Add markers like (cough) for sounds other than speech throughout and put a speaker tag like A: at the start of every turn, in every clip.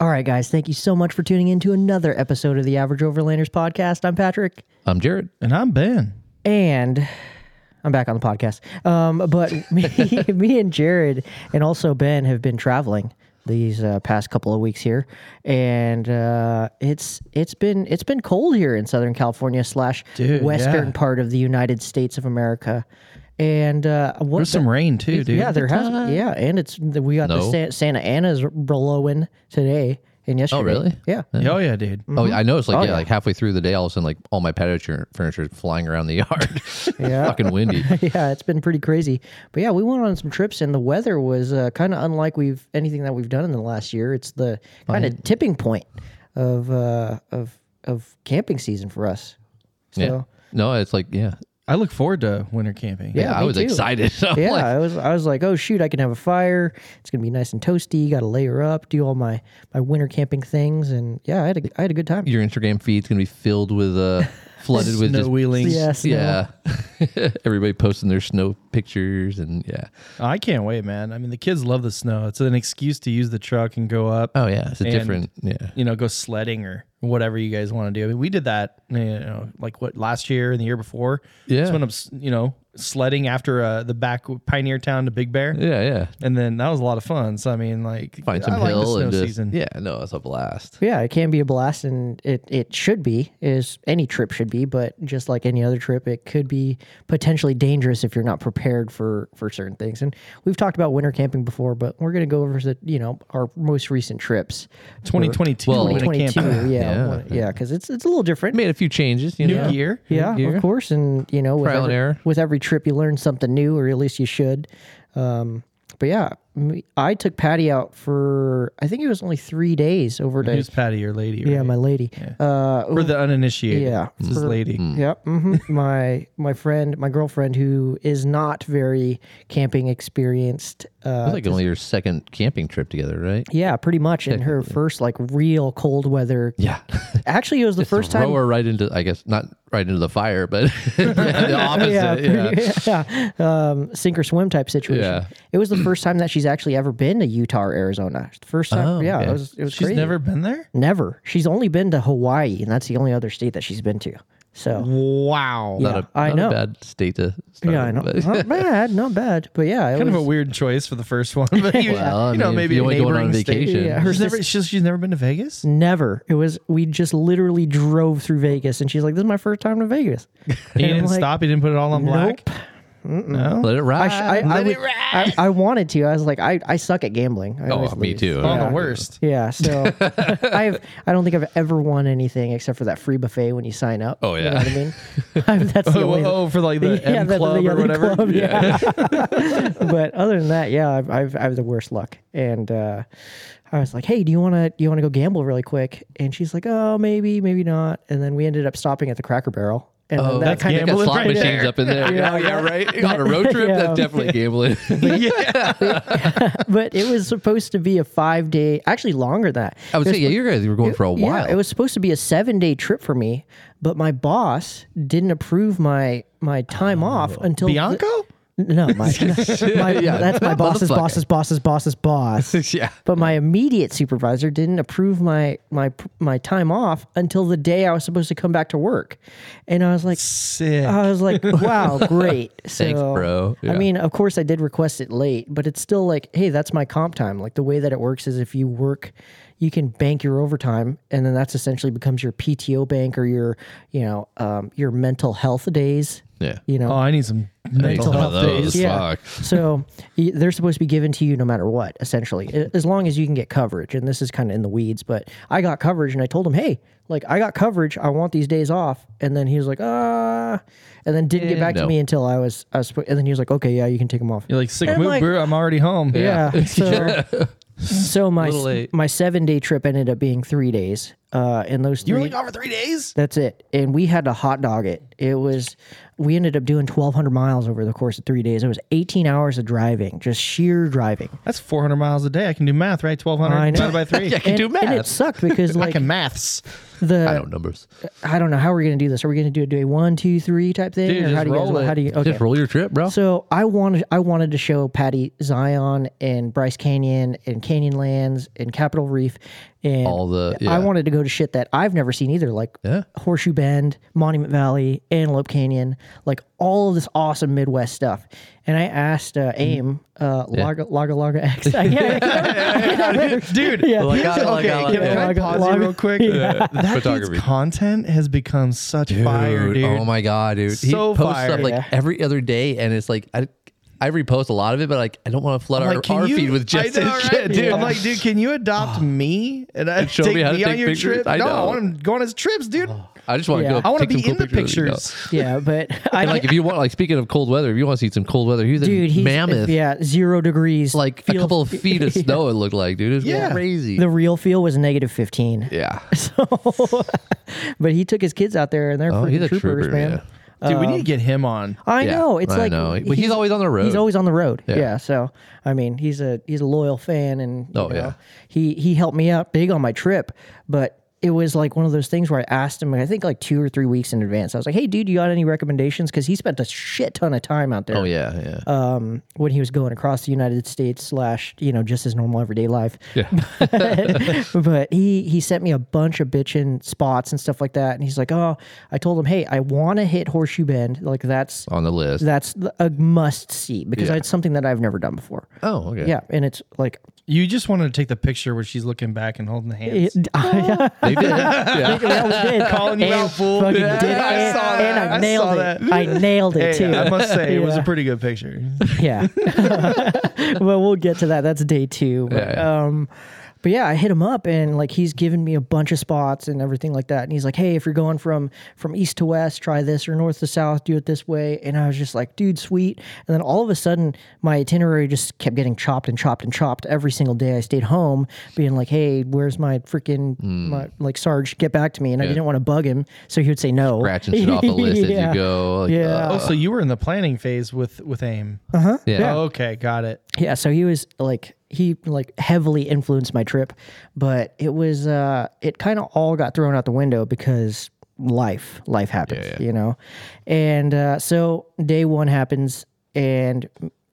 A: All right, guys, thank you so much for tuning in to another episode of the Average Overlanders podcast. I'm Patrick,
B: I'm Jared.
C: And I'm Ben.
A: and I'm back on the podcast. Um, but (laughs) me, me and Jared, and also Ben, have been traveling these uh, past couple of weeks here, and uh, it's it's been it's been cold here in Southern California slash
C: Dude,
A: western
C: yeah.
A: part of the United States of America. And uh, what
C: There's some rain too, dude.
A: Yeah, there has. Yeah, and it's we got
B: No.
A: the Sa- Santa Ana's blowing today and yesterday.
B: Oh, really?
A: Yeah. Mm-hmm.
C: Oh yeah, dude.
B: Oh, I noticed like yeah,
A: yeah.
B: like halfway through the day, all of a sudden, like all my patio furniture- furniture is flying around the yard.
A: (laughs)
B: (laughs)
A: Yeah.
B: fucking windy.
A: (laughs) yeah, it's been pretty crazy. But yeah, we went on some trips, and the weather was uh, kind of unlike we've anything that we've done in the last year. It's the kind of tipping point of uh, of of camping season for us. So
B: Yeah.
A: yeah,
B: No, it's like yeah,
C: I look forward to winter camping.
B: yeah. I
A: me
B: was
A: too.
B: excited. (laughs) I'm like,
A: I was I was like, oh shoot, I can have a fire. It's gonna be nice and toasty. Got to layer up, do all my my winter camping things, and yeah, I had a, I had a good time.
B: your Instagram feed's gonna be filled with uh,
A: (laughs)
B: flooded with
C: Snow
B: just
C: wheeling.
A: Yeah, snow.
B: yeah. (laughs) Everybody posting their snow pictures and yeah.
C: Oh, I can't wait, man. I mean, the kids love the snow. It's an excuse to use the truck and go up.
B: Oh yeah, it's a
C: And-
B: different yeah.
C: You know, go sledding or whatever you guys want to do. I mean, we did that, you know, like what last year and the year before.
B: Yeah.
C: Just went up, s- you know, sledding after uh, the back Pioneer Town to Big Bear.
B: Yeah, yeah.
C: And then that was a lot of fun. So, I mean, like,
B: Find
C: I
B: some
C: like
B: hill
C: the snow
B: and just,
C: season.
B: yeah, no, it's a blast.
A: Yeah, it can be a blast, and it, it should be, is any trip should be, but just like any other trip, it could be potentially dangerous if you're not prepared for, for certain things. And we've talked about winter camping before, but we're going to go over, the, you know, our most recent trips.
C: 2022
B: Well,
C: Oh, winter
A: 2022,
C: camping.
A: yeah, one- yeah, because it's, it's a little different.
B: Made a few changes, you
C: New
B: know.
C: year.
A: Yeah, of course, and you know, with
B: Trial and
A: every,
B: error.
A: with every trip, you learn something new, or at least you should. Um, but yeah, me- I took Patty out for I think it was only three days over to
C: Who's Patty, your lady?
A: yeah,
C: right?
A: my lady. Uh,
C: For the uninitiated.
A: Yeah.
C: It's this lady.
B: Mm.
A: Yep. hmm
C: (laughs)
A: my my friend, my girlfriend, who is not very camping experienced.
B: It was
C: Mm.
A: Uh,
B: like only your second camping trip together, right?
A: yeah, pretty much. In her first like real cold weather.
B: (laughs) Yeah.
A: Actually, it was the first time.
B: Throw her right into, I guess, not right into the fire, but (laughs) yeah, the opposite.
A: Yeah,
B: Yeah.
A: pretty- (laughs) yeah. Um, sink or swim type situation.
B: Yeah.
A: It was the first time that she's actually ever been to Utah, or Arizona. It's the First time. yeah, it was. It was
C: Oh, She's
A: crazy.
C: never been there?
A: never. She's only been to Hawaii, and that's the only other state that she's been to. So
C: Wow.
A: yeah,
B: Not a,
A: I
B: not
A: know.
B: a bad state to start.
A: yeah, I
C: (laughs)
A: know.
B: with, but-
A: not bad, not bad. But yeah, it
C: Mm. Kind
A: was,
C: of a weird choice for the first one, (laughs) but you,
B: Well, I
C: you know,
B: mean, if
C: maybe
B: you only going on
C: neighboring state.
B: vacation.
A: Yeah, her
C: she's, never,
A: sis-
C: she's, she's never been to (laughs) Vegas?
A: Never. It was we just literally drove through Vegas, and she's like, "This is my first time to Vegas."
C: He
A: I'm
C: didn't
A: like,
C: stop. He didn't put it all on black. No.
B: (laughs) Let it
A: I,
B: ride.
A: sh- I, I,
C: Let it
A: would- I, I wanted to. I was like, I, I suck at gambling. I
B: oh,
A: always
B: me
A: lose.
B: too.
C: Oh,
B: Yeah.
C: the worst.
A: Yeah,
B: (laughs)
A: so I have. I don't think I've ever won anything except for that free buffet when you sign up.
B: Oh,
A: you know
B: yeah.
A: what I mean, (laughs) I'm- that's
B: (laughs)
A: the
C: (laughs) Oh,
A: only.
C: oh, for like the
A: (laughs) yeah,
C: M
A: the-
C: Club
A: the
C: or
A: other
C: whatever.
A: club, yeah. (laughs) but other than that, yeah, I've, I've I have the worst luck, and uh, I was like, "Hey, do you want to do you want to go gamble really quick?" And she's like, "Oh, maybe, maybe not." And then we ended up stopping at the Cracker Barrel, and then that
B: that's
A: kind
B: gambling.
A: of
B: Got slot
C: right
B: machines
C: there.
B: up in there.
A: (laughs)
B: Yeah, yeah, right. on a road trip,
A: Yeah.
B: that's
A: (laughs)
B: definitely gambling.
A: but it was supposed to be a five day, actually longer than that.
B: I would say, yeah, you guys were going for a while.
A: Yeah, (laughs) it was supposed to be a seven day trip for me, but my boss didn't approve my my time off until the-
C: Bianco?
B: (laughs)
A: no, my, my that's my boss's
B: Motherfucker.
A: boss's boss's boss's boss.
B: (laughs) yeah.
A: But my immediate supervisor didn't approve my my my time off until the day I was supposed to come back to work, and I was like,
C: Sick.
A: I was like,
B: (laughs)
A: wow, great. So,
B: Thanks, bro. Yeah.
A: I mean, of course, I did request it late, but it's still like, hey, that's my comp time. Like the way that it works is if you work, you can bank your overtime, and then that's essentially becomes your PTO bank or your, you know, um, your mental health days.
B: Yeah.
A: You know,
C: oh, I need some mental
B: some of
C: health
B: those.
C: days.
A: yeah.
B: Fuck.
A: So y- they're supposed to be given to you no matter what, essentially, a- as long as you can get coverage. And this is kind of in the weeds, but I got coverage and I told him, hey, like I got coverage. I want these days off. And then he was like, ah, and then didn't get back
B: no.
A: to me until I was, I was, sp- and then he was like, okay, yeah, you can take them off.
C: You're like, sick
A: I'm
C: move,
A: like-
C: bro. I'm already home.
A: (laughs) Yeah.
C: (laughs)
A: So, so my
B: Little late.
A: my seven day trip ended up being three days, uh, and those
C: You were
A: three.
C: only gone for three days?
A: That's it. And we had to hot dog it. It was, we ended up doing 1,200 miles over the course of three days. It was 18 hours of driving, just sheer driving.
C: That's 400 miles a day. I can do math, right? 1,200
A: I know. (laughs)
C: divided by three.
B: Yeah, I can
A: and,
B: do math.
A: and it sucked because,
C: (laughs) I
A: like,
C: can maths.
A: the,
B: I don't numbers.
A: know how we're going to do this. Are we going to do a day one, two, three type thing?
C: Dude,
A: or how
C: just
A: do you guys,
C: roll it.
A: how do you, okay.
B: Just roll your trip, bro.
A: So I wanted I wanted to show Patty Zion and Bryce Canyon and Canyonlands and Capitol Reef And
B: All the- yeah.
A: I wanted to go to shit that I've never seen either, like
B: Yeah.
A: Horseshoe Bend, Monument Valley, Antelope Canyon, like all of this awesome Midwest stuff. And I asked
B: Mm-hmm.
A: uh, AIM, uh, Laga Laga Laga X. (laughs) I
B: (laughs)
A: can't-
C: dude.
B: Like,
C: (laughs)
B: I- like,
C: okay,
B: I-
C: can,
B: yeah.
C: I
A: Like,
C: pause
A: like-
C: you real quick? That dude's
B: Photography.
C: content has become such fire, dude.
B: Oh my god, dude. he
C: So
B: posts
C: fire.
B: stuff like
A: Yeah.
B: every other day, and it's like I, I repost a lot of it, but like I don't want to flood
C: I'm
B: our,
C: like, can
B: our
C: you-
B: feed with just
C: (laughs) I know,
B: his
C: right?
B: shit, dude.
C: I'm like, dude, can you (sighs) adopt me and I
B: show
C: take
B: me how to
C: me on
B: take
C: your
B: pictures?
C: trip?
B: I
C: no, I
B: know.
C: want him to go on his trips, (sighs) dude.
B: I just want
A: Yeah.
B: to
C: I
B: go.
C: want to
B: take some
C: be in
B: cool
C: the
B: you know.
C: pictures.
A: yeah, but I
B: (laughs) And like if you want, like speaking of cold weather, if you want to see some cold weather, he was
A: dude,
B: in
A: he's
B: mammoth,
A: yeah, zero degrees.
B: like a
A: Feel-
B: couple
A: (laughs)
B: of feet of snow. It looked like, dude, it was
C: Yeah.
B: crazy.
A: The real feel was negative fifteen. (laughs)
B: yeah,
A: So, (laughs) but he took his kids out there, and they're
B: Oh,
A: freaking
B: he's a
A: troopers,
B: trooper,
A: man.
B: yeah.
C: Dude, we need to get him on.
A: I
B: Yeah,
A: know. It's
B: I
A: like
B: know. But he's always on the road.
A: He's always on the road. Yeah.
B: Yeah.
A: So I mean, he's a he's a loyal fan, and you
B: Oh,
A: know,
B: yeah.
A: he he helped me out big on my trip, but. It was like one of those things where I asked him, I think like two or three weeks in advance. I was like, "Hey, dude, you got any recommendations?" Because he spent a shit ton of time out there
B: oh yeah, yeah.
A: um, when he was going across the United States slash you know just his normal everyday life.
B: Yeah.
A: (laughs) but he he sent me a bunch of bitchin' spots and stuff like that, and he's like, oh, I told him, hey, I want to hit Horseshoe Bend, like that's
B: on
A: (laughs)
B: the list.
A: that's the- a must see because
B: Yeah.
A: it's something that I've never done before.
B: oh, okay.
A: Yeah, and it's like
C: You just wanted to take the picture where she's looking back and holding the
A: it, (laughs)
C: hands.
A: I
B: They
A: (laughs)
B: did. yeah.
A: did.
C: Calling you
A: and
C: out, fool.
A: fucking
C: Yeah,
A: did,
C: I
A: and,
C: saw
A: and
C: that.
A: I
C: I
A: nailed
C: saw
A: it.
C: that.
A: I nailed it
C: Hey,
A: too.
C: I
A: (laughs)
C: must say, it was
A: Yeah.
C: a pretty good picture. (laughs)
B: (laughs)
A: yeah. (laughs) well, we'll get to that. That's day two. But,
B: Yeah.
A: Um, but yeah, I hit him up and like he's given me a bunch of spots and everything like that. And he's like, "Hey, if you're going from from east to west, try this, or north to south, do it this way." And I was just like, "Dude, sweet." And then all of a sudden, my itinerary just kept getting chopped and chopped and chopped every single day. I stayed home, being like, "Hey, where's my freaking
B: Hmm.
A: my like Sarge? Get back to me!" And I didn't want to bug him, so he would say no.
B: Scratching shit off the list
A: (laughs)
B: as
A: Yeah.
B: you go. Like,
A: Yeah.
B: uh,
C: oh, so you were in the planning phase with with AIM.
A: Uh-huh.
B: yeah.
C: Oh, okay, got it.
A: Yeah, so he was like he like heavily influenced my trip, but it was uh it kind of all got thrown out the window because life life happens, you know. And uh so day 1 happens and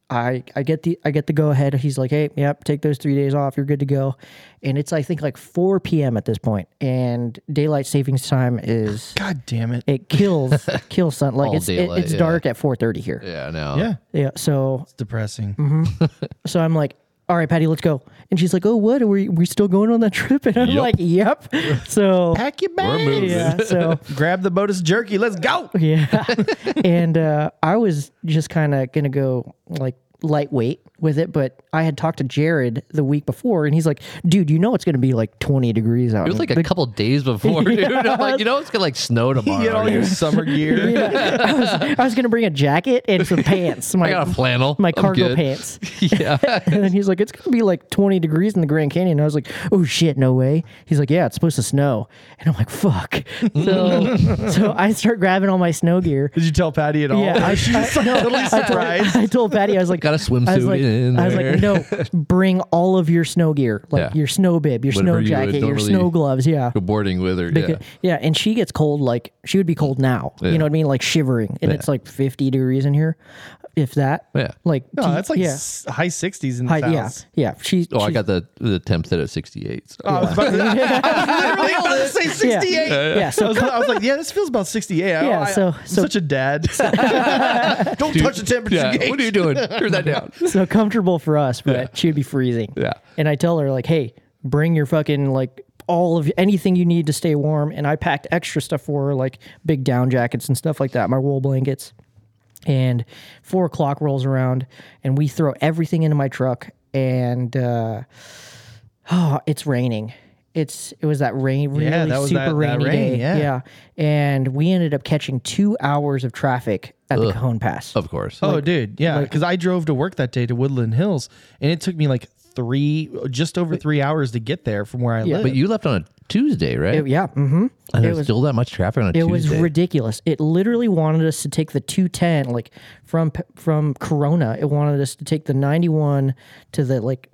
A: I I get the I get the go ahead. He's like, "Hey, yep, take those 3 days off. You're good to go." And it's I think like 4 p.m. at this point and daylight savings time is
C: God damn it.
A: it
B: (laughs)
A: kills kills sun like
B: All
A: it's it-
B: daylight,
A: it's
B: yeah.
A: dark at 4:30 here.
B: Yeah. No.
C: Yeah,
A: yeah Mm-hmm. so
C: it's depressing.
A: so I'm like, all right, Patty, let's go. And she's like, oh, what? Are we, we still going on that trip? (laughs) And I'm
B: Yup.
A: like,
B: (laughs)
A: yep. So,
C: Pack your
B: We're moving.
C: bags.
A: yeah. So,
C: (laughs) Grab the Botus jerky. Let's
A: (laughs)
C: go.
A: yeah. and uh, I was just kind of going to go like lightweight with it. But I had talked to Jared the week before, and he's like, dude, you know it's going to be like 20 degrees out.
B: It was like a couple days before, dude. I'm like, you know, it's gonna like snow tomorrow.
C: Get all your
B: dude.
A: (laughs)
C: summer
A: (laughs)
C: gear.
A: I was, I was going to bring a jacket and
B: (laughs)
A: some pants. My,
B: (laughs) I got a flannel.
A: my
B: I'm
A: cargo
B: good.
A: pants.
B: (laughs) Yeah.
A: (laughs) and then he's like, it's going to be like 20 degrees in the Grand Canyon. And I was like, oh shit, no way. He's like, yeah, it's supposed to snow. And I'm like,
C: (laughs)
A: fuck. So, so I start grabbing all my snow
C: (laughs)
A: gear.
C: Did you tell Patty at all? (laughs)
A: Yeah, I-
C: she's
A: I- no,
C: totally
A: I told, (laughs)
C: surprised.
A: I told Patty, I was like,
B: Got a swimsuit
A: I was like,
B: in
A: I was
B: there.
A: like, no, bring all of your snow gear, like
B: Yeah.
A: your snow bib, your
B: Whatever
A: snow
B: you
A: jacket, your
B: normally-
A: snow gloves. Yeah.
B: Go boarding with her.
A: Beca-
B: Yeah.
A: yeah, and she gets cold like she would be cold now. You
B: Yeah.
A: know what I mean? Like shivering, and it's like fifty degrees in here, if that.
B: Yeah.
A: Like
C: No,
A: do-
C: that's like
A: yeah,
C: s- high 60s in the
A: I-
C: south.
A: yeah, yeah. She.
B: Oh, I
A: she's-
B: got the the temp set at 68. So.
C: Oh,
A: Oh,
C: I was,
A: (laughs)
C: about to, I was literally about to say 68.
A: yeah.
C: I, (laughs)
A: So
C: was, I was like, yeah, this feels about 68.
A: Yeah,
C: Yeah, I,
A: so-
C: I'm
A: so-
C: such
A: (laughs)
C: a dad. (laughs) Don't touch the temperature
B: yeah.
C: gauge.
B: What are you doing? Turn
A: (laughs)
B: that down.
A: so comfortable for us, but she would be freezing.
B: Yeah.
A: And I tell her like, hey, bring your fucking like all of anything you need to stay warm. And I packed extra stuff for her, like big down jackets and stuff like that, my wool blankets. And four o'clock rolls around, and we throw everything into my truck, and uh, oh, it's raining. It's it was that rain, really
C: that was
A: super
C: that- that
A: rainy
C: rain,
A: day,
C: yeah.
A: And we ended up catching two hours of traffic at the Cajon Pass.
B: Of course.
C: (laughs) Oh, dude, yeah, because I drove to work that day to Woodland Hills, and it took me like three, just over three hours to get there from where I live.
B: But you left on a Tuesday, right?
A: It- yeah, mm-hmm.
B: and there's still that much traffic on a
A: It
B: Tuesday.
A: was ridiculous. It literally wanted us to take the 210 like from from Corona. It wanted us to take the 91 to the like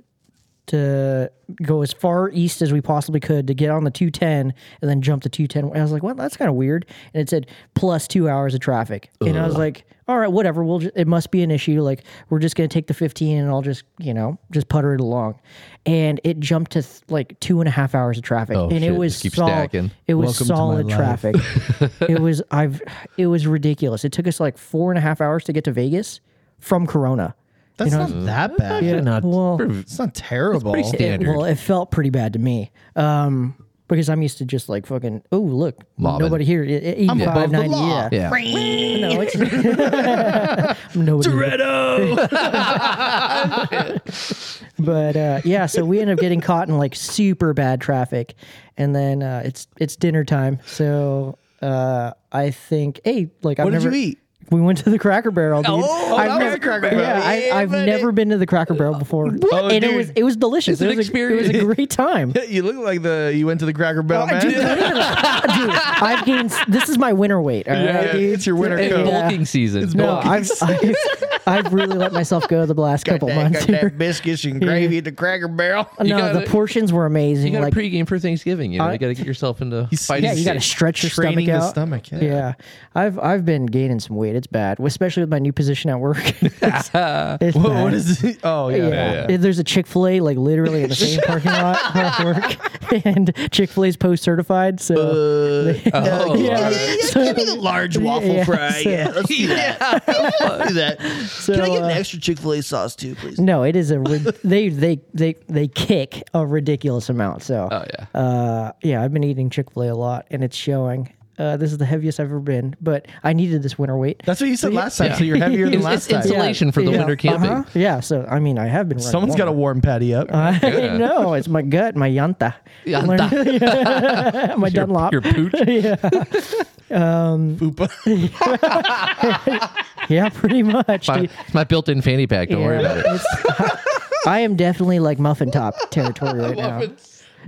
A: to go as far east as we possibly could to get on the 210 and then jump to 210. And I was like, well, that's kind of weird. And it said plus two hours of traffic. And I was like, all right, whatever. We'll ju- it must be an issue. Like we're just going to take the 15 and I'll just, you know, just putter it along. And it jumped to th- like two and a half hours of traffic.
B: Oh,
A: and
B: shit.
A: it
B: Just
A: was
B: keep
A: sol-
B: stacking.
A: It was
C: Welcome to my
A: solid
C: life.
A: traffic.
B: (laughs)
A: it was, I've, it was ridiculous. It took us like four and a half hours to get to Vegas from Corona.
C: That's not that bad.
D: not
A: Well,
C: It's not terrible.
B: pretty
A: it-
B: standard.
A: well, it felt pretty bad to me. Um, because I'm used to just like fucking. Oh look,
B: Mobbing.
A: nobody here. E-
C: I'm above
A: five
C: the
A: ninety.
C: law.
A: Yeah,
B: yeah. (laughs)
A: no, it's- (laughs) nobody. But uh, yeah, so we ended up getting caught in like super bad traffic, and then uh, it's it's dinner time. So uh, I think, hey, like I've
D: What did
A: never
D: you eat?
A: We went to the Cracker Barrel. Dude.
B: Oh,
A: I've
B: that
A: never,
B: was Cracker Barrel.
A: Yeah,
D: Yeah,
A: I, I've
D: buddy.
A: never been to the Cracker Barrel before,
C: Oh,
A: and
C: dude.
A: it was it was delicious.
B: It's an
A: it, was a, it was a
B: experience.
A: great time.
C: you look like the you went to the Cracker Barrel,
A: Oh, (laughs)
C: man.
A: dude, don't even- dude, I've gained. This is my winter weight. all right,
C: (laughs) Yeah,
A: dude?
C: it's your winter
B: It's
C: coat.
B: bulking season.
A: no, I've, (laughs) I've I've really let myself go the last couple months. here. (laughs)
C: biscuits and gravy at the Cracker Barrel.
A: No,
B: gotta-
A: the portions were amazing.
B: You got
A: like,
B: a pregame for Thanksgiving. You know, you got to get yourself into fighting.
A: yeah, you got to
B: shape.
A: stretch your stomach
C: Training the
A: out.
C: stomach. Yeah.
A: Yeah. I've I've been gaining some weight. It's bad, especially with my new position at work. (laughs) It's- it's
C: Whoa,
A: bad.
C: (laughs) what is
A: (laughs)
C: it? Oh yeah.
A: Yeah. There's a Chick Fil A like literally in the same parking lot where I work, (laughs) and Chick Fil A's post certified, so they- (laughs)
B: Oh,
A: yeah. So-
D: Give me the large waffle
A: yeah,
D: fry.
A: so-
D: yeah, let's
A: (laughs)
D: do that. Let's do that. Can I get
A: uh,
D: an extra Chick Fil A sauce
A: (laughs)
D: too, please?
A: No, it is a
B: (laughs)
A: rid- they they they they kick a ridiculous amount. So
B: Oh, yeah.
A: uh, yeah, I've been eating Chick Fil A a lot, and it's showing. Uh, this is the heaviest I've ever been, but I needed this winter weight.
C: That's what you said last time. So you're heavier than
B: It's-
C: last
B: it's
C: time.
B: insulation. for the winter camping.
A: Uh-huh. Yeah, so I mean, I have been. running (laughs)
C: Someone's got to
A: warm.
C: warm Patty up.
A: I know it's my gut, my
B: (laughs)
A: yanta, (laughs) my Dunlop. Um,
B: Your
A: (laughs)
B: pooch. (laughs)
C: Fupa.
A: yeah, pretty much.
B: My,
A: dude.
B: it's my built-in fanny pack. Don't worry
A: Yeah,
B: about it.
A: it's- I am definitely like muffin top
B: (laughs)
A: territory right now.
C: (laughs)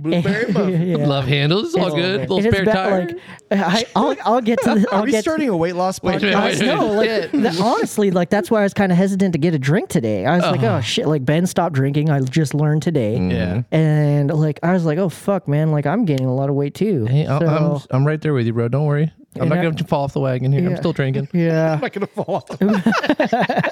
A: (laughs)
C: Blueberry muffin.
A: Yeah.
B: Love handles. It's all good.
A: And
B: Little
A: it's
B: spare
A: about,
B: tire.
A: Like,
B: (laughs)
A: I, I'll, I'll get to. The, I'll
C: Are we
A: get
C: starting a weight loss
B: Wait, wait,
C: podcast?
A: I know, like that, honestly, like that's why I was kind of hesitant to get a drink today. I was like,
B: Uh-huh.
A: oh shit, like Ben stopped drinking. I just learned today,
B: Mm.
C: Yeah.
A: and like I was like, oh fuck, man, like I'm gaining a lot of weight too.
B: Hey, I- I'm,
A: So,
B: I'm right there with you, bro. Don't worry. I'm
A: And
B: not
A: I-
B: going to fall off the wagon here. I'm
A: Yeah.
B: still
A: (laughs)
B: drinking. (laughs)
A: yeah,
C: not gonna fall off the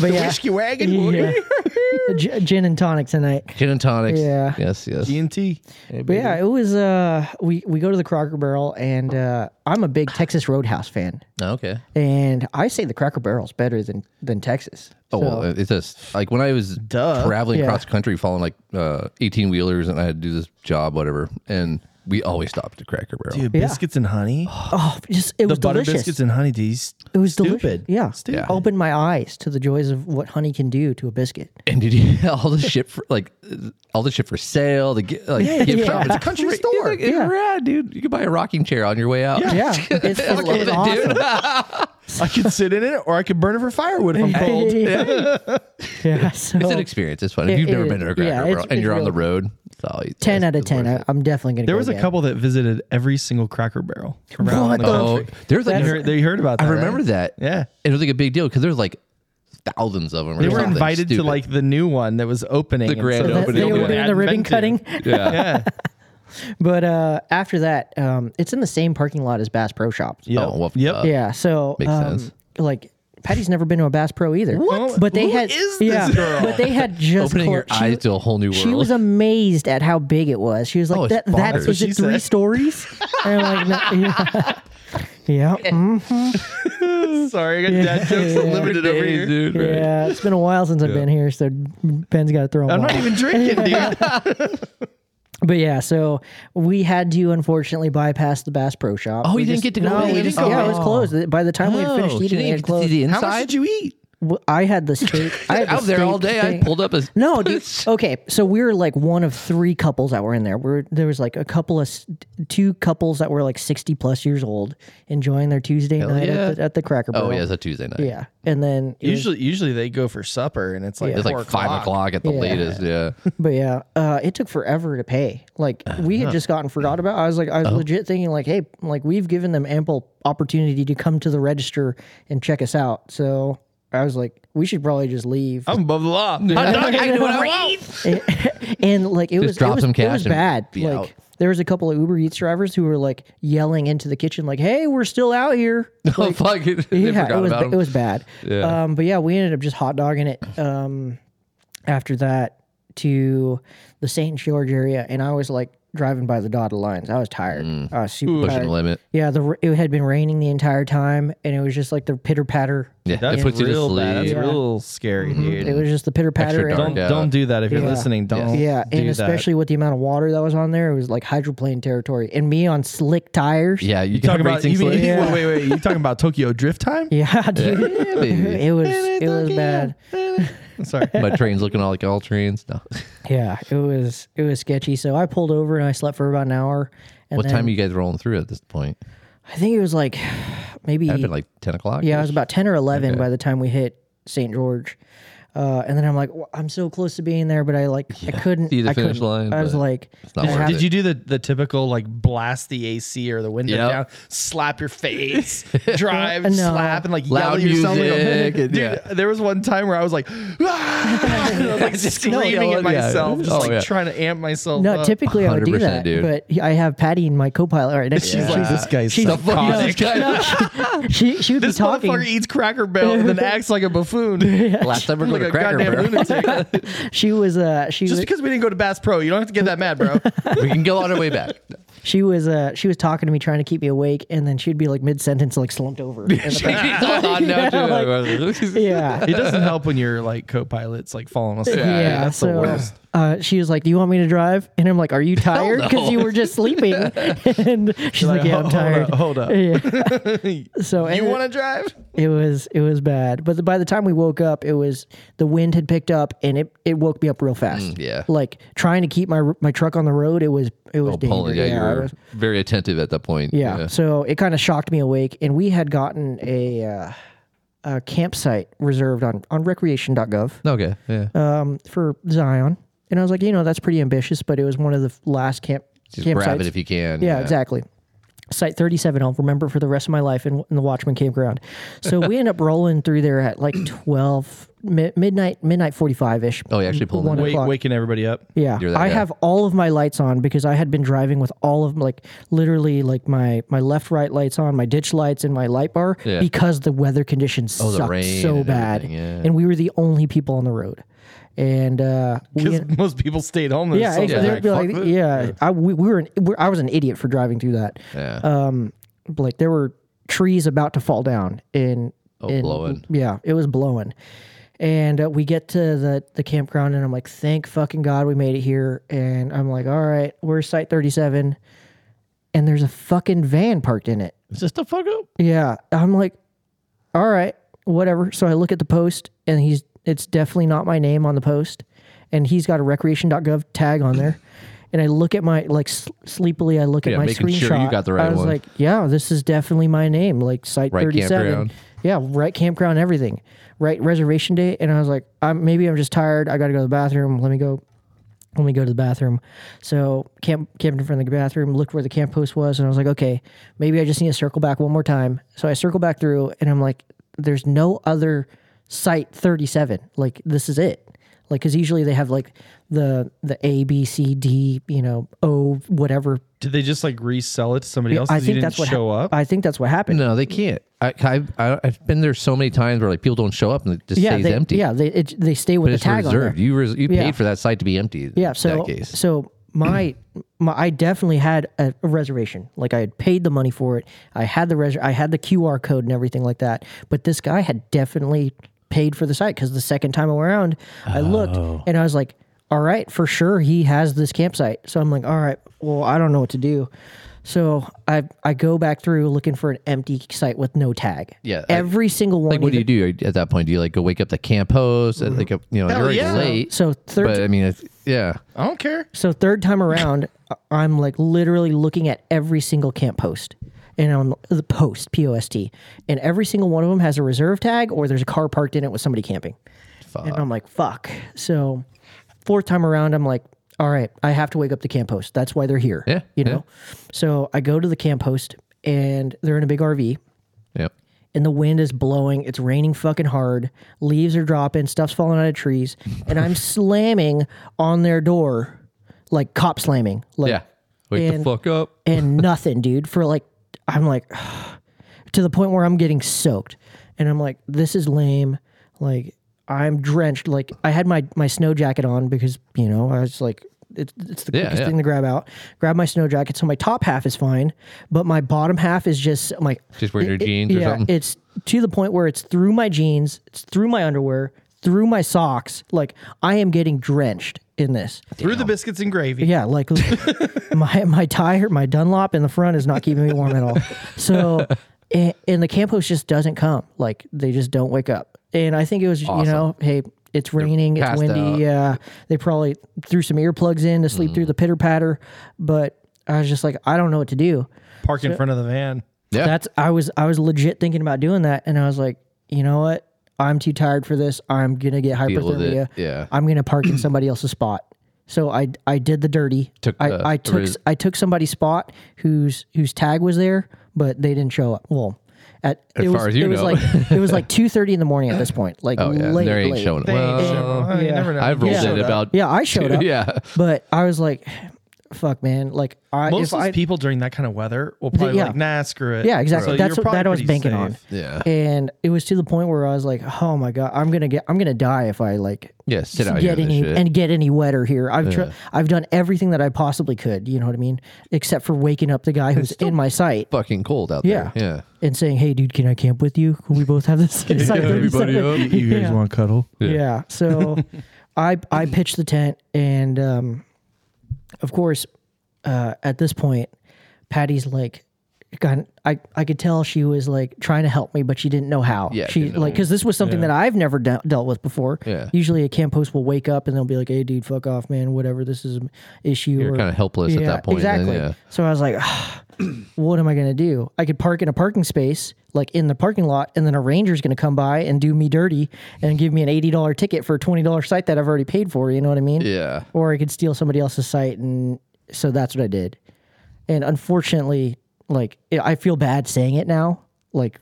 A: but yeah,
C: whiskey wagon.
A: yeah. (laughs) G- gin and tonic tonight.
B: Gin and tonics.
A: Yeah.
B: Yes, yes.
C: D and T.
A: But yeah, it was. uh We we go to the Cracker Barrel, and uh I'm a big Texas Roadhouse fan,
B: Oh, okay.
A: and I say the Cracker Barrel's better than than Texas.
B: Oh,
A: So-
B: well, it's just like when I was traveling
A: Yeah.
B: across country, following like uh, 18 wheelers, and I had to do this job, whatever. And we always stopped at Cracker Barrel.
C: Dude,
A: Yeah.
C: biscuits and honey.
A: oh, just it
C: the
A: was
C: butter
A: delicious.
C: biscuits and honey. These.
A: It was
C: stupid.
A: delicious. Yeah.
C: Stupid.
A: Opened my eyes to the joys of what honey can do to a biscuit.
B: And did you (laughs) all the shit for like all the shit for sale? The gi- like gift
A: yeah.
B: shop.
A: It's a
B: (laughs)
C: country
B: great-
C: store.
B: It's, like, it's
A: Yeah.
B: rad, dude. You could buy a rocking chair on your way out.
A: Yeah. (laughs) It's,
B: I love
A: it's
B: it, dude.
A: awesome.
C: I could sit in it, or I could burn it for firewood if I'm
A: (laughs)
C: cold.
A: yeah. so
B: It's an experience. It's fun. If
A: It-
B: you've never
A: it-
B: been to a
A: yeah,
B: Cracker
A: it's-
B: Barrel and
A: it's
B: you're on
A: real-
B: the road, it's always,
A: 10 out of
B: it's worth
A: 10.
B: it.
A: I, I'm definitely going to
C: There
A: go
C: was a
A: again.
C: couple that visited every single Cracker Barrel around
A: What
C: the
A: the-
B: Oh,
C: country.
B: there's like
C: You
A: That's-
B: I
C: heard, they heard about that. right?
B: remember that.
C: Yeah.
B: it was like a big deal because there's like thousands of them. Or
C: They were
B: something
C: invited to
B: stupid.
C: like the new one that was opening.
B: The
C: and
B: grand
C: so
A: That-
B: opening.
A: They
B: Yeah.
A: were doing the ribbon
C: Adventure. (laughs)
A: cutting.
B: (laughs) yeah.
C: Yeah.
A: But uh, after that, um, it's in the same parking lot as Bass Pro Shops.
C: Yep.
B: Oh, well,
C: yep.
B: uh,
A: Yeah. So,
B: Makes
A: um,
B: sense.
A: like, Patty's never been to a Bass Pro either.
C: What?
A: But they
C: Who
A: had,
C: is this
A: yeah,
C: girl?
A: but they had just
B: Opening your
A: clo- she-
B: eyes to a whole new world.
A: She was
B: (laughs)
A: amazed at how big it was. She was like,
B: Oh, it's
A: "That that
B: bonkers.
A: is
C: She
A: it three
C: said.
A: stories?" And I'm like, no, yeah, (laughs) yeah, mm,
C: Sorry, I got dad jokes unlimited over
B: Days,
C: here.
B: dude. right.
A: yeah. It's been a while since I've been here, so Ben's got to throw
C: I'm
A: them.
C: not
B: e-
C: even drinking, dude.
A: But yeah, so we had to unfortunately bypass the Bass Pro Shop.
B: Oh,
A: We
B: you didn't
A: just-
B: get to go
A: no,
B: in?
A: we
B: You
A: just-
B: didn't go
A: yeah, it was
B: in?
A: closed. By the time we had
B: Oh,
A: finished
B: she
A: eating,
B: didn't
A: it had
B: get to see
A: closed.
B: the
C: How
B: inside.
C: much did you eat?
A: W- I had the
B: (laughs)
A: steak. I had the
B: I was there all
A: steak
B: day. I
A: thing.
B: pulled up a (laughs)
A: No, dude. Okay, so we were like one of three couples that were in there. We're, there was like a couple of s- two couples that were like sixty plus years old enjoying their Tuesday night
B: yeah.
A: at, the, at the Cracker Barrel.
B: Oh yeah, it's a Tuesday night.
A: yeah. And then it was-
C: Usually, usually they go for supper, and it's like
B: It's
C: four
B: like five o'clock at the latest. Yeah.
A: but yeah, uh, it took forever to pay. Like we had just gotten forgot about. I was like, I
B: Oh.
A: was legit thinking like, hey, like we've given them ample opportunity to come to the register and check us out. So I was like, we should probably just leave.
B: Oh,
C: I'm above the law. (laughs) Hot
A: (laughs)
C: dog, I do what I want.
A: and like it was
B: drop
A: it was,
B: some
A: it was
B: cash and
A: bad.
B: be
A: like
B: out.
A: there was a couple of Uber Eats drivers who were like yelling into the kitchen, like, "Hey, we're still out here."
B: (laughs) oh fuck! It, they
A: yeah,
B: forgot
A: it was
B: about
A: ba-
B: him.
A: it was bad.
B: Yeah.
A: Um, but yeah, we ended up just hot dogging it. Um, after that to the St. George area, and I was like driving by the dotted lines. I was tired. I was super
B: Mm. pushing
A: tired.
B: the limit.
A: Yeah, the r- it had been raining the entire time, and it was just like the pitter patter.
B: Yeah,
C: That's
B: it puts you to
C: real
B: sleep.
C: bad. That's
A: Yeah.
C: real scary, dude.
A: It was just the pitter patter.
B: Extra dark.
A: and-
C: don't don't do that if you're
A: Yeah.
C: listening. Don't.
A: Yeah,
C: do
A: and
C: that.
A: especially with the amount of water that was on there, it was like hydroplane territory. And me on slick tires.
B: Yeah, you,
C: You talking about E you mean,
A: Yeah.
C: wait, wait, wait. You talking about Tokyo Drift time?
A: (laughs) Yeah, dude. (laughs)
B: baby.
A: It was it was bad.
C: Sorry.
B: My
C: (laughs)
B: train's looking all like all trains.
A: (laughs)
B: No.
A: Yeah, it was it was sketchy. So I pulled over and I slept for about an hour. And
B: what
A: then,
B: time are you guys rolling through at this point?
A: I think it was like maybe
B: I've been like ten o'clock.
A: yeah, it was about ten or eleven by the time we hit St. George. Uh, and then I'm like, "Well, I'm so close to being there, but I like I couldn't
B: see the
A: I
B: finish
A: couldn't."
B: line,
A: I was
B: but
A: like,
B: not
A: I
B: worth
A: have-
B: it.
C: Did you do the, the typical like blast the AC or the window
B: Yep.
C: down, slap
B: (laughs)
C: your face,
A: (laughs)
C: drive,
A: No.
C: slap, and like
B: Loud
C: yell at yourself? like a-
B: music and-
C: (laughs) Dude,
B: yeah.
C: there was one time where I was like, (laughs) "Ah!" And I
B: (laughs)
C: was, like screaming
B: yelling,
C: at myself,
B: yeah.
C: just
B: Oh,
C: like
B: yeah.
C: trying to amp myself
A: no,
C: up.
A: typically I would do
B: 100%,
A: that,
B: dude.
A: but I have Patty and my co-pilot right next to
C: She's
A: me.
C: like, this guy's
A: she's-
B: Fuck
C: psychotic.
A: (laughs)
B: this guy. "Ah,
A: she she would
C: This
A: be talking.
C: motherfucker eats Cracker Barrel
A: (laughs)
C: and then acts like a buffoon.
B: (laughs) Last time we were
C: like
B: going
C: a
B: to Cracker
C: goddamn
B: Barrel. (laughs)
C: lunatic.
A: She was uh she
C: Just
A: was,
C: because we didn't go to Bass Pro, you don't have to get that
B: (laughs)
C: mad, bro.
B: we can go on our way back.
C: (laughs)
A: she was uh she was talking to me trying to keep me awake and then she'd be like mid sentence like slumped over.
B: (laughs)
A: in the back.
B: Hold on now, (laughs) too.
A: yeah.
C: It doesn't help when your like co-pilot's like falling asleep.
A: Yeah,
C: that's
A: so
C: the worst.
A: Uh, she was like, "Do you want me to drive?" And I'm like, "Are
C: (laughs)
A: you tired? Because you
B: no.
A: were just sleeping." and she's like, "Yeah, I'm
C: Hold
A: tired."
C: up, Hold up.
A: Yeah. (laughs)
C: (laughs)
A: So and
C: You want to drive?
A: it was it was bad, but the, by the time we woke up, it was the wind had picked up and it, it woke me up real fast.
C: Mm,
B: yeah.
A: like trying to keep my my truck on the road, it was it
C: Oh,
A: was dangerous.
B: Pulling, yeah,
A: Yeah,
B: you
A: I
B: were
A: was-
B: very attentive at that point.
A: Yeah. So it kind of shocked me awake, and we had gotten a, uh, a campsite reserved on on recreation.gov
B: Okay. Yeah.
A: um, for Zion, and I was like, you know, that's pretty ambitious, but it was one of the f- last camp
B: Just grab it
A: campsites.
B: if you can.
A: yeah, exactly. Site 37, I'll remember for the rest of my life in, in the Watchman campground. So we end up rolling through there at
B: (coughs)
A: like 12, mi- midnight, midnight 45 ish.
B: Oh, you actually pulled
A: One
B: in.
A: o'clock.
C: Wait, waking everybody up.
A: Yeah,
B: You're that
A: I
B: guy.
A: have all of my lights on because I had been driving with all of like literally like my my left right lights on, my ditch lights, and my light bar
B: Yeah. Oh,
A: because the weather conditions
B: the
A: sucked
B: rain
A: so
B: and
A: bad,
B: everything, yeah.
A: and we were the only people on the road, and uh, we.
C: Because most people stayed home.
A: Yeah,
C: Yeah,
A: ex- they'd be
B: like,
A: like,
B: fuck this.
A: yeah, I we, we were an, we're, I was an idiot for driving through that.
B: Yeah.
A: Uh, Like there were trees about to fall down in
B: Oh,
A: in-
B: blowing.
A: Yeah, it was blowing. And uh, we get to the the campground, and I'm like, thank fucking god we made it here. And I'm like, all right, we're site 37, and there's a fucking van parked in it.
C: Is this the fuck up?
A: Yeah, I'm like, all right, whatever. So I look at the post, and he's it's definitely not my name on the post, and he's got a recreation.gov tag on there. And I look at my like s- sleepily. I look
B: Yeah,
A: at my
B: making
A: screenshot.
B: sure you got the right
A: I was
B: one.
A: like, yeah, this is definitely my name, like site
B: Right
A: 37.
B: campground.
A: Yeah, right campground, everything, right reservation date. And I was like, I'm, maybe I'm just tired. I got to go to the bathroom. Let me go let me go to the bathroom. So camp camped in front of the bathroom, looked where the camp post was, and I was like, okay, maybe I just need to circle back one more time. So I circle back through and I'm like, there's no other site 37. Like this is it. Like cause usually they have like the the A, B, C, D, you know, O whatever.
C: Did they just like resell it to somebody else?
A: I
C: 'cause you
A: think
C: didn't
A: that's what
C: show up.
A: I think that's what happened.
B: no, they can't. I, I've, I, I've been there so many times where like people don't show up and it just
A: Yeah,
B: stays
A: they,
B: empty.
A: yeah, they it, they stay with
B: But
A: the
B: it's
A: tag on there.
B: reserved. You res- you
A: Yeah.
B: paid for that site to be empty.
A: Yeah.
B: in
A: So
B: that case.
A: so my (clears throat) my I definitely had a, a reservation. Like I had paid the money for it. I had the res- I had the QR code and everything like that. But this guy had definitely paid for the site because the second time around I looked
B: Oh.
A: and I was like, all right, for sure he has this campsite. So I'm like, all right, well I don't know what to do. So I I go back through looking for an empty site with no tag.
B: Yeah, I-
A: Every single one.
B: Like, what do
A: either-
B: you do at that point? Do you like go wake up the camp host? and Like, a, you know, you're already
C: yeah.
B: late.
A: So third
B: but I mean, it's, yeah,
C: I don't care.
A: So third time around, (laughs) I- I'm like literally looking at every single camp post, and I'm the post P O S T, and every single one of them has a reserve tag or there's a car parked in it with somebody camping, and I'm like fuck. So fourth time around, I'm like, all right, I have to wake up the camp host. That's why they're here.
B: Yeah,
A: you know. So I go to the camp host, and they're in a big RV,
B: yep.
A: and the wind is blowing. It's raining fucking hard. Leaves are dropping. Stuff's falling out of trees. And I'm slamming on their door, like cop slamming. Like,
B: Yeah. Wake
A: And-
B: the fuck up. (laughs)
A: and nothing, dude. For like, I'm like, (sighs) to the point where I'm getting soaked, and I'm like, this is lame. Like, I'm drenched. Like, I had my my snow jacket on because you know I was like, it's it's the
B: Yeah,
A: quickest
B: yeah.
A: thing to grab out. Grab my snow jacket, so my top half is fine, but my bottom half is just I'm like
B: Just wearing your
A: it-
B: jeans or
A: yeah,
B: something?
A: It's to the point where it's through my jeans, it's through my underwear, through my socks. Like, I am getting drenched in this.
C: Through the biscuits and gravy.
A: Yeah, like
B: (laughs)
A: my my tire, my Dunlop in the front is not keeping me warm at all. So, and, and the camp host just doesn't come. Like they just don't wake up. And I think it was you know, hey, it's raining, it's
B: passed
A: windy.
B: out. Mm.
A: Yeah, they probably threw some earplugs in to sleep through the pitter patter. But I was just like, I don't know what to do.
C: Park in front of the van.
B: Yeah.
A: That's I was I was legit thinking about doing that, and I was like, you know what? I'm too tired for this. I'm gonna get
B: Deal with
A: hypothermia.
B: it. Yeah.
A: I'm gonna park in somebody else's spot. So I I did the dirty.
B: Took
A: I,
B: the-
A: I
B: the
A: took
B: res-
A: I took somebody's spot whose whose tag was there, but they didn't show up. Well, at it was,
B: far as you
A: it was
B: know. (laughs)
A: like it was like two thirty in the morning at this point. Like
B: Oh, yeah.
A: late,
B: they ain't
A: late.
B: showing it.
C: They ain't showing
B: Well,
C: up. Oh, you
A: yeah.
C: never know.
B: I've rolled
A: Yeah.
B: it about.
A: Yeah, I
B: (laughs)
A: showed up.
B: Yeah.
A: But I was like, fuck, man. Like I
C: Most
A: if
C: of those
A: I,
C: people during that kind of weather will probably be
A: yeah.
C: like, nah, screw it.
A: Yeah, exactly.
C: So
A: That's what
C: you're probably
A: that I was
C: pretty
A: banking
C: safe.
A: on.
B: Yeah.
A: And it was to the point where I was like, oh my god, I'm gonna get, I'm gonna die if I like
B: Yeah. Sit out here.
A: get
B: with
A: any
B: This shit.
A: and get any wetter here. I've tr- I've done everything that I possibly could. You know what I mean? Except for waking up the guy who's in my sight
B: fucking cold out
A: Yeah.
B: there. Yeah.
A: and saying, "Hey, dude, can I camp with you? Can we both have this?" yeah,
B: everybody up.
C: You
A: (laughs)
C: guys
A: Yeah.
C: want to cuddle?
A: yeah.
B: (laughs)
A: So I I pitched the tent, and um, of course, uh, at this point, Patty's like. Got, I, I could tell she was like trying to help me, but she didn't know how.
B: Yeah,
A: she
B: didn't know.
A: like because this was something that I've never de- dealt with before.
B: Yeah.
A: Usually a camp host will wake up and they'll be like, "Hey, dude, fuck off, man. Whatever. This is an issue."
B: You're
A: or-
B: kind of helpless at that point. then,
A: Exactly.
B: yeah.
A: So I was like, what am I going to do? I could park in a parking space, like in the parking lot, and then a ranger's going to come by and do me dirty and give me an $80 ticket for a $20 site that I've already paid for. You know what I mean?
B: Yeah.
A: Or I could steal somebody else's site. And so that's what I did. And unfortunately, like, it, I feel bad saying it now, like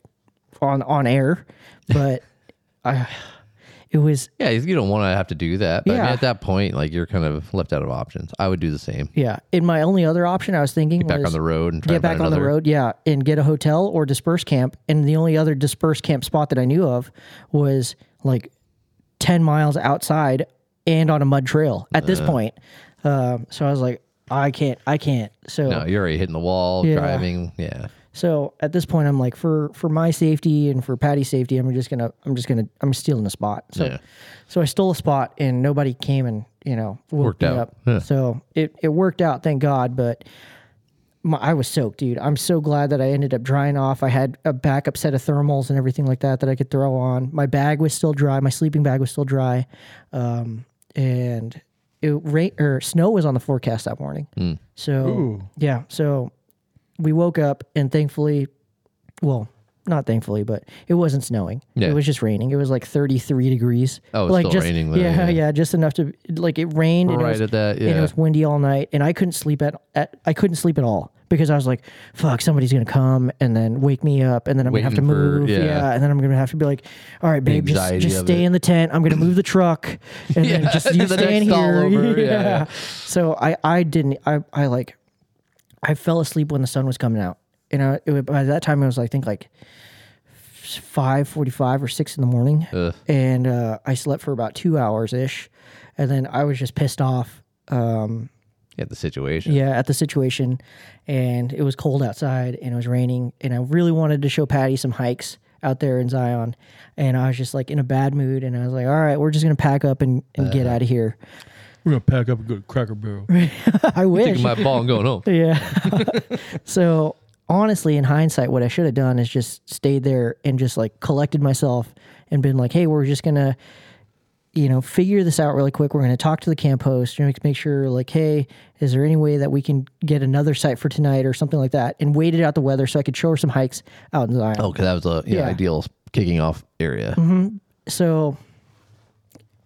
A: on, on
B: (laughs)
A: air, but I, it was,
B: Yeah, you don't want to have to do that. But I mean,
A: Yeah.
B: at that point, like you're kind of left out of options. I would do the same.
A: yeah. And my only other option I was thinking
B: Back
A: was
B: on the road and try
A: get
B: to
A: back
B: find
A: on
B: another.
A: the road, yeah, and get a hotel or disperse camp. And the only other disperse camp spot that I knew of was like ten miles outside and on a mud trail at
B: Uh.
A: this point. Um, so I was like, I can't, I can't. So
B: No, you're already hitting the wall,
A: Yeah.
B: driving. Yeah.
A: so at this point, I'm like, for for my safety and for Patty's safety, I'm just gonna, I'm just gonna, I'm stealing a spot. So
B: Yeah.
A: so I stole a spot, and nobody came and you know woke
B: Worked
A: me
B: out.
A: Up.
B: Yeah.
A: So it it worked out, thank God. But my, I was soaked, dude. I'm so glad that I ended up drying off. I had a backup set of thermals and everything like that that I could throw on. My bag was still dry. My sleeping bag was still dry, um, and it rain or snow was on the forecast that morning.
B: Hmm.
A: So yeah, so we woke up and thankfully, well. Not thankfully, but it wasn't snowing.
B: Yeah.
A: It was just raining. It was like 33 degrees.
B: Oh, it's
A: like
B: still
A: just,
B: raining there,
A: Yeah,
B: yeah.
A: yeah, just enough to like it rained and it
B: Right
A: was,
B: at that,
A: and
B: yeah.
A: it was windy all night, and I couldn't sleep at, at I couldn't sleep at all because I was like, "Fuck, somebody's gonna come and then wake me up, and then I'm gonna have
B: Waiting
A: to
B: for-
A: move,
B: yeah.
A: and then I'm gonna have to be like, all right, babe, just
B: anxiety
A: just
B: of
A: stay
B: it.
A: in the tent. I'm gonna move the
B: (laughs)
A: truck, and then
B: Yeah,
A: just you
B: (laughs) the
A: stay in
B: next all
A: here." (laughs)
B: over, yeah, yeah.
A: So I I didn't I I like I fell asleep when the sun was coming out. You know, it, wa- by that time it was I think like five forty-five or six in the morning,
B: Ugh.
A: and uh, I slept for about two hours ish, and then I was just pissed off. Um,
B: Yeah, the situation.
A: yeah, at the situation, and it was cold outside and it was raining, and I really wanted to show Patty some hikes out there in Zion, and I was just like in a bad mood, and I was like, all right, we're just gonna pack up and, and get out of here.
C: We're going to pack up a good Cracker Barrel.
A: I wish.
B: Taking my ball
A: (laughs)
B: and going home. (laughs)
A: Yeah. so honestly, in hindsight, what I should have done is just stayed there and just like collected myself and been like, hey, we're just gonna, you know, figure this out really quick. We're gonna talk to the camp host and make sure like, hey, is there any way that we can get another site for tonight or something like that? And waited out the weather so I could show her some hikes out in Zion.
B: Oh, because that was a yeah,
A: Yeah. Mm-hmm.
B: ideal kicking off area.
A: so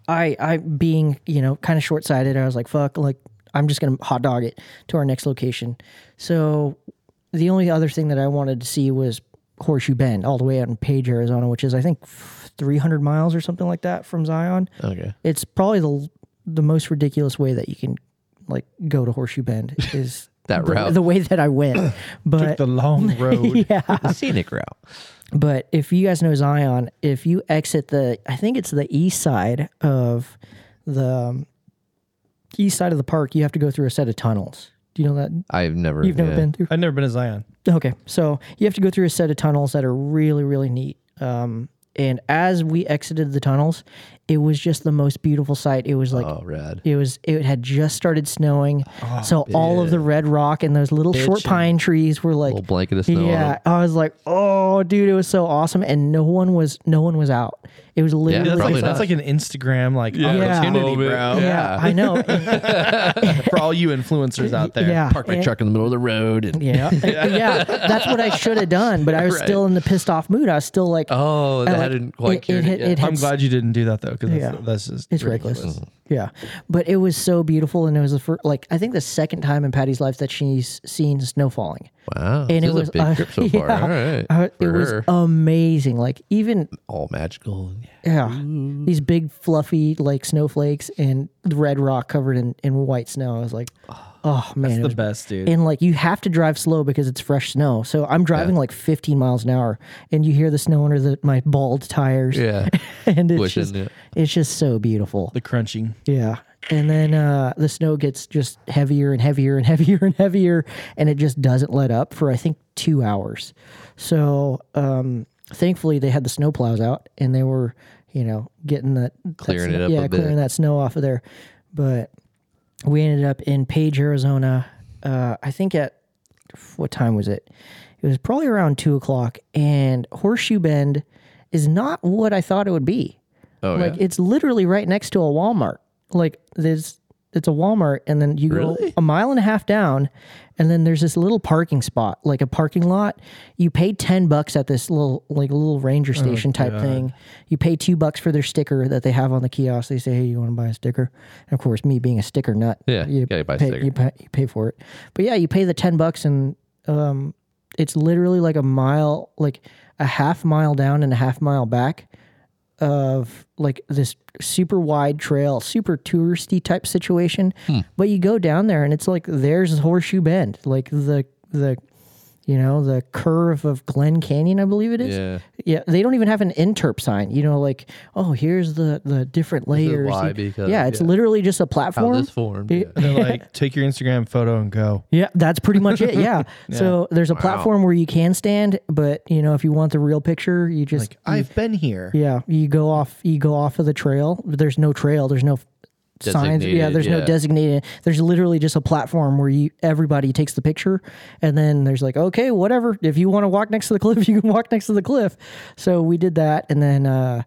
A: I I being, you know, kind of short sighted, I was like, fuck, like I'm just gonna hot dog it to our next location. So the only other thing that I wanted to see was Horseshoe Bend, all the way out in Page, Arizona, which is I think 300 miles or something like that from Zion.
B: Oh.
E: Okay.
A: It's probably the the most ridiculous way that you can like go to Horseshoe Bend is
B: (laughs) That
A: the,
B: route.
A: The way that I
B: (coughs)
A: went, but
C: Took the long road.
A: (laughs) yeah.
E: The scenic route.
A: But if you guys know Zion, if you exit the, I think it's the east side of the um, east side of the park, you have to go through a set of tunnels. Do you know that?
B: I've never.
A: You've never
B: yeah.
A: been through?
C: I've never been to Zion.
A: Okay. So you have to go through a set of tunnels that are really, really neat. Um, and as we exited the tunnels, it was just the most beautiful sight. It was like,
B: Oh, rad.
A: it was it had just started snowing, so all of the red rock and those little short pine trees were like
B: Little blanket of snow on
A: Yeah,
B: it.
A: I was like, oh, dude, it was so awesome, and no one was no one was out. It was literally
C: That's
A: like,
B: Probably (laughs)
C: like, that's
B: not.
C: like an Instagram like
A: Yeah.
C: opportunity,
B: Moment.
C: bro.
A: yeah, I know,
B: (laughs)
A: and-
C: For all you
A: (laughs)
C: influencers out there.
A: yeah,
B: Park my
A: and-
B: truck in the middle of the road. And,
A: Yeah, (laughs) yeah, that's what I should have done, but I was still in the pissed off mood. I was still like,
B: Oh,
A: I
B: that
A: like-
B: hadn't quite
A: it- it
B: cured it,
A: had-
B: yet.
A: it had
C: I'm glad you didn't do that though, because
A: Yeah.
C: that's, that's just
A: It's reckless. Yeah, but it was so beautiful, and it was the first, like I think the second time in Patty's life that she's seen snow falling.
B: wow.
A: and it
B: this is
A: was,
B: a big
A: uh,
B: trip so
A: (laughs)
B: far.
A: yeah.
B: All right.
A: Uh, it
B: For
A: was
B: her.
A: amazing. Like even
B: All magical.
A: yeah,
B: Mm.
A: these big fluffy like snowflakes and the red rock covered in, in white snow. I was like,
B: Ah,
A: oh man, it
C: the
A: was-
C: best, dude.
A: And like you have to drive slow because it's fresh snow. So I'm driving like 15 miles an hour, and you hear the snow under the, my bald tires.
B: Yeah.
A: (laughs) and it's
B: Pushing
A: just
B: it.
A: it's just so beautiful.
C: the
A: (laughs)
C: crunching.
A: Yeah. And then uh, the snow gets just heavier and heavier and (laughs) heavier and heavier, and it just doesn't let up for I think two hours. So um, thankfully they had the snow plows out and they were, you know, getting that that
B: Clearing
A: snow-
B: it up a
A: yeah, clearing
B: bit.
A: that snow off of there. But we ended up in Page, Arizona. Uh, I think at what time was it? It was probably around two o'clock, and Horseshoe Bend is not what I thought it would be.
B: Oh,
A: like
B: yeah.
A: it's literally right next to a Walmart. Like there's it's a Walmart, and then you go a mile and a half down, and then there's this little parking spot, like a parking lot. You pay ten bucks at this little like little ranger
B: Oh,
A: station type thing. You pay two bucks for their sticker that they have on the kiosk. They say, "Hey, you want to buy a sticker?" And of course, me being a sticker nut,
B: Yeah,
A: you
B: gotta buy a
A: pay,
B: sticker.
A: You pay, you pay for it. But yeah, you pay the ten bucks, and um, it's literally like a mile, like a half mile down and a half mile back of like this super wide trail, super touristy type situation.
B: Hmm.
A: But you go down there, and it's like there's Horseshoe Bend, like the the you know the curve of Glen Canyon, I believe it is.
B: Yeah.
A: Yeah, they don't even have an interp sign. You know, like oh, here's the the different layers.
B: why, because-
A: yeah, it's
B: yeah.
A: literally just a platform.
B: How this formed. Yeah.
C: They're like, take your Instagram photo and go.
A: Yeah, that's pretty much
B: (laughs)
A: it. Yeah. So there's a platform where you can stand, but you know, if you want the real picture, you just
C: I've been here.
A: yeah, you go off you go off of the trail. There's no trail. There's no signs. Yeah,
B: Designated,
A: there's no
B: yeah.
A: designated. There's literally just a platform where you everybody takes the picture, and then there's like, okay, whatever. If you want to walk next to the cliff, (laughs) you can walk next to the cliff. So we did that, and then uh,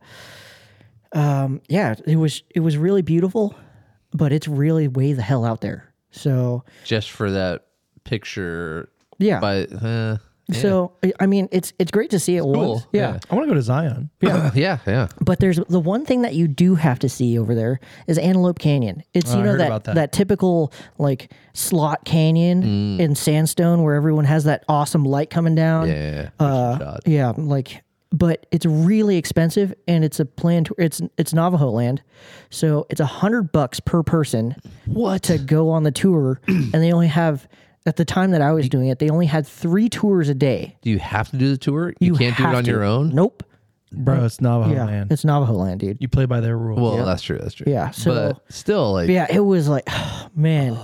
A: um, yeah, it was it was really beautiful, but it's really way the hell out there. So
B: Just for that picture.
A: yeah,
B: By, uh,
A: So I- I mean, it's it's great to see it once.
B: cool.
A: Yeah.
C: I want to go to Zion.
B: Yeah. yeah. Yeah.
A: but there's the one thing that you do have to see over there is Antelope Canyon.
B: Oh,
A: It's you know
C: heard
A: that,
C: about
A: that
C: that.
A: typical like slot canyon in sandstone where everyone has that awesome light coming down.
B: Mm. Yeah.
A: Uh,
B: shot.
A: yeah, like, but it's really expensive, and it's a plan. To, it's it's Navajo land, so it's a hundred bucks per person. What to go on the tour,
B: (clears throat)
A: and they only have at the time that I was doing it, they only had three tours a day.
B: Do you have to do the tour? You, can't do it
A: have
B: on
A: to.
B: your own? Oh,
A: Nope.
C: (laughs) Bro, it's Navajo
A: Yeah,
C: land.
A: it's Navajo land, dude.
C: You play by their rules.
B: Well, that's true. That's true.
A: Yeah, so-
B: but still, like,
A: Yeah, it was like, (sighs) man.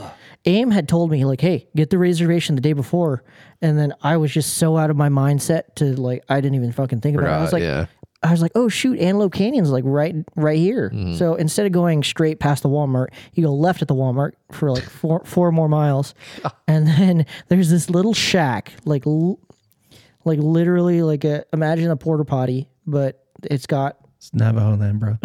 A: AIM had told me like, "Hey, get the reservation the day before," and then I was just so out of my mindset to like, I didn't even fucking think about it. I was
B: Forgot,
A: like,
B: yeah.
A: I was like, "Oh shoot, Antelope Canyon's like right, right here."
B: Mm-hmm.
A: So instead of going straight past the Walmart, you go left at the Walmart for like four, four more
B: (laughs)
A: miles,
B: Ah.
A: and then there's this little shack, like, l- like literally like a imagine a porta potty, but it's got
C: it's Navajo
A: (laughs)
C: land, bro.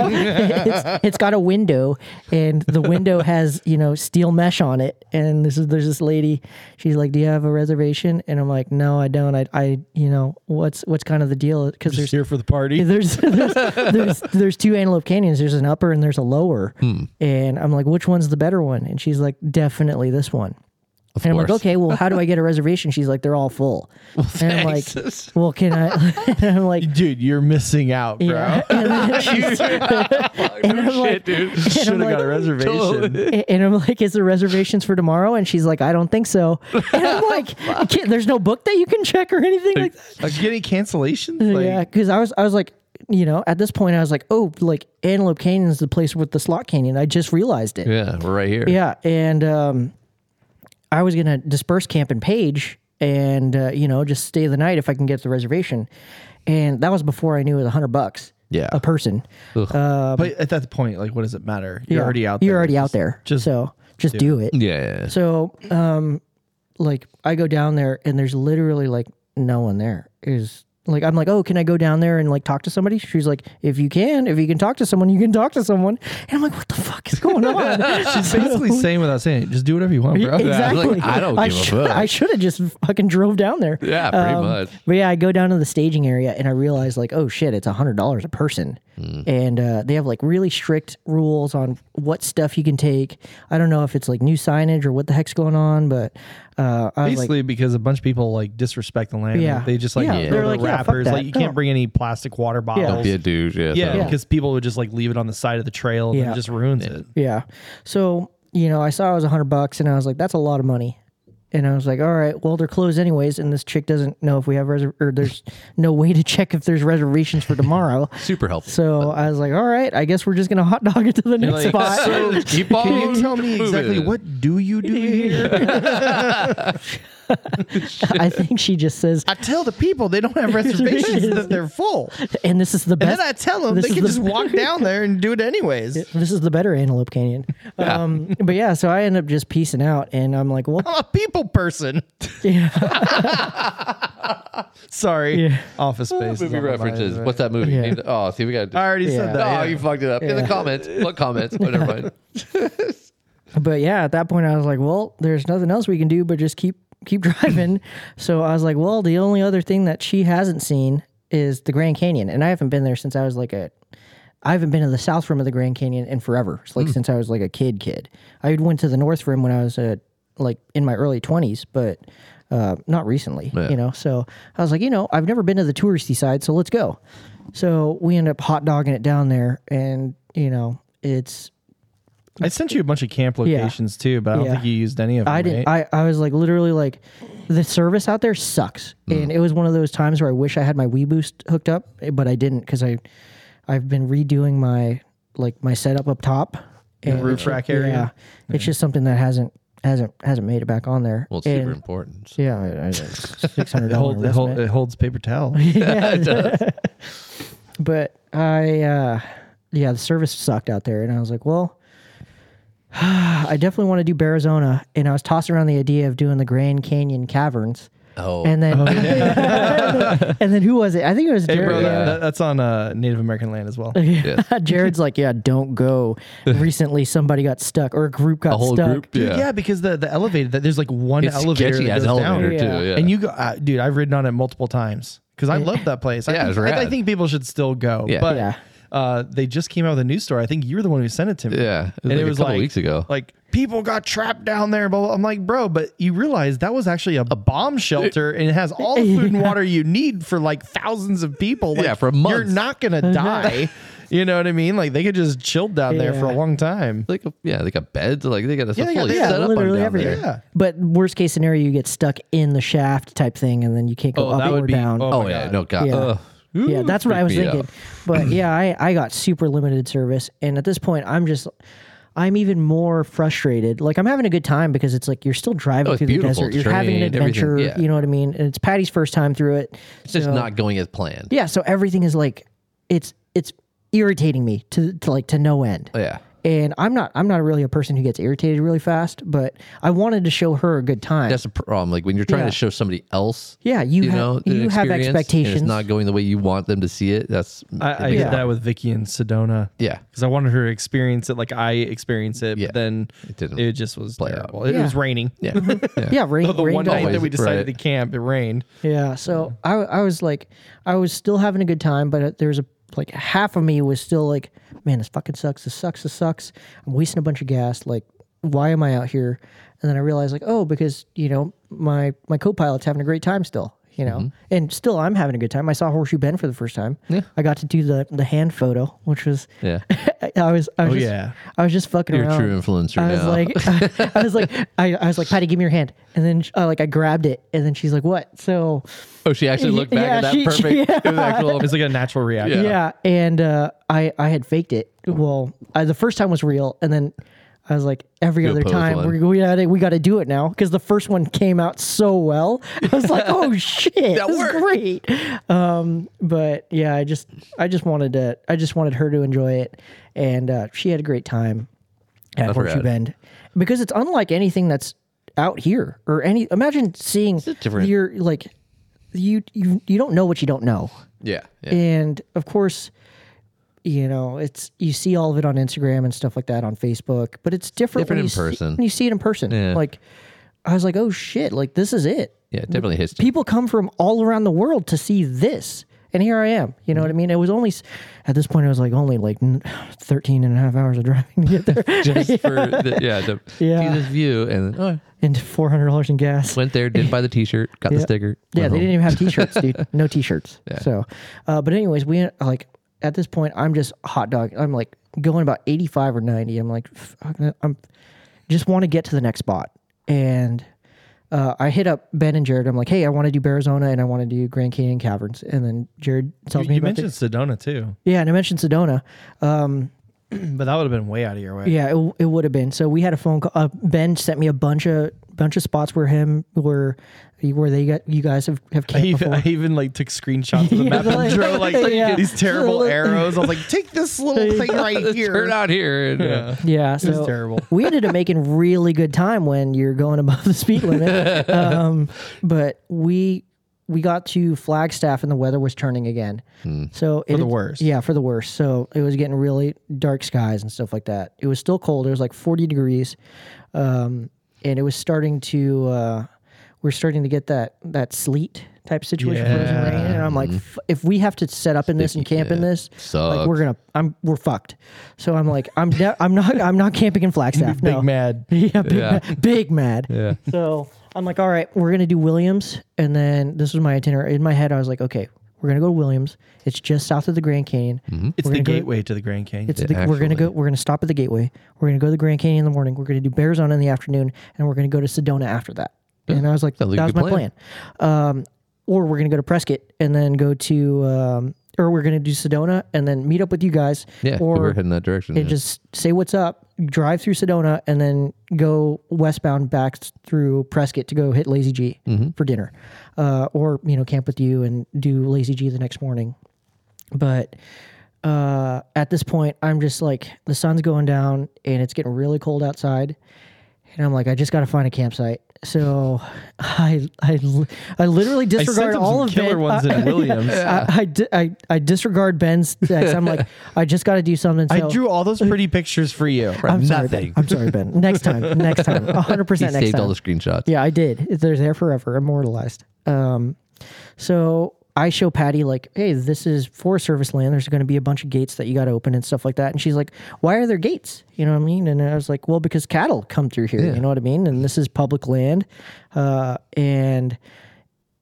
A: it's, it's got a window and the window has you know steel mesh on it and this is there's this lady she's like do you have a reservation and i'm like no i don't i, I you know what's what's kind of the deal because
C: Just
A: there's
C: here for the party.
A: there's, (laughs) there's there's there's two antelope canyons there's an upper and there's a lower and i'm like which one's the better one and she's like definitely this one
B: Of
A: And I'm
B: course.
A: like, okay, well, how do I get a reservation? She's like, they're all full. and I'm like,
B: thanks.
A: well, can I? (laughs) and I'm like,
C: Dude, you're missing out, (laughs) bro.
A: yeah. (laughs) And then she's- and I'm like,
C: Should have
A: like,
C: got
A: (laughs)
C: a reservation.
A: A- And I'm like, is there reservations for tomorrow? And she's like, I don't think so. And
C: (laughs)
A: I'm like, "Kid, there's no book that you can check or anything like that.
C: Like getting Uh, cancellations? Like,
A: yeah, because I was, I was like, you know, at this point, I was like, oh, like Antelope Canyon is the place with the slot canyon. I just realized it.
B: Yeah, we're right here.
A: Yeah, and um, I was gonna disperse camp in Page, and uh, you know, just stay the night if I can get the reservation. And that was before I knew it was a hundred bucks.
B: Yeah.
A: a person.
C: but at that point, like, what does it matter? You're
A: Yeah.
C: already out there.
A: You're already out there.
C: just
A: so just do it.
B: Yeah.
A: So, um, like I go down there and there's literally like no one there. Is like I'm like, oh, can I go down there and like talk to somebody? She's like, if you can, if you can talk to someone, you can talk to someone. And I'm like, what the fuck is going on?
C: She's
A: (laughs)
C: basically saying without saying it, just do whatever you want, bro.
A: Exactly.
B: (laughs) like, I don't give a
A: should,
B: fuck.
A: I should have just fucking drove down there. Um,
B: Yeah, pretty much.
A: But yeah, I go down to the staging area and I realize like, oh shit, it's a hundred dollars a person,
B: Hmm.
A: and uh, they have like really strict rules on what stuff you can take. I don't know if it's like new signage or what the heck's going on, but uh, I was like,
C: Basically, because a bunch of people like disrespect the land.
A: Yeah.
C: They just like
A: Yeah.
C: throw
A: They're
C: their
A: like, yeah, fuck
C: wrappers.
A: that.
C: like you can't
A: No.
C: bring any plastic water bottles.
B: Be a douche. Yeah.
C: Yeah,
B: so-
C: because people would just like leave it on the side of the trail and then
A: Yeah.
C: it just ruins it.
A: Yeah. So, you know, I saw it was a hundred bucks and I was like, that's a lot of money. And I was like, all right, well, they're closed anyways. And this chick doesn't know if we have, reser- or there's no way to check if there's reservations for
B: (laughs)
A: tomorrow.
B: Super helpful.
A: So I was like, all right, I guess we're just going to hot dog it to the next
C: like,
A: spot.
B: So keep
A: (laughs)
B: on.
C: Can you tell me
B: moving.
C: exactly what do you do here?
A: I think she just says,
C: I tell the people
A: (laughs)
C: they don't have reservations that they're full.
A: and this is the
C: And
A: best.
C: then I tell them
A: this
C: they
A: is
C: can
A: the-
C: just
A: (laughs)
C: walk down there and do it anyways.
A: this is the better Antelope Canyon. Um, but yeah, so I end up just piecing out and I'm like, well,
C: I'm a people person.
A: (laughs)
C: (laughs)
A: yeah,
C: Sorry.
A: Yeah.
C: Office space. is
B: movie
C: on the
B: references.
C: mind,
B: What's that movie?
A: Yeah.
B: Name- Oh, see, we got.
C: I already
A: Yeah.
C: said
B: No,
C: that.
B: you fucked it up. In the
A: Yeah.
B: comments. What comments? But never mind.
A: but yeah, at that point I was like, well, there's nothing else we can do but just keep keep (laughs) driving. so I was like, well, the only other thing that she hasn't seen is the Grand Canyon, and I haven't been there since I was like a I haven't been to the south rim of the Grand Canyon in forever. It's like since I was like a kid kid. I had went to the north rim when I was a like in my early 20s, but uh, not recently, you know. So I was like, you know, I've never been to the touristy side, so let's go. So we end up hot dogging it down there, and you know, it's
C: I sent you a bunch of camp locations too, but I don't
A: Yeah.
C: think you used any of them.
A: I didn't. I, I was like literally like, the service out there sucks,
C: Mm.
A: and it was one of those times where I wish I had my Wii Boost hooked up, but I didn't because I, I've been redoing my like my setup up top and
C: roof
A: it's-
C: rack area?
A: Yeah, it's just something that hasn't hasn't hasn't made it back on there.
B: Well, it's
A: And-
B: super important. So.
A: Yeah, six hundred
C: It, (laughs) hold, it, hold-
A: dollars.
C: it holds
B: (laughs)
C: paper towel.
A: But I, uh, yeah, the service sucked out there, and I was like, well. (sighs) I definitely want to do Arizona, and I was tossing around the idea of doing the Grand Canyon Caverns,
B: Oh, (laughs)
A: And then, (laughs) and then who was it? I think it was
C: Hey, bro,
A: Jared.
C: that- that- that's on uh, Native American land as well.
B: (laughs)
A: Yeah. (laughs) Jared's like, yeah, don't go. Recently, somebody got stuck, or a group got
B: a whole
A: stuck.
B: group.
C: Dude, yeah. because the, the elevator, that there's like one
B: It's
C: elevator
B: sketchy
C: that
B: as
C: goes
B: elevator
C: down.
A: Yeah.
B: too. Yeah.
C: And you go, uh, dude, I've ridden on it multiple times because I love that place.
B: Yeah,
C: I,
B: it's
C: think, I, I
B: rad.
C: think people should still go.
B: Yeah.
C: But
A: Yeah.
C: Uh, they just came out with a news story. I think you were the one who sent it to me.
B: Yeah, it was
C: and
B: like
C: it
B: a
C: was
B: couple
C: like
B: weeks ago.
C: Like people got trapped down there. Blah, blah. I'm like, bro, but you realize that was actually a bomb shelter and it has all
B: (laughs)
C: the food and water you need for like thousands of people. Like,
B: Yeah, for
C: You're
B: months.
C: not gonna die. you know what I mean? Like they could just chill down there for a
A: Yeah.
C: long time.
B: like a, yeah, they got beds. Like they got a
C: Yeah, they got-
B: fully
C: yeah,
B: set up on
A: literally
B: down
A: everything.
B: there.
C: Yeah.
A: But worst case scenario, you get stuck in the shaft type thing, and then you can't go
C: Oh,
A: up
C: that
A: or
C: would be-
A: down.
C: oh.
B: Oh,
C: my
B: yeah,
C: God.
B: no god.
A: Yeah.
B: Ugh.
A: Yeah,
B: Ooh,
A: that's what I was
B: freaked me
A: thinking.
B: (clears throat) out.
A: But yeah, I, I got super limited service. And at this point, I'm just, I'm even more frustrated. Like, I'm having a good time because it's like you're still driving
B: Oh, it's
A: through the
B: beautiful.
A: desert.
B: The
A: You're having an
B: terrain, everything,
A: adventure.
B: yeah.
A: You know what I mean? And it's Patty's first time through it.
B: It's just not going as planned.
A: Yeah, so everything is like, it's, it's irritating me to, to like to no end
B: Oh, Yeah.
A: and i'm not i'm not really a person who gets irritated really fast but i wanted to show her a good time
B: That's a problem. Like when you're trying
A: Yeah.
B: to show somebody else,
A: yeah you,
B: you
A: ha-
B: know, an
A: you have
B: experience, and
A: expectations Uh,
B: It's not going the way you want them to see it. That's
C: I, I
A: Yeah.
C: did that with Vicky and Sedona.
B: Yeah.
C: because I wanted her to experience it like I experienced it.
B: Yeah.
C: But then
B: It didn't
C: It just was
B: play out.
C: terrible. It,
A: Yeah.
C: was raining.
B: yeah. yeah.
A: yeah rain,
C: (laughs) The
A: rain
C: one
A: dog-
C: night that we
B: Always,
C: decided
B: right.
C: to camp, it rained.
A: Yeah. So I, I was like, I was still having a good time, but uh, there was a like half of me was still like, man, this fucking sucks. This sucks. This sucks. I'm wasting a bunch of gas. Like, why am I out here? And then I realized like, oh, because you know my my co-pilot's having a great time still, you know, and still I'm having a good time. I saw Horseshoe Bend for the first time. Yeah, I got to do the the hand photo, which was
B: Yeah.
A: (laughs) I was I was
C: Oh,
A: just,
C: yeah.
A: I was just fucking
B: You're a
A: around.
B: true influencer
A: I was
B: now.
A: like, I, I was like, I, I was like, Patty, give me your hand, and then uh, like I grabbed it, and then she's like, what? So
B: oh, she actually looked back
A: Yeah,
B: at that
A: she-
B: perfect.
A: she-
B: It (laughs)
A: (laughs)
B: was actual.
C: It's like a natural reaction.
A: yeah,
B: Yeah.
A: and uh, I I had faked it. Well, I, the first time was real, and then I was like, every
B: Do a
A: other
B: pose
A: time
B: one.
A: we're, we got to we got to do it now because the first one came out so well. I was
B: (laughs)
A: like, oh shit, that this is
D: worked.
A: great. Um, but yeah, I just I just wanted to I just wanted her to enjoy it, and uh, she had a great time at Horseshoe
B: rad.
A: Bend because it's unlike anything that's out here or any. Imagine seeing
B: different.
A: your like. You, you you don't know what you don't know
B: yeah. yeah.
A: and of course you know it's you see all of it on instagram and stuff like that on facebook but it's different, when
B: Different
A: you
B: in
A: see-
B: person.
A: when you see it in person like i was like oh shit like this is it
B: yeah. Definitely history.
A: people come from all around the world to see this and here i am you know what i mean it was only s- at this point it was like only like n- (sighs) 13 and a half hours of driving to get there
B: (laughs) Just
A: (laughs)
B: for the, yeah, to
A: Yeah.
B: see this view and then oh,
A: and $400 in gas
B: went there, did buy the T-shirt, got the
A: Yeah.
B: sticker.
A: Yeah,
B: went
A: they
B: home.
A: didn't even have t-shirts, dude. No t-shirts. So, uh, but anyways, we like at this point, I'm just hot dog. I'm like going about 85 or 90. I'm like, fuck, that- I'm just want to get to the next spot. And uh, I hit up Ben and Jared. I'm like, hey, I want to do Barizona and I want to do Grand Canyon Caverns. And then Jared tells
C: You,
A: me
C: you
A: about
C: mentioned Sedona too,
A: the, yeah, and I mentioned Sedona. Um,
C: but that would have been way out of your way.
A: yeah, it, it would have been. So we had a phone call. Uh, ben sent me a bunch of bunch of spots where him where where they got you guys have have
C: I
A: camped
C: even,
A: before.
C: (laughs) I even like took screenshots of
A: (laughs)
C: the
A: Yeah,
C: map
A: like-
C: and drew like
A: yeah.
C: these
A: (laughs)
C: terrible arrows. I was like, take this little thing right
B: Turn
C: here.
B: out here. And, uh, yeah.
C: Yeah.
A: Yeah,
C: This
A: so
C: is terrible.
A: we ended up making really good time when you're going above the speed
C: (laughs)
A: limit. Um, but we we got to Flagstaff and the weather was turning again. So for
C: Hmm. the worst.
A: Yeah, for the worst. So it was getting really dark skies and stuff like that. It was still cold. It was like 40 degrees, um, and it was starting to uh, we're starting to get that that sleet type situation. Frozen rain. And I'm like, "F- if we have to set up in this and camp in this, like
B: Sucks.
A: we're gonna I'm we're fucked. So I'm like I'm de- I'm not I'm not camping in Flagstaff.
C: Big
A: no.
C: mad.
A: (laughs) Yeah, big
B: Yeah.
A: mad. Big mad. Yeah. So I'm like, all right, we're gonna do Williams, and then this was my itinerary in my head. I was like, okay, we're gonna go to Williams. It's just south of the Grand Canyon.
C: It's
A: We're
C: the
A: gonna go-
C: gateway to the Grand Canyon.
A: It's the, we're gonna
B: actually.
A: go. We're gonna stop at the Gateway. We're gonna go to the Grand Canyon in the morning. We're gonna do Bearzona in the afternoon, and we're gonna go to Sedona after that. And I was like, that
B: Sounds like a
A: was
B: good
A: my plan.
B: plan.
A: Um, or we're gonna go to Prescott and then go to, um, or we're gonna do Sedona and then meet up with you guys.
B: Yeah,
A: Or
B: we're heading that direction.
A: and
B: yeah.
A: just say what's up, drive through Sedona, and then go westbound back through Prescott to go hit Lazy G
C: Mm-hmm.
A: for dinner, uh, or you know camp with you and do Lazy G the next morning. But uh, at this point, I'm just like the sun's going down and it's getting really cold outside, and I'm like I just got to find a campsite. So I I li- I literally
C: I sent
A: disregard
C: him
A: all
C: some
A: of
C: killer
A: Ben- (laughs)
C: ones
A: I-
C: in Williams.
A: I, I, di- I, I disregard Ben's text. I'm like, I just got to do something. So
C: I drew all
A: (laughs)
C: those pretty pictures for you.
A: I'm Sorry, ben.
B: Nothing.
A: I'm sorry, Ben. Next time. Next
B: (laughs)
A: time. 100%
B: he
A: next
B: saved
A: time.
B: all the screenshots.
A: yeah, I did. They're there forever, immortalized. Um, so I show Patty, like, hey, this is Forest Service land. There's going to be a bunch of gates that you got to open and stuff like that. And she's like, why are there gates? You know what I mean? And I was like, well, because cattle come through here. You know what I mean? And this is public land. Uh, and,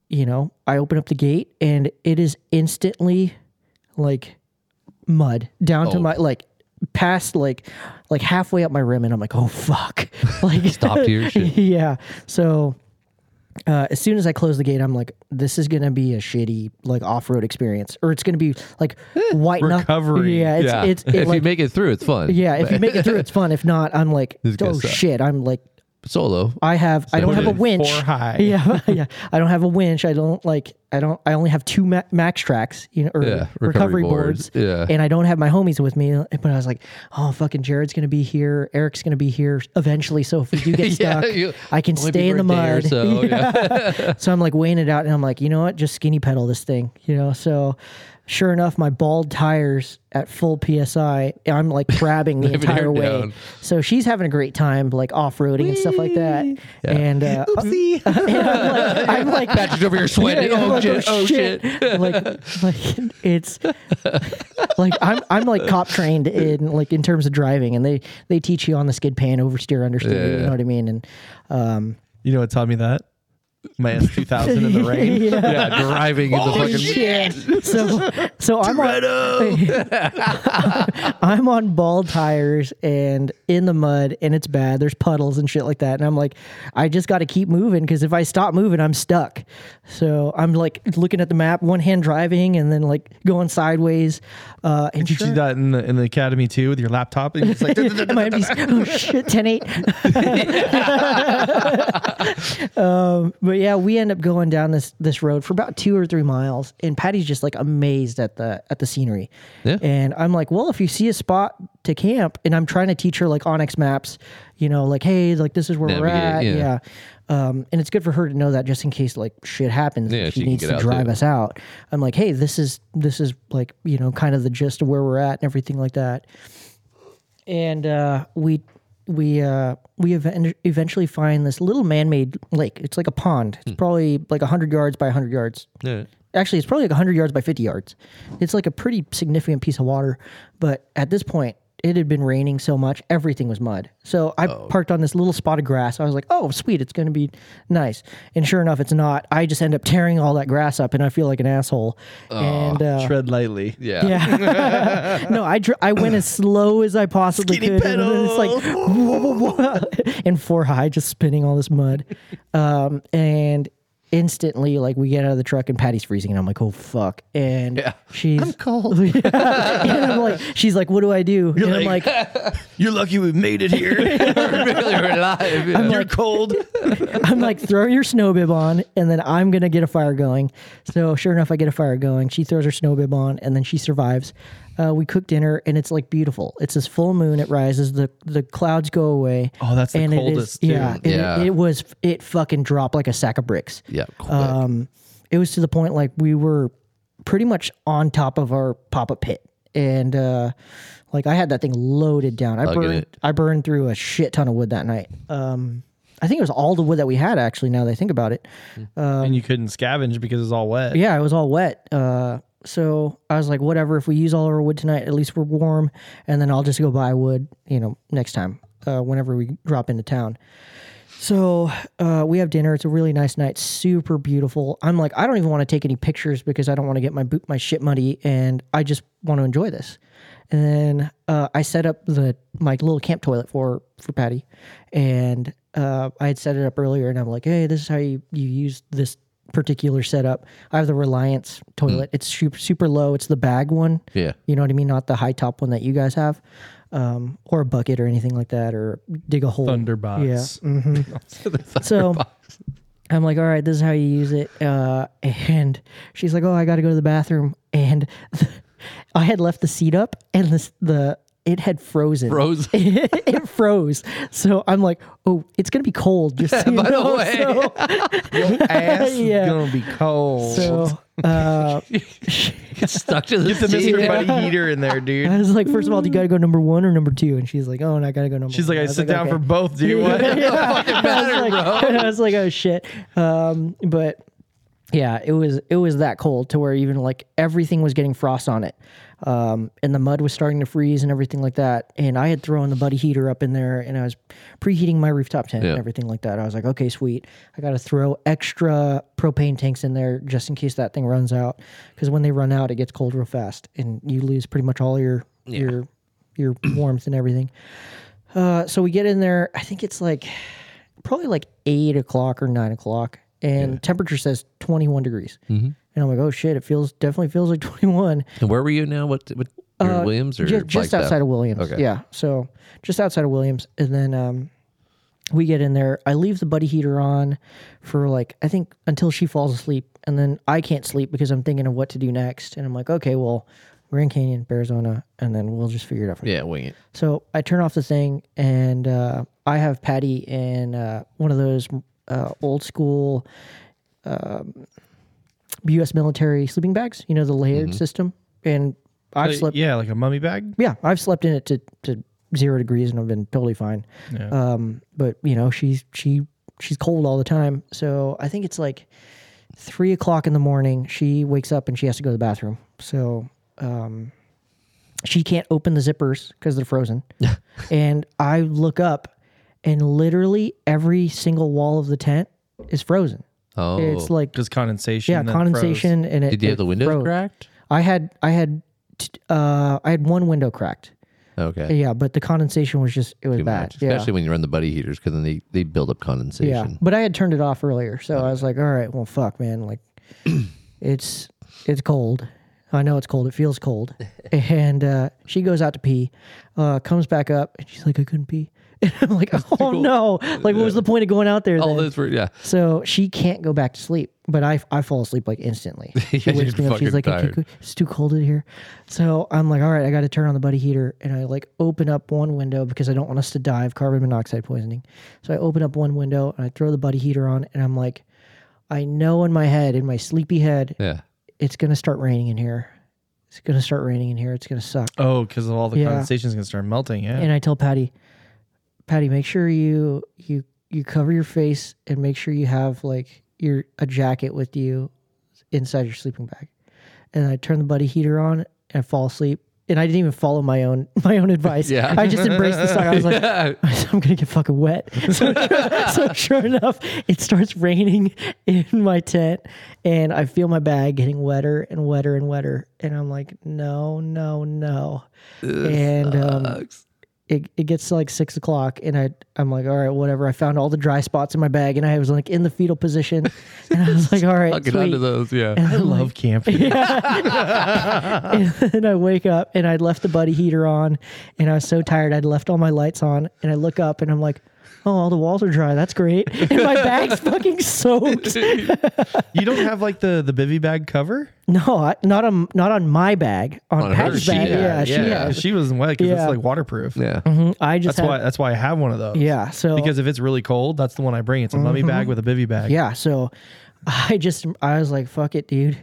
A: you know, I open up the gate and it is instantly like mud down
B: Oh.
A: to my, like, past like like halfway up my rim and I'm like oh fuck (laughs) like
B: Stop to
A: (laughs)
B: your shit.
A: yeah. So uh, as soon as I close the gate, I'm like, this is gonna be a shitty like off road experience, or it's gonna be like white knuck-
C: Recovery.
A: Yeah, it's
B: Eh, Yeah.
A: it's it,
B: (laughs) if
A: like,
B: you make it through, it's fun.
A: yeah. If you make it through, it's fun. If not, I'm like,
B: is gonna
A: oh
B: suck.
A: shit. I'm like, (laughs)
B: Solo.
A: I have I don't
B: Put
A: have a
B: it in
A: winch.
C: four
A: (laughs)
C: high.
A: Yeah, yeah. I don't have a winch. I don't like. I don't. I only have two ma- max tracks. You know, or
B: Yeah,
A: recovery,
B: recovery
A: boards.
B: boards. Yeah.
A: And I don't have my homies with me. But I was like, oh fucking, Jared's gonna be here. Eric's gonna be here eventually. So if we do get
B: (laughs) Yeah,
A: stuck,
B: you-
A: I can
B: only be
A: stay in
B: for
A: the
B: a day or
A: mud. (laughs)
B: so,
A: so I'm like weighing it out, and I'm like, you know what? Just skinny pedal this thing. You know. So sure enough, my bald tires at full psi. I'm like grabbing the
B: (laughs) Living
A: entire
B: her
A: way.
B: down.
A: So she's having a great time, like off roading and stuff like that. And uh,
C: See?
A: (laughs) I'm like, I'm like (laughs)
B: (laughs) Patrick's over here sweating.
A: yeah,
B: oh, shit,
A: (laughs)
B: oh, shit.
A: like, like it's like I'm I'm like cop trained in like in terms of driving, and they they teach you on the skid pan, oversteer, understeer.
B: Yeah,
A: You
B: yeah.
A: know what I mean? And um,
C: You know what taught me that? My S two thousand in the
A: (laughs)
C: rain.
A: yeah.
B: yeah, driving in the fucking.
A: So, so I'm on, (laughs) I'm on bald tires and in the mud and it's bad. There's puddles and shit like that. And I'm like, I just got to keep moving because if I stop moving, I'm stuck. So I'm like looking at the map, one hand driving and then like going sideways. Uh, and
C: Did you do
A: sure,
C: that in the, in the academy too with your laptop? And
A: (laughs)
C: it's like,
A: it might be, oh shit, 10 8. (laughs) um, but yeah, we end up going down this this road for about two or three miles, and Patty's just like amazed at the at the scenery.
B: Yeah.
A: And I'm like, well, if you see a spot to camp, and I'm trying to teach her like Onyx maps, you know, like hey, like this is where we're at,
B: Navigate,
A: yeah.
B: yeah.
A: Um, and it's good for her to know that just in case like shit happens,
B: Yeah,
A: and she,
B: she can
A: needs
B: get
A: to
B: out
A: drive
B: there.
A: us out. I'm like, hey, this is this is like you know kind of the gist of where we're at and everything like that and uh, we we uh, we even- eventually find this little man-made lake. It's like a pond.
B: Hmm.
A: It's probably like hundred yards by hundred yards.
B: Yeah.
A: Actually, it's probably like hundred yards by fifty yards. It's like a pretty significant piece of water. But at this point, it had been raining so much, everything was mud. So I parked on this little spot of grass. I was like, "Oh, sweet, it's going to be nice." And sure enough, it's not. I just end up tearing all that grass up, and I feel like an asshole. and uh,
C: tread lightly.
B: Yeah.
A: yeah. (laughs) no, I dr- I went as slow as I possibly
D: Skinny
A: could, and then it's like (laughs) and four high, just spinning all this mud, um, and instantly like we get out of the truck and Patty's freezing, and I'm like, oh fuck, and she's I'm (laughs) cold, and I'm like, she's like, what do I do? and I'm
D: like-
A: like,
D: You're lucky we made it
A: (laughs)
B: (laughs)
D: here.
B: really we're alive. Yeah.
D: You're cold.
A: I'm like, throw your snow bib on, and then I'm gonna get a fire going. So sure enough, I get a fire going. She throws her snow bib on, and then she survives. Uh, we cook dinner, and it's like beautiful. It's this full moon. It rises. the The clouds go away.
C: Oh, that's the
A: and it is-
C: coldest, too.
A: yeah, and it-
B: Yeah.
A: It, was. It fucking dropped like a sack of bricks.
B: Yeah, quick.
A: Um, it was to the point like we were pretty much on top of our pop up pit, and uh, like I had that thing loaded down. I
B: Hugging
A: burned.
B: it.
A: I burned through a shit ton of wood that night. Um, I think it was all the wood that we had actually. Now that I think about it,
C: and you couldn't scavenge because it's all wet.
A: um, yeah, it was all wet. Uh, so I was like, whatever. If we use all our wood tonight, at least we're warm, and then I'll just go buy wood, you know, next time, uh, whenever we drop into town. So uh, we have dinner. It's a really nice night, super beautiful. I'm like, I don't even want to take any pictures because I don't want to get my boot, my shit muddy, and I just want to enjoy this. And then uh, I set up the my little camp toilet for for Patty, and uh, I had set it up earlier, and I'm like, hey, this is how you you use this particular setup. I have the Reliance toilet. It's super super low. It's the bag one. (laughs)
B: Yeah.
A: You know what I mean? Not the high top one that you guys have, um, or a bucket or anything like that, or dig a hole.
C: Thunderbox.
A: Yeah. mhm. so I'm like, all right, this is how you use it. Uh, and she's like, oh, I got to go to the bathroom. And (laughs) I had left the seat up, and this the it had frozen.
B: Frozen.
A: (laughs) it froze. So I'm like, oh, it's gonna be cold. Just so you
B: by the
A: know.
B: way.
A: So-
C: Ass
A: Yeah.
C: is gonna be (laughs) cold.
A: so uh, (laughs)
B: It's stuck to the
C: Get the
B: seat.
C: Mr. Buddy heater in there, dude.
A: (laughs) I was like, first of all, do you gotta go number one or number two? And she's like, oh, and I gotta go number.
C: She's
A: one.
C: like, I
A: was
C: sit down
A: okay.
C: for (laughs) both, dude.
A: (laughs)
C: What?
A: I was like, (laughs) I was like, oh shit. Um, but yeah, it was it was that cold to where even like everything was getting frost on it, um, and the mud was starting to freeze and everything like that. And I had thrown the buddy heater up in there, and I was preheating my rooftop tent
B: Yeah.
A: and everything like that. I was like, okay, sweet. I got to throw extra propane tanks in there just in case that thing runs out, because when they run out, it gets cold real fast, and you lose pretty much all your your your warmth and everything. Uh, so we get in there. I think it's like probably like eight o'clock or nine o'clock, and temperature says twenty one degrees. And I'm like, oh shit, it feels definitely feels like (laughs) twenty one.
B: And where were you now? What? what you're in Williams or
A: Uh, Just, just
B: Blackstown?
A: outside of Williams.
B: Okay.
A: Yeah. So just outside of Williams, and then um, we get in there. I leave the buddy heater on for like I think until she falls asleep, and then I can't sleep because I'm thinking of what to do next. And I'm like, okay, well, we're in Canyon, Arizona, and then we'll just figure it out from
B: Yeah, wing it.
A: so I turn off the thing, and uh, I have Patty in uh, one of those uh, old school um, U.S. military sleeping bags. You know the layered system, and I've slept.
C: yeah, like a mummy bag.
A: Yeah, I've slept in it to, to zero degrees, and I've been totally fine.
C: Yeah.
A: Um, but you know, she's she she's cold all the time, so I think it's like Three o'clock in the morning, she wakes up and she has to go to the bathroom. So um, she can't open the zippers because they're
B: (laughs)
A: frozen. and I look up, and literally every single wall of the tent is frozen.
B: Oh,
A: It's like
C: Just condensation.
A: yeah,
C: and then froze.
A: condensation, and it.
B: did you
A: it
B: have the windows
A: froze.
B: cracked?
A: I had I had t- uh I had one window cracked.
B: Okay,
A: Yeah, but the condensation was just it was
B: Too
A: bad.
B: much.
A: Yeah.
B: especially when you run the buddy heaters because then they they build up
A: yeah.
B: condensation.
A: But I had turned it off earlier. So I was like, all right, well fuck man,
B: (clears throat)
A: like it's it's cold. I know it's cold. It feels
B: (laughs)
A: cold. And uh, she goes out to pee, uh, comes back up, and she's like, "I couldn't pee." (laughs) And I'm like, "Oh no! Like, what was the point of going out there?"
B: All
A: then?
B: those were yeah.
A: So she can't go back to sleep, but I, I fall asleep like
B: (laughs)
A: instantly. She
B: Yeah,
A: wakes
B: you're
A: me up. She's like, "It's
B: fucking
A: too
B: tired.
A: co- it's too cold in here. So I'm like, all right, I got to turn on the buddy heater. And I like open up one window because I don't want us to die of carbon monoxide poisoning. So I open up one window and I throw the buddy heater on. And I'm like, I know in my head, in my sleepy head,
B: Yeah.
A: it's going to start raining in here. It's going to start raining in here. It's going to suck.
C: Oh, because of all the
A: Yeah.
C: condensation's gonna start melting. Yeah.
A: And I tell Patty, Patty, make sure you you you cover your face and make sure you have like your a jacket with you inside your sleeping bag. And I turn the buddy heater on and I fall asleep. And I didn't even follow my own (laughs) my own advice.
B: Yeah.
A: I just embraced the suck. I
B: (laughs)
A: was like, (laughs) I'm gonna get fucking
C: (laughs)
A: wet. So, so sure enough, it starts raining in my tent, and I feel my bag getting wetter and wetter and wetter, and I'm like, no, no, no, and um, it it gets to like six o'clock, and I I'm like, all right, whatever. I found all the dry spots in my bag, and I was like in the fetal
C: (laughs)
A: position, and I was like, all right,
B: Fucking
A: sweet.
B: onto those, yeah.
C: (laughs) I
A: (laughs)
C: love camping.
A: and then I wake up and I'd left the buddy heater on and I was so tired I'd left all my lights on and I look up and I'm like, oh, all the walls are dry. That's great. And my bag's fucking soaked.
C: you don't have like the the bivy bag cover.
A: No, I, not on not on my bag. On,
B: On hers,
A: Pat's
B: she
A: bag.
B: did.
A: Yeah, she
B: Yeah.
A: has.
C: she wasn't wet because
A: Yeah.
C: it's like waterproof.
B: Yeah.
A: (laughs) Mhm. I just
C: That's
A: had,
C: why. That's why I have one of those.
A: yeah. So
C: Because if it's really cold, that's the one I bring. It's a mummy bag with a bivy bag.
A: yeah so (laughs) i just i was like fuck it dude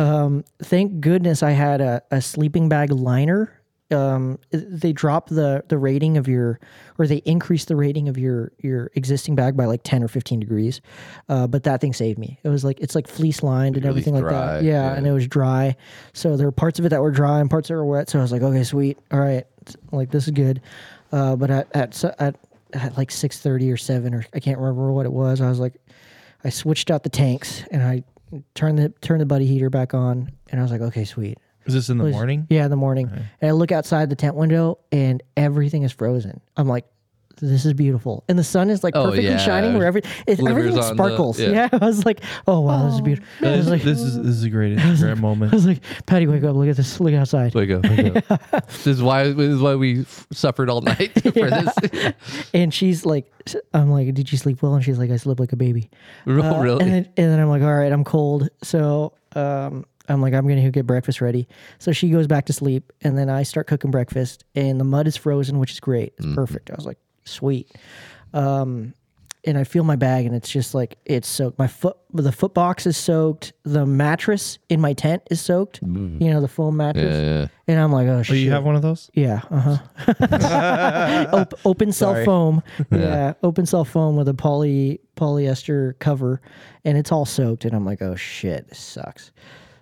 A: um thank goodness i had a, a sleeping bag liner um they drop the the rating of your or they increase the rating of your your existing bag by like 10 or 15 degrees uh but that thing saved me it was like it's like fleece lined and
B: Really
A: everything like
B: dry,
A: that yeah,
B: yeah.
A: and it was dry so there were parts of it that were dry and parts that were wet so i was like okay sweet all right like this is good uh but at at, so- at at like 6:30 or 7 or I can't remember what it was. I was like I switched out the tanks and I turned the turned the buddy heater back on and I was like okay, sweet.
C: Is this in the morning?
A: Yeah, in the morning. And I look outside the tent window and everything is frozen. I'm like this is beautiful. And the sun is like
B: Oh,
A: perfectly
B: yeah.
A: shining where every, it,
B: Glimmers
A: everything
B: on the-
A: sparkles.
B: yeah.
A: (laughs) yeah. I was like, oh wow, this is beautiful. I was like,
C: this is this is a
A: (laughs)
C: great Instagram
A: I
C: moment.
A: was like, Patty, wake up, look at this, look outside.
B: Wake up. Wake
A: (laughs)
B: up. this is why this is why we f- suffered all night (laughs) for this.
A: And she's like, I'm like, did you sleep well? And she's like, I slept like a baby.
B: oh,
A: Uh,
B: really?
A: And then, and then I'm like, all right, I'm cold. So um, I'm like, I'm going to get breakfast ready. So she goes back to sleep. And then I start cooking breakfast. And the mud is frozen, which is great. It's
B: Mm-hmm.
A: perfect. I was like, sweet. Um, and I feel my bag, and it's just like, it's soaked. My foot, the foot box is soaked. The mattress in my tent is soaked. You know, the foam mattress.
B: Mm. yeah, yeah.
A: And I'm like, oh,
C: Do
A: shit.
C: you have one of those?
A: Yeah. Uh
B: (laughs)
A: huh. Op- open cell foam. Yeah. Open cell foam with a poly polyester cover, and it's all soaked. And I'm like, oh shit, this sucks.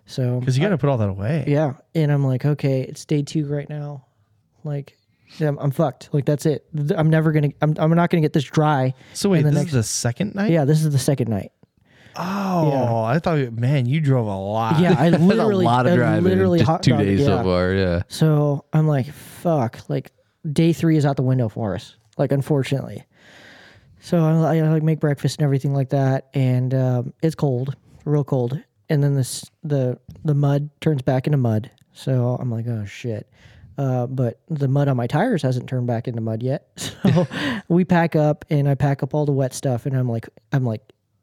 A: So
C: Because you got to put all that away.
A: yeah, and I'm like, okay, it's day two right now. Like, I'm, I'm fucked. Like that's it. Th- I'm never gonna. I'm, I'm not gonna get this dry.
C: So wait,
A: in the
C: this
A: next-
C: is the second night.
A: yeah, this is the second night.
B: (laughs)
C: Oh, I thought, man, you drove a lot.
A: Yeah,
C: (laughs)
A: I literally.
B: a lot of
A: I
B: driving.
A: Literally
B: just
A: hot
B: two
A: dogged it,
B: days
A: yeah.
B: so far. Yeah.
A: So I'm like, fuck, like day three is out the window for us. Like, unfortunately. So I, I like make breakfast and everything like that. And um, it's cold, real cold. And then this, the, the mud turns back into mud. So I'm like, oh shit. Uh, but the mud on my tires hasn't turned back into mud yet. (laughs) So we pack up and I pack up all the wet stuff. And I'm like, I'm like,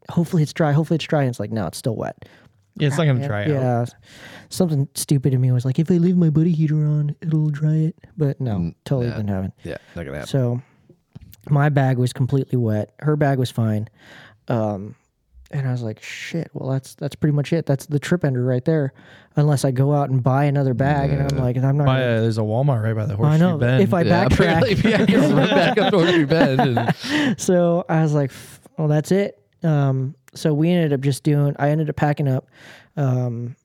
A: hopefully it's dry. Hopefully it's dry. And it's like, no, it's still wet.
C: Yeah, it's not gonna dry out.
A: Yeah. Something stupid in me was like, if I leave my buddy heater on, it'll dry it. But no,
C: Mm,
A: totally didn't happen.
B: Yeah. Not gonna happen.
A: So my bag was completely wet. Her bag was fine. Um, and I was like, shit, well that's that's pretty much it. That's the trip ender right there. Unless I go out and buy another bag and I'm like, and I'm not
C: By,
A: gonna,
C: uh, there's a Walmart right by the horseshoe
A: I know
C: bend.
A: if I
B: yeah,
A: backtrack. (laughs)
B: apparently, yeah, you run back up towards your bed. And,
A: So I was like, "F- well, that's it. Um, so we ended up just doing. I ended up packing up. Um,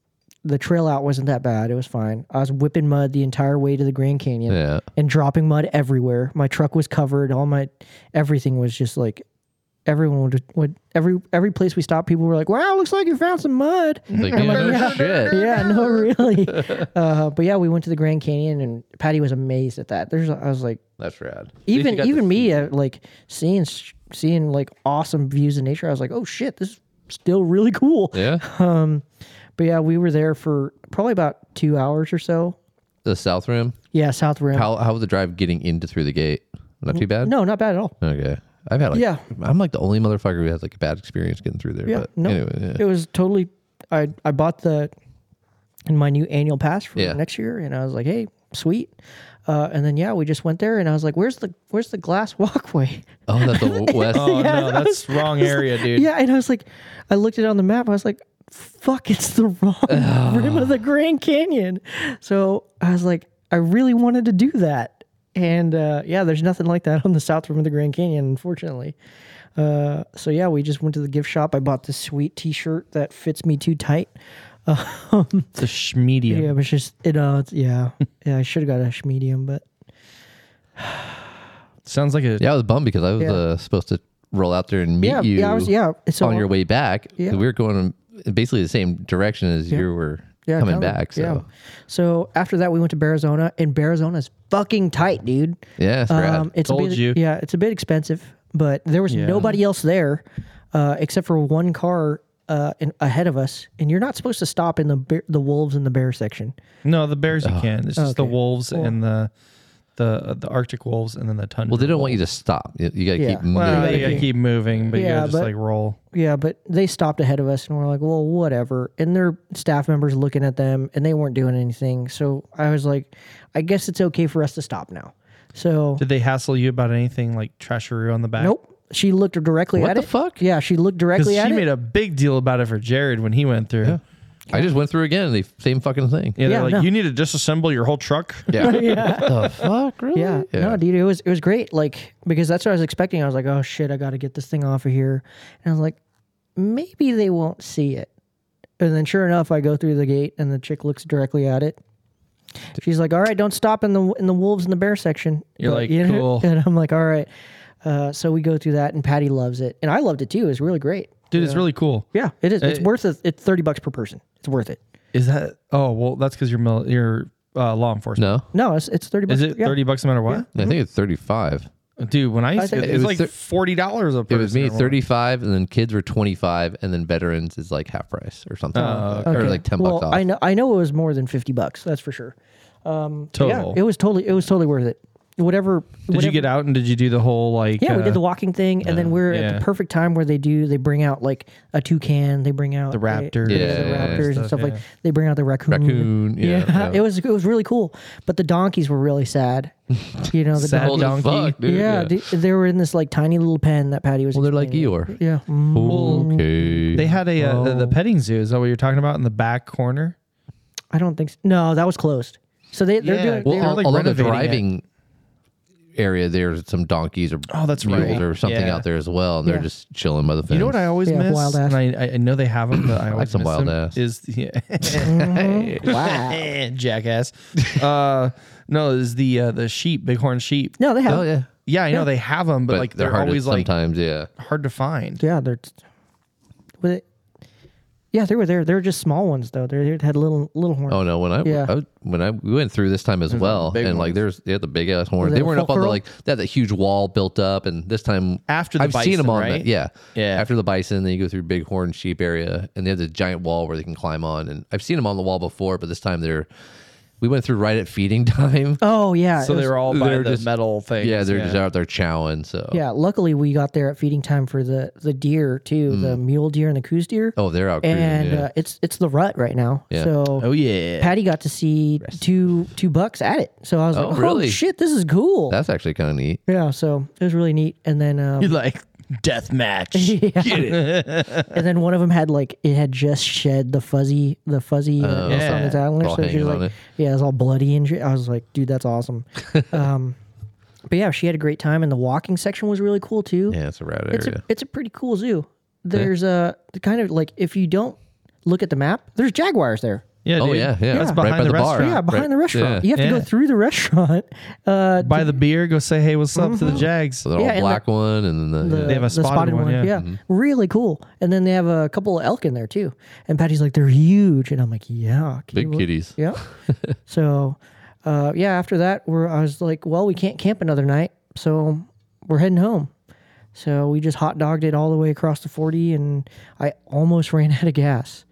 A: the trail out wasn't that bad. It was fine. I was whipping mud the entire way to the Grand Canyon
B: Yeah.
A: and dropping mud everywhere. My truck was covered. All my everything was just like everyone would, would every every place we stopped, people were like, "Wow, looks like you found some mud."
B: Like, yeah, no
A: (laughs)
B: shit.
A: yeah, no, really. (laughs) Uh, but yeah, we went to the Grand Canyon, and Patty was amazed at that. There's, I was like,
B: That's rad. At least you
A: even
B: got to
A: even
B: see
A: me,
B: it.
A: uh, like seeing s- seeing like awesome views of nature. I was like, oh shit, this is still really cool.
B: Yeah.
A: (laughs) Um, but yeah, we were there for probably about two hours or so.
B: The South Rim.
A: Yeah, South Rim.
B: How how was the drive getting into through the gate? Not too bad.
A: no, not bad at all.
B: Okay. I've had like
A: Yeah.
B: I'm like the only motherfucker who has like a bad experience getting through there.
A: Yeah,
B: But
A: no,
B: anyway, yeah.
A: it was totally. I I bought the in my new annual pass for
B: Yeah.
A: next year, and I was like, hey, sweet. Uh, and then yeah, we just went there, and I was like, where's the where's the glass (laughs) walkway?
B: Oh,
A: (laughs)
B: that's the west.
C: (laughs) Oh no, that's wrong area, dude.
A: Yeah, and I was like, I looked it on the map. I was like, fuck, it's the wrong rim of the Grand Canyon. So I was like, I really wanted to do that. And uh, yeah, there's nothing like that on the south rim of the Grand Canyon, unfortunately. Uh, so yeah, we just went to the gift shop. I bought this sweet T-shirt that fits me too tight.
C: It's a schmedium.
A: Yeah, it was just you know, it's,
B: (laughs)
A: yeah, yeah. I should have got a sh- medium, but
C: Sounds like a
B: Yeah, I was bummed because I was
A: Yeah.
B: uh, supposed to roll out there and meet
A: yeah,
B: you
A: yeah, I was yeah. So
B: on your way back.
A: Yeah.
B: We were going in basically the same direction as you were
A: yeah,
B: coming
A: kinda,
B: back. So
A: yeah. So after that, we went to Barazona, and Barazona's fucking tight, dude.
B: yeah, it's rad.
A: Um, it's a
C: Told
A: bit,
C: you.
A: Yeah, it's a bit expensive, but there was nobody else there uh, except for one car uh, in, ahead of us, and you're not supposed to stop in the bear, the wolves and the bear section.
C: no. The bears you can. It's just the
A: Okay.
C: wolves and the the the Arctic wolves and then the tundra.
B: well, they don't want you to stop. You, you got to
A: Yeah.
B: keep moving.
C: Well, you
A: Yeah.
C: gotta keep moving, but you
A: Yeah,
C: gotta just
A: but-
C: like roll.
A: Yeah, but they stopped ahead of us, and we're like, well, whatever. And their staff members looking at them, and they weren't doing anything. So I was like, I guess it's okay for us to stop now. So
C: Did they hassle you about anything like trasheroo on the back?
A: nope. She looked directly
B: What
A: at
B: the
A: it.
B: fuck?
A: Yeah, she looked
C: Because
A: directly
C: she
A: at it.
C: made a big deal about it for Jared when he went through. Yeah,
B: I just went through again. The same fucking
C: (laughs)
B: thing.
C: they're
A: Yeah,
C: like,
A: no.
C: you need to disassemble your whole truck.
B: Yeah. the fuck, really?
A: Yeah. No, dude, it was it was great. Like because that's what I was expecting. I was like, oh shit, I got to get this thing off of here. And I was like, maybe they won't see it. And then sure enough, I go through the gate, and the chick looks directly at it. She's like, all right, don't stop in the in the wolves and the bear section.
C: You're like, cool.
A: (laughs) And I'm like, all right. Uh, so we go through that, and Patty loves it, and I loved it too. It was really great.
C: Dude, it's really cool.
A: Yeah, it is. It's
C: Uh,
A: worth it. It's thirty bucks per person. It's worth it.
C: Is that? Oh, well, that's because you're mil- you're uh, law enforcement.
B: No,
A: No, it's it's thirty bucks.
C: Is it
A: yeah.
C: thirty bucks no matter what?
B: I think it's 35.
C: Dude, when I used to,
A: think-
C: it,
B: It
C: was
B: was
C: like
B: thir-
C: forty dollars a person.
B: It was me
C: or more.
B: 35, and then kids were 25, and then veterans is like half price or something,
C: Oh,
B: like, or like 10
A: Well,
B: bucks off.
A: I know I know it was more than fifty bucks. That's for sure.
C: total.
A: Yeah, it was totally it was totally worth it. Whatever.
C: did you get out and did you do the whole like?
A: Yeah, we
C: uh,
A: did the walking thing, and then we are at
C: yeah.
A: the perfect time where they do they bring out like a toucan, they bring out the
C: raptors
A: they,
B: Yeah,
A: the
B: yeah,
A: raptors and
C: stuff,
A: stuff
C: yeah.
A: like they bring out the raccoon.
B: Raccoon, yeah, yeah.
A: (laughs) it was it was really cool, but the donkeys were really
C: (laughs)
A: sad. You know, the
C: Sad
A: donkeys.
B: Holy
C: donkey.
B: fuck, dude.
A: Yeah, They, they were in this like tiny little pen that Patty was.
B: Well, they're like
A: explaining.
B: Eeyore.
A: Yeah. Mm.
B: Okay.
C: They had a uh, the,
B: Oh.
C: the petting zoo. Is that what you're talking about in the back corner?
A: I don't think so. no, that was closed. So they they're
C: Yeah.
A: doing
B: well,
A: they're-
C: They're,
B: al-
C: like,
B: along the
C: renovating
B: driving area, there's some donkeys or
C: Oh, that's
B: mules
C: right.
B: or something
C: Yeah.
B: out there as well, and
A: Yeah.
B: they're just chilling by the fence.
C: You know what I always
A: Yeah,
C: miss,
A: wild ass.
C: and I, I- I know they have them, but I always
B: some
C: miss
B: wild
C: them,
B: ass.
C: Is (laughs) yeah,
A: wow.
C: jackass. Uh, no, is the uh, the sheep, bighorn sheep.
A: (laughs) No, they have.
B: Oh yeah,
C: Yeah, I know they have them, but,
B: but
C: like
B: they're,
C: they're,
B: hard
C: always like
B: sometimes. Yeah,
C: hard to find.
A: Yeah, they're. With it, yeah, they were there. They were just small ones though. They they had little little horns.
B: Oh no, when I,
A: Yeah.
B: I when I we went through this time as well, and like there's they had the big ass horn.
A: it
B: They
A: a
B: weren't up
A: full
B: on the
A: curl?
B: like they had that huge wall built up, and this time
C: After the
B: I've seen them
C: bison,
B: on
C: right?
B: the yeah
C: Yeah.
B: after the bison, then you go through big horn sheep area, and they have the giant wall where they can climb on. And I've seen them on the wall before, but this time they're we went through right at feeding (laughs) time.
A: Oh yeah.
C: So
A: it
C: they
A: was-
C: were all by
B: they're
C: the
B: just-
C: metal thing.
B: yeah, they're just out there chowing. So
A: Yeah, luckily we got there at feeding time for the the deer too, the mule deer and the coos deer.
B: Mm. oh, they're out cruising,
A: and
B: yeah.
A: uh, it's it's the rut right now.
B: Oh, Yeah.
A: So
C: yeah.
A: Patty got to see two two bucks at it. So I was like, oh
B: really?
A: shit, this is cool.
B: that's actually kind of neat.
A: yeah, so it was really neat. And then um,
C: like death
A: (laughs)
C: match.
A: yeah. and then one of them had like it had just shed the fuzzy the fuzzy uh,
C: yeah.
A: on its antler,
B: Oh, All
A: so she
B: hanging
A: was
B: on
A: like,
B: it.
A: yeah, it's all bloody and shit. I was like, dude, that's
B: (laughs)
A: awesome. um, but yeah, she had a great time, and the walking section was really cool too.
B: Yeah, it's a rad
A: it's
B: area.
A: a it's a pretty cool zoo. there's a kind of like if you don't look at the map, there's jaguars there.
C: (laughs) Yeah.
B: Oh
C: dude.
B: yeah, yeah.
C: That's behind
B: right by
C: the,
B: the, bar.
C: restaurant.
A: Yeah, behind
B: Right.
A: the restaurant.
B: Yeah.
A: You have to
C: Yeah.
A: go through the restaurant. (laughs) Uh,
C: Buy the beer. Go say hey, what's up to the
A: Mm-hmm.
C: Jags.
B: The little
A: Yeah, and the-
B: black one and then the,
A: the,
C: They have a
A: the
C: spotted one, yeah.
B: Mm-hmm.
A: really cool. And then they have a couple of elk in there too. And Patty's like, they're huge, and I'm like, yeah, can
B: big
A: you-
B: kitties. (laughs)
A: Yeah. so, uh, yeah. After that, we're I was like, well, we can't camp another night, so we're heading home. So we just hot dogged it all the way across the forty, and I almost (laughs) ran out of gas.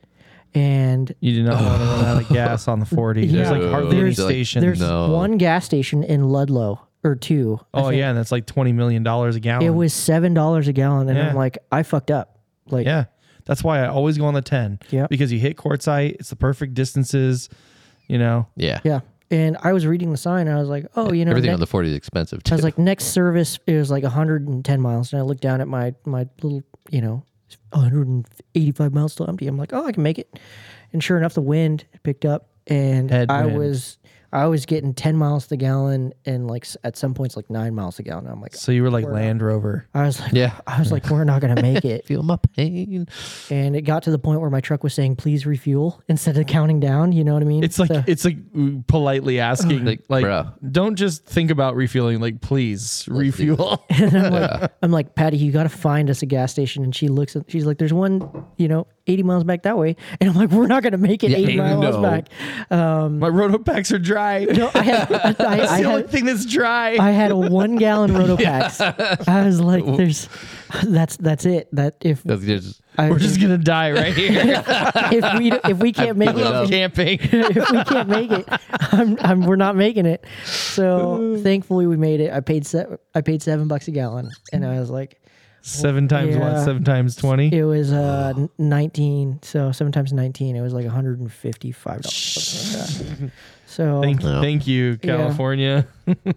A: And
C: You do not want to
B: (laughs)
C: run out of gas on the 40. There's
A: Yeah.
C: like hardly any
A: There's-
C: stations.
A: there's
B: No.
A: one gas station in Ludlow or two. I
C: oh
A: think.
C: yeah, and that's like 20 million dollars a gallon.
A: It was seven dollars a gallon, and
C: Yeah.
A: I'm like, I fucked up. Like,
C: Yeah. That's why I always go on the 10.
A: Yep.
C: Because you hit quartzite, it's the perfect distances, you know.
B: Yeah.
A: yeah. And I was reading the sign, and I was like, oh, you know,
B: Everything
A: next-
B: on the 40 is expensive
A: I
B: too.
A: was like, next service is like 110 miles. And I looked down at my my little, you know, 185 miles still empty. I'm like, oh, I can make it. And sure enough, the wind picked up, and I
C: Headwind.
A: was I was getting 10 miles to the gallon, and like s- at some points like nine miles to the gallon. I'm like,
C: So you were like Land Rover.
A: I was like,
B: yeah.
A: I was like, we're not gonna
B: (laughs)
A: make it.
B: Feel my pain.
A: and it got to the point where my truck was saying, please refuel instead of counting down. You know what I mean? (laughs)
C: It's like
A: So-
C: it's like politely asking like,
B: Like, bruh.
C: don't just think about refueling like please refuel. (laughs)
A: And I'm like, I'm like, Patty, you got to find us a gas station. And she looks at, she's like, there's one, you know, 80 miles back that way. And I'm like, we're not going to make it 80 miles
B: no.
A: back.
C: My roto (laughs) packs are
A: (laughs)
C: dry.
A: No, I had, I, I,
C: That's the only
A: had,
C: thing that's dry.
A: I had a one gallon
C: (laughs)
A: Rotopax. I was like, there's, that's, that's it. That if,
B: That's just-
A: I,
C: we're just gonna die right (laughs) here.
A: if we, if
C: (laughs)
A: we can't make
C: Love
A: it,
C: camping.
A: if we can't make it, I'm, I'm, we're not making it.
C: (laughs)
A: So thankfully we made it. I paid, se- I paid seven bucks a gallon. And I was like,
C: seven times
A: Yeah.
C: one, seven times twenty.
A: It was uh, n- 19. So seven times 19, it was like $155. something like that. So,
C: Thank, thank
A: (laughs)
C: you, California.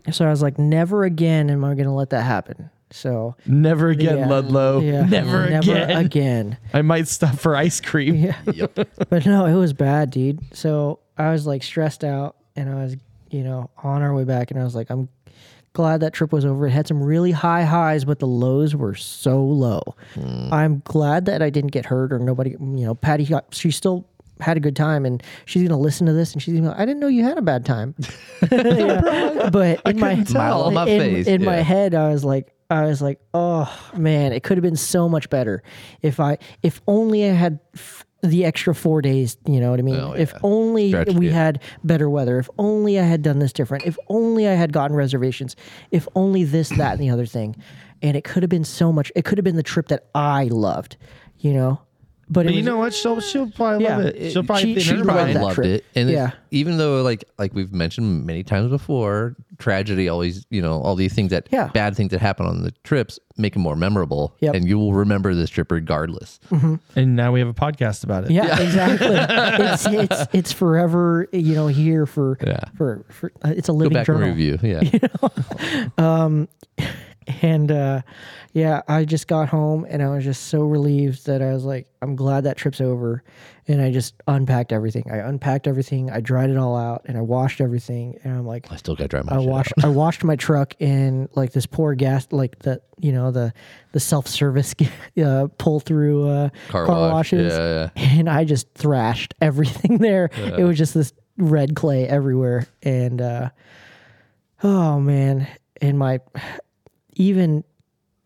A: so I was like, never again am I going to let that happen. So,
C: Never again,
A: Yeah.
C: Ludlow.
A: yeah,
C: Never, again.
A: again.
C: I might stop for ice cream.
B: (laughs)
A: (laughs) But no, it was bad, dude. So I was like stressed out and I was, you know, on our way back and I was like, I'm glad that trip was over. It had some really high highs, but the lows were so low.
B: Hmm.
A: I'm glad that I didn't get hurt or nobody, you know, Patty got, she still had a good time and she's going to listen to this and she's going to I didn't know you had a bad
C: (laughs)
A: time. (laughs) Yeah. But in my,
C: couldn't tell.
B: Smile on my
A: in,
B: face,
A: in my
B: yeah.
A: head, I was like, I was like, oh man, it could have been so much better if I, if only I had f- the extra four days. You know what I mean?
B: Oh,
A: If
B: yeah.
A: only
B: Stretch
A: we
B: it.
A: had better weather. If only I had done this different. If only I had gotten reservations. If only this, that, and the other thing. And it could have been so much. It could have been the trip that I loved. You know, but, it
C: But you
A: was-
C: know what? She'll she'll probably love
A: Yeah.
C: it. She'll probably
A: She-
C: think
A: she
C: never
A: probably
C: mind.
A: that
B: loved
A: trip.
B: it. And
A: Yeah.
B: it's- even though like like we've mentioned many times before, tragedy always, you know, all these things that
A: Yeah.
B: bad things that happen on the trips make them more memorable.
A: Yep.
B: And you will remember this trip regardless.
C: And now we have a podcast about it.
A: Yeah,
B: (laughs)
A: exactly. it's, it's it's forever, you know, here for for, for uh, it's a
B: Go
A: living
B: back
A: journal.
B: and review.
A: (laughs)
B: Yeah.
A: And uh, yeah, I just got home and I was just so relieved that I was like, I'm glad that trip's over. And I just unpacked everything. I unpacked everything. I dried it all out and I washed everything. And I'm like,
B: I still gotta drive my
A: I
B: shit.
A: washed I washed my truck in like this poor gas like the you know the the self service (laughs) uh, pull through uh,
B: Car
A: car,
B: wash,
A: washes,
B: yeah,
A: and I just thrashed everything (laughs) there. It was just this red clay everywhere, and uh, oh man, and my even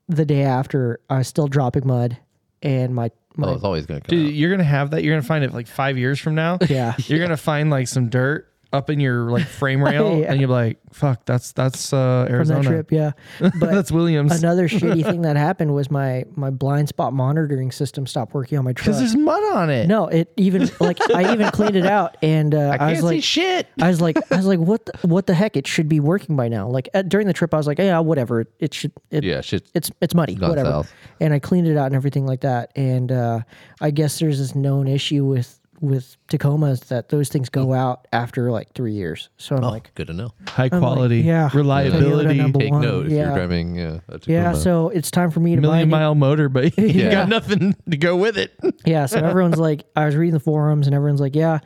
A: the day after I was still dropping mud, and my, my
B: Oh, it's always gonna come
C: Dude,
B: out.
C: you're gonna have that. You're gonna find it like five years from now.
A: yeah.
C: (laughs) You're gonna find like some dirt up in your
A: (laughs)
C: like frame rail,
A: Yeah.
C: and you're like, "Fuck, that's that's uh,
A: From
C: Arizona.
A: that
C: (laughs)
A: trip, yeah, but
C: that's Williams."
A: another shitty thing that happened was my my blind spot monitoring system stopped working on my truck.
C: Because there's mud on it.
A: No, it even like I even cleaned it out, and uh, I, was
B: Can't see
A: like,
B: shit.
A: I was like, I was like, what the, what the heck? It should be working by now. Like at, during the trip, I was like, yeah, whatever. It, it should. It,
B: Yeah, shit.
A: It's it's muddy,
B: Gone
A: whatever.
B: south.
A: And I cleaned it out and everything like that. And uh, I guess there's this known issue with with Tacomas that those things go out after like three years. So I'm like,
B: Good to know.
C: High quality,
A: yeah.
C: reliability,
A: Toyota number
B: Take
A: one,
B: note if
A: yeah.
B: you're driving uh, a Tacoma.
A: yeah. So it's time for me to buy a
C: million
A: new
C: mile
A: (laughs)
C: motor, but you
B: Yeah.
C: got nothing to go with it.
A: Yeah, so everyone's like, I was reading the forums, and everyone's like, yeah,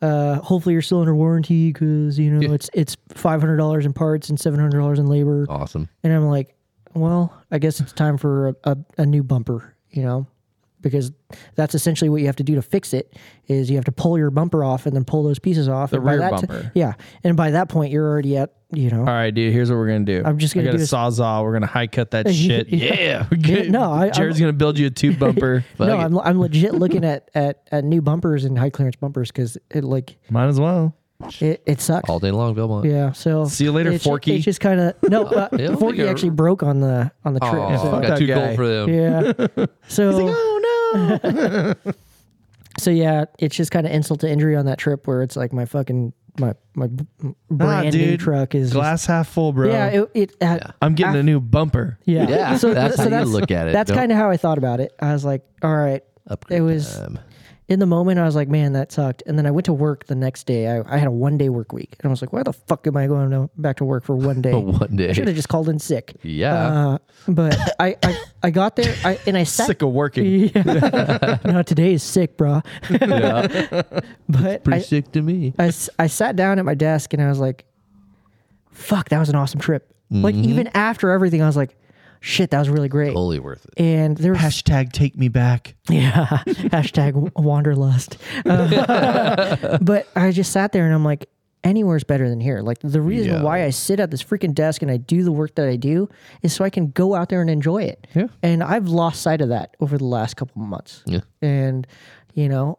A: uh, hopefully you're still under warranty because you know it's it's five hundred dollars in parts and seven hundred dollars in labor,
B: awesome.
A: and I'm like, well, I guess it's time for a, a, a new bumper, you know. because that's essentially what you have to do to fix it is you have to pull your bumper off and then pull those pieces off. The
C: rear
A: that ti-
C: bumper.
A: yeah, and by that point you're already at you know.
C: All right, dude. Here's what we're gonna do.
A: I'm just
C: I
A: gonna
C: got
A: do
C: a
A: this-
C: sawzall. We're gonna high cut that shit. Yeah.
A: Yeah, no, I-
C: Jared's gonna build you a
A: (laughs)
C: tube bumper.
A: no,
B: it.
A: I'm, I'm legit looking
C: (laughs)
A: at, at, at new bumpers and high clearance bumpers because it like
C: Might as well.
A: it, it sucks.
B: all day long, Belmont.
A: Yeah. So
C: See you later,
A: it's ju-
C: Forky.
A: it's just kind of
C: (laughs)
A: no. Uh,
B: don't
A: Forky
B: think I-
A: actually broke on the on the trip.
B: Aw,
A: so-
C: fuck
B: got
C: that
B: too
C: guy.
B: gold for them.
A: Yeah.
C: (laughs)
A: So
C: Oh no.
A: (laughs) so yeah, it's just kind of insult to injury on that trip where it's like my fucking my my b- brand new
C: Ah, dude.
A: truck is just-
C: Glass half full, bro.
A: yeah it, it uh,
C: I'm getting a new bumper.
A: yeah
B: Yeah, that's how you look at it.
A: That's
B: Don't-
A: kind of how I thought about it. I was like, all right.
B: Upgrade
A: it was
B: time.
A: in the moment. I was like, man, that sucked. And then I went to work the next day. I, I had a one day work week, and I was like, why the fuck am I going to, back to work for one day?
B: (laughs) One
A: (laughs)
B: day.
A: I should have just called in sick.
B: Yeah.
A: Uh, but I, I I got there I, and I sat
C: Sick of working.
A: Yeah. (laughs) no, today is sick, bro. (laughs) but
B: Pretty
A: I,
B: sick to me.
A: I s- I sat down at my desk and I was like, fuck, that was an awesome trip. Like, even after everything, I was like, shit, that was really great.
B: Totally worth it.
A: And there was,
C: Hashtag take me back.
A: yeah, (laughs) hashtag w- wanderlust. Uh, (laughs) but I just sat there and I'm like, anywhere's better than here. Like, the reason
B: Yeah.
A: why I sit at this freaking desk and I do the work that I do is so I can go out there and enjoy it.
B: Yeah.
A: And I've lost sight of that over the last couple of months
B: Yeah.
A: and you know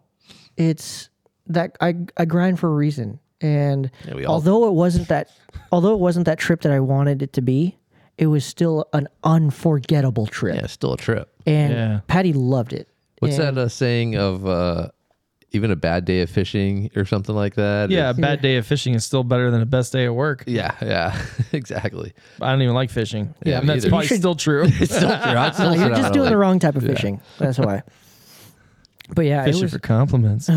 A: it's that i i grind for a reason and
B: Yeah, we all-
A: although it wasn't
B: (laughs)
A: that although it wasn't that trip that i wanted it to be it was still an unforgettable trip
B: Yeah. Still a trip.
A: and
C: Yeah.
A: patty loved it
B: What's
A: And-
B: that uh, saying of uh, even a bad day of fishing or something like that?
C: Yeah, a
B: is-
C: bad day of fishing is still better than a best day at work.
B: yeah. Yeah. (laughs) exactly.
C: I don't even like fishing.
B: Yeah,
C: and
B: me
C: that's
B: either.
C: probably
B: You should-
A: (laughs)
C: still true.
B: It's still true. I'd still sit
A: you're
B: out
A: just
B: on
A: doing
B: a
A: the
B: lake.
A: wrong type of fishing that's why but yeah it
C: fishing
A: was (laughs)
C: for compliments.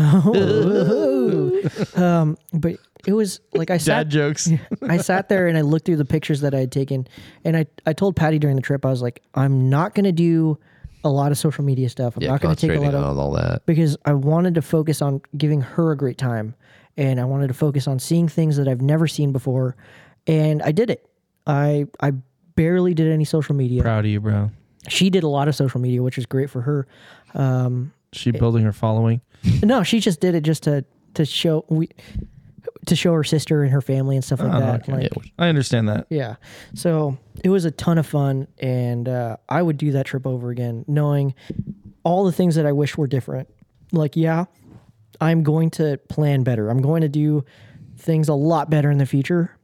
A: um but it was like i
C: Dad
A: said
C: jokes.
A: I sat there and I looked through the pictures that I had taken, and I I told Patty during the trip I was like, I'm not gonna do a lot of social media stuff. I'm
B: Yeah,
A: not gonna take a
B: concentrating
A: lot of
B: on all that.
A: because I wanted to focus on giving her a great time, and I wanted to focus on seeing things that I've never seen before, and I did it. I I barely did any social media.
C: Proud of you, bro.
A: She did a lot of social media, which is great for her. Um,
C: She building her following.
A: no, she just did it just to to show we to show her sister and her family and stuff like that.
C: okay.
A: Like,
C: I understand that.
A: Yeah. So it was a ton of fun. And uh, I would do that trip over again, knowing all the things that I wish were different. Like, yeah, I'm going to plan better. I'm going to do things a lot better in the future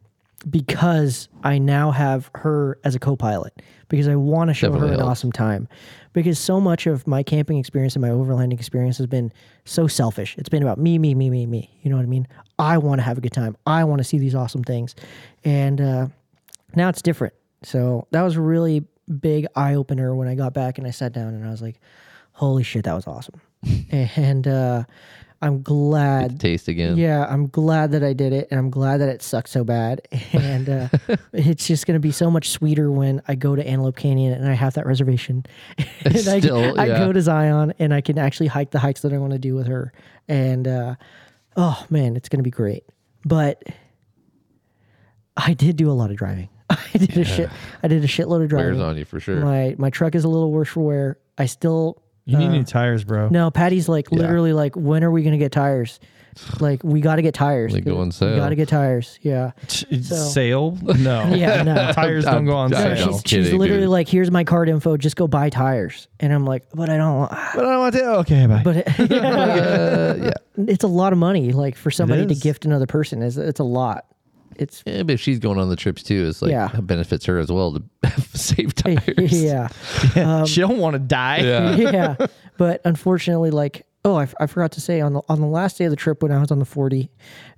A: because I now have her as a co pilot because I want to show her
B: Definitely
A: an
B: helps.
A: awesome time. Because so much of my camping experience and my overlanding experience has been so selfish. It's been about me, me, me, me, me. You know what I mean? I want to have a good time. I want to see these awesome things. And uh, now it's different. So that was a really big eye opener when I got back and I sat down and I was like, holy shit, that was awesome. and uh, I'm glad
B: Taste again.
A: yeah, I'm glad that I did it, and I'm glad that it sucked so bad. And
B: (laughs)
A: uh, it's just going to be so much sweeter when I go to Antelope Canyon and I have that reservation. (laughs) and I,
B: Still,
A: I
B: yeah.
A: go to Zion and I can actually hike the hikes that I want to do with her. And uh, oh man, it's going to be great. But I did do a lot of driving. (laughs) I did a shit. I did a shitload of
B: Wears
A: driving.
B: on you for sure.
A: My my truck is a little worse for wear. I still
C: You need new tires, bro.
A: Uh, no, Patty's like literally like, when are we gonna get tires? Like we got to get tires.
B: They go on sale.
A: We got to get tires. Yeah.
C: T-
A: So-
C: Sale? No.
A: (laughs) Yeah. No.
C: (laughs) Tires don't go on
B: I
A: No,
C: sale.
B: know.
A: she's, she's
B: Kidding,
A: literally
B: dude.
A: like, here's my card info. Just go buy tires. And I'm like, but I don't. want-"
C: But I don't want to. Okay, bye.
A: (laughs) But (laughs) it,
B: Uh, yeah.
A: it's a lot of money, like for somebody to
C: is.
A: gift another person. Is it's a lot.
B: (laughs)
A: It's
B: Yeah, but if she's going on the trips too, it's like
A: Yeah.
B: it benefits her as well to (laughs) save tires.
A: (laughs) yeah, um,
C: she don't want to die.
A: yeah. (laughs) But unfortunately, like, oh, I, f- I forgot to say on the on the last day of the trip when I was on the forty,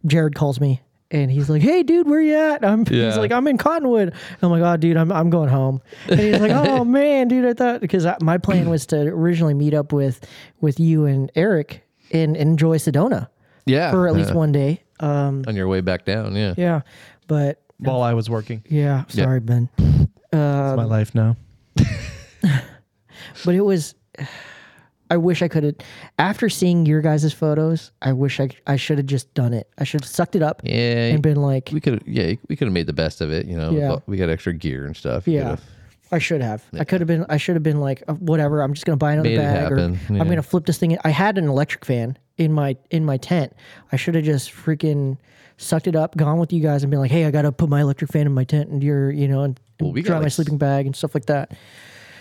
A: Jared calls me and he's like, "Hey, dude, where you at?" I'm he's
B: Yeah.
A: like, "I'm in Cottonwood." I'm like, "Oh, dude, I'm I'm going home." And he's like, "Oh man, dude, I thought because I, my plan was to originally meet up with with you and Eric and, and enjoy Sedona
B: Yeah.
A: for at least
B: Uh,
A: one day." Um,
B: on your way back down. Yeah.
A: yeah, but
C: (laughs) While I was working.
A: yeah, sorry, Ben. Um,
C: It's my life now.
A: but it was i wish i could have after seeing your guys' photos i wish i i should have just done it i should have sucked it up
B: Yeah.
A: and been like
B: we could yeah we could have made the best of it you know
A: Yeah.
B: we got extra gear and stuff You
A: Yeah.
B: could've-
A: I should have. I could have been. I should have been like, uh, whatever. I'm just gonna buy another
B: Made it
A: bag, or
B: happen, yeah.
A: I'm gonna flip this thing. in." I had an electric fan in my in my tent. I should have just freaking sucked it up, gone with you guys, and been like, hey, I gotta put my electric fan in my tent, and you're, you know, and
B: Well, we got,
A: dry my
B: like,
A: sleeping bag and stuff like that.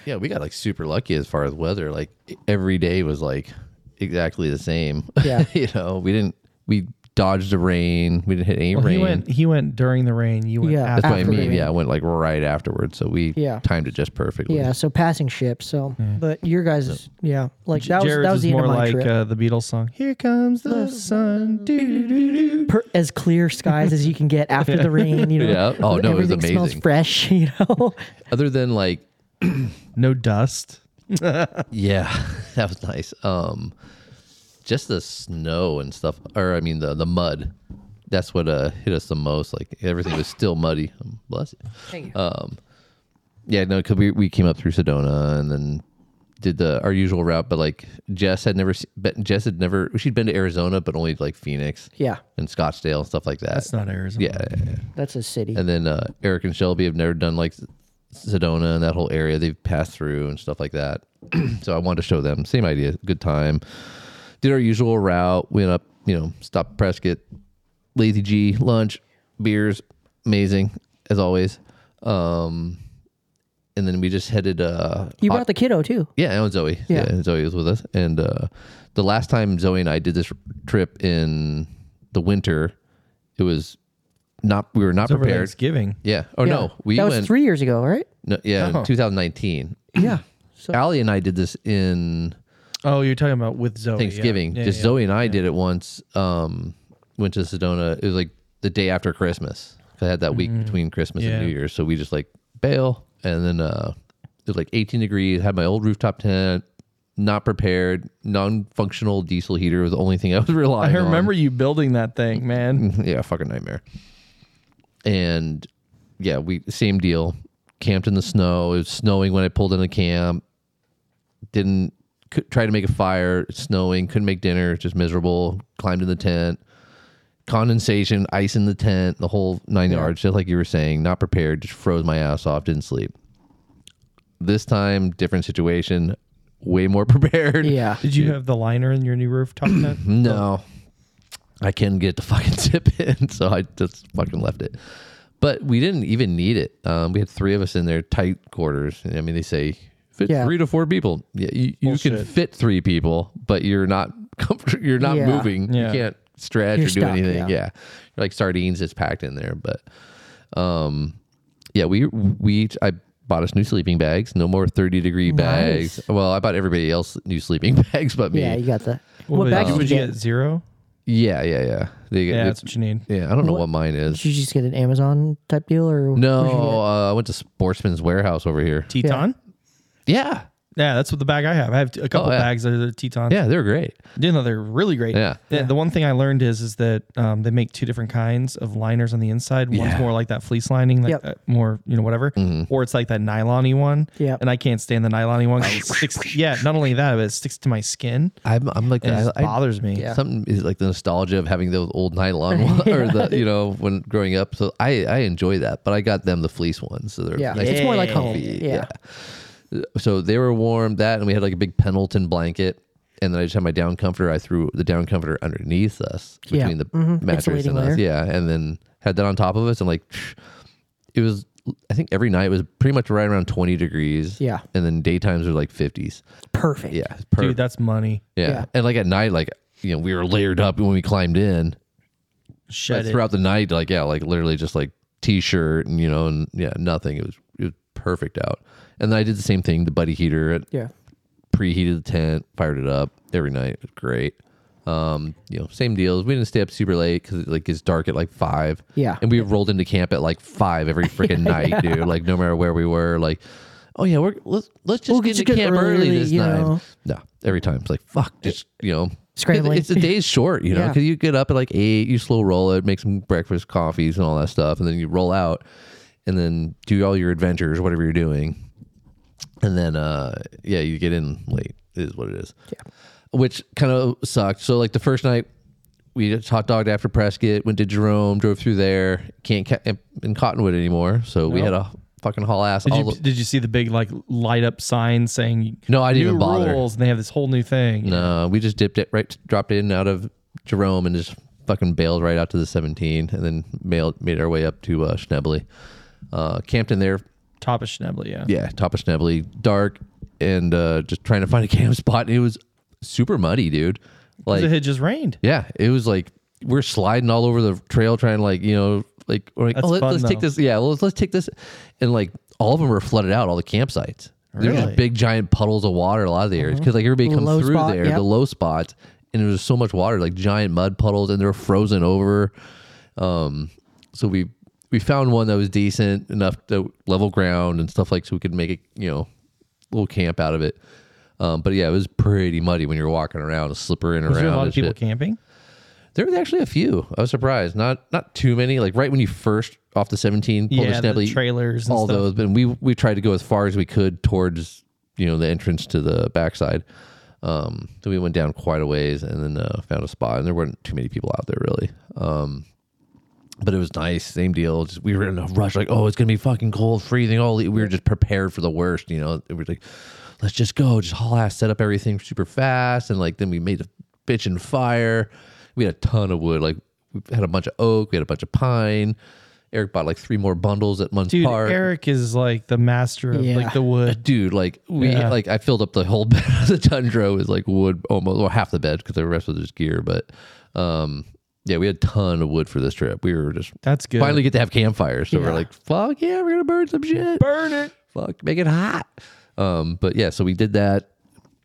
B: Yeah, we got like super lucky as far as weather. Like every day was like exactly the same.
A: Yeah.
B: (laughs) you know, we didn't we dodged the rain. We didn't hit any
C: He
B: rain.
C: went. He went during the rain. You went.
A: Yeah.
C: after.
B: That's what I
A: after the
B: mean.
A: rain.
B: Yeah, I went like right afterwards. So we
A: Yeah.
B: timed it just perfectly.
A: Yeah, so passing ships. So, but your guys, yeah, like that was
C: Jared's
A: that was
C: is
A: the end
C: more
A: of my
C: like
A: trip. Uh,
C: uh, the Beatles song. Here comes the sun. doo-doo-doo-doo.
A: per, as clear skies as you can get after
B: (laughs)
A: the rain. You know,
B: Yeah. Oh, no, it was
A: everything smells
B: amazing.
A: fresh. (laughs) You know,
B: Other than like
C: No dust.
B: Yeah, (laughs) that was nice. Um, just the snow and stuff, or I mean the the mud. That's what uh hit us the most. Like everything was still muddy. Um, Bless you. Um, yeah, no, because we we came up through Sedona and then did the our usual route, but like Jess had never, se- but Jess had never. She'd been to Arizona, but only like Phoenix
A: yeah,
B: and Scottsdale and stuff like that.
C: That's not Arizona.
B: yeah, yeah, yeah.
A: that's a city.
B: and then uh, Eric and Shelby have never done like Sedona and that whole area. They've passed through and stuff like that. (clears throat) so I wanted to show them. Same idea. Good time. Did our usual route. Went up. You know, stopped Prescott, Lazy G, lunch, beers, amazing as always. Um, and then we just headed. Uh,
A: you
B: Oc-
A: brought the kiddo too.
B: yeah, and Zoe. Yeah.
A: Yeah.
B: and Zoe was with us. And uh, the last time Zoe and I did this trip in the winter, it was not. We were not
C: It's over
B: prepared.
C: Thanksgiving.
B: Yeah. Oh
A: Yeah.
B: no, we
A: that
B: went.
A: was three years ago,
B: (laughs)
A: right?
B: No, yeah,
C: Oh.
B: in 2019. (clears throat)
A: Yeah. So
B: Allie and I did this in
C: Oh, you're talking about with Zoe. yeah.
B: Thanksgiving.
C: Yeah,
B: Just
C: yeah.
B: Zoe and I did it once. Um, went to Sedona. It was like the day after Christmas. 'Cause I had that week between Christmas
C: Mm. Yeah.
B: and New Year's, so we just like bail, and then uh, it was like 18 degrees. Had my old rooftop tent. Not prepared, non-functional diesel heater was the only thing I was relying
C: I
B: on.
C: remember you building that thing, man.
B: (laughs) yeah, fucking nightmare. And yeah, we same deal. Camped in the snow. It was snowing when I pulled into camp. Didn't could, try to make a fire. It's snowing. Couldn't make dinner. Just miserable. Climbed in the tent. Condensation, ice in the tent, the whole nine yards. Just like you were saying, not prepared. Just froze my ass off. Didn't sleep. This time, different situation. Way more (laughs) prepared.
A: yeah,
C: Did you have the liner in your new
B: (clears throat)
C: rooftop tent?
B: No, I couldn't get the (laughs) fucking tip in, so I just fucking left it. But we didn't even need it. Um, we had three of us in there, tight quarters. I mean, they say fit
A: Yeah.
B: three to four people. Yeah, you, you can
C: Bullshit.
B: fit three people, but you're not (laughs) comfort. You're not
A: Yeah.
B: moving.
C: Yeah.
B: You can't stretch
A: You're
B: or do
A: stuck,
B: anything.
A: yeah.
B: Yeah, You're like sardines is packed in there. But um, yeah, we we each- I bought us new sleeping bags. No more thirty degree
A: Nice.
B: bags. Well, I bought everybody else new sleeping (laughs) bags, but me.
A: yeah, you got that. What,
C: would
A: bags
C: you,
A: did you get?
C: get? Zero?
B: Yeah, yeah, yeah. They,
C: Yeah,
B: it's,
C: that's what you need.
B: yeah, I don't know
A: What-
B: what mine
A: Did
B: is.
A: you just get an Amazon type deal or where'd you get
B: No,
A: it?
B: uh, I went to Sportsman's Warehouse over here.
C: Teton?
B: Yeah,
C: Yeah, that's what the bag I have. I have a couple
B: Oh, yeah.
C: bags that are Teton.
B: yeah, they're great.
C: You know, they're really great.
B: Yeah.
C: The, the one thing I learned is is that um, they make two different kinds of liners on the inside. One's
B: Yeah. Mm-hmm.
C: more like that fleece lining, like
A: Yep.
C: that more, you know, whatever. Or it's like that nylon-y one.
A: Yep.
C: And I can't stand the nylon-y
B: (laughs)
C: one. 'cause it sticks, yeah, not only that, but it sticks to my skin
B: I'm, I'm like,
C: and it
B: I,
C: just
B: I-
C: bothers me.
A: Yeah.
B: something is like the nostalgia of having those old
A: (laughs)
B: nylon one, or the, you know, when growing up. So I, I enjoy that, but I got them the fleece ones, so they're
A: Yeah,
B: nice
A: it's
B: and
A: more like home.
B: comfy.
A: Yeah,
B: So they were warm. That, and we had like a big Pendleton blanket. And then I just had my down comforter. I threw the down comforter underneath us
A: Yeah.
B: between the
A: Mhm.
B: mattress
A: Insulating
B: and us.
A: layer.
B: Yeah, and then had that on top of us, and like it was. I think every night was pretty much right around twenty degrees.
A: Yeah.
B: and then daytimes were like fifties.
A: perfect.
B: Yeah, it's perfect.
C: Dude, that's money.
B: yeah.
A: yeah.
B: and like at night, like you know, we were layered up when we climbed in.
C: Shut
B: But
C: it.
B: throughout the night, like yeah, like literally just like t-shirt and you know, and yeah, nothing. It was it was perfect out. And then I did the same thing, the buddy heater at
A: yeah.
B: preheated the tent, fired it up every night. It was great. Um, you know, same deals. We didn't stay up super late because it like gets dark at like five.
A: Yeah.
B: and we rolled into camp at like five
A: (laughs)
B: every freaking night, dude. Like no matter where we were, like, oh yeah, we're let's let's just
A: We'll
B: get
A: just
B: into
A: get
B: camp early,
A: early,
B: this
A: you
B: time.
A: know.
B: No, every time it's like fuck, just you know. 'cause
A: Scrambling.
B: It's the day's short, you know,
A: Yeah.
B: because you get up at like eight, you slow roll it, make some breakfast, coffees, and all that stuff, and then you roll out, and then do all your adventures, whatever you're doing, and then uh yeah you get in late is what it is yeah which kind of sucked so like the first night we just hot dogged after prescott went to jerome drove through there can't ca- in cottonwood anymore so we had a fucking haul ass.
C: Did
B: all
C: you,
B: the-
C: did you see the big like light up sign saying
B: No, I didn't
C: new
B: even bother.
C: rules and they have this whole new thing?
B: No, uh, we just dipped it right, dropped in out of Jerome and just fucking bailed right out to the 17 and then mailed, made our way up to uh, Schnebly. Uh, camped in there,
C: Top of Schnebly, yeah.
B: yeah, top of Schnebly, dark and uh, just trying to find a camp (laughs) spot. It was super muddy, dude. Like,
C: it had just rained.
B: yeah, it was like we're sliding all over the trail trying to like, you know, like, we're like
C: That's
B: oh, let,
C: fun,
B: us take
C: though.
B: this. Yeah, let's, let's take this. And like all of them were flooded out, all the campsites. There were
C: Really? Uh-huh.
B: just big giant puddles of water a lot of the areas because like everybody
A: The
B: comes
A: low
B: through
A: spot,
B: there,
A: yep.
B: the low spots, and there was so much water, like giant mud puddles, and they were frozen over. Um, so we we found one that was decent enough to level ground and stuff like so we could make it, you know, little camp out of it. Um, but yeah, it was pretty muddy when you were walking around, slippering
C: Was
B: around.
C: there a lot
B: and
C: of people
B: shit.
C: camping?
B: There was actually a few. I was surprised. Not not too many. Like right when you first off the seventeen, pulled
C: Yeah,
B: the,
C: the
B: Snebly,
C: trailers and
B: all
C: stuff.
B: those. But we we tried to go as far as we could towards you know the entrance to the backside. Um, so we went down quite a ways and then uh, found a spot, and there weren't too many people out there really. Um, but it was nice. Same deal. Just, we were in a rush, like oh, it's gonna be fucking cold, freezing. All we were just prepared for the worst. You know, it was like let's just go, just haul ass, set up everything super fast, and like then we made a bitchin' fire. We had a ton of wood. Like we had a bunch of oak, we had a bunch of pine. Eric bought like three more bundles at Mun's
C: Dude,
B: Park
C: Eric is like the master of
A: Yeah.
C: like the wood.
B: dude like we
C: Yeah.
B: like i filled up the whole (laughs) bed of the tundra with like wood almost well half the bed because the rest was just gear but um yeah we had a ton of wood for this trip we were just
C: That's good.
B: finally get to have campfires so
A: Yeah.
B: we're like fuck yeah we're gonna burn some shit
C: burn it.
B: fuck make it hot um but yeah so we did that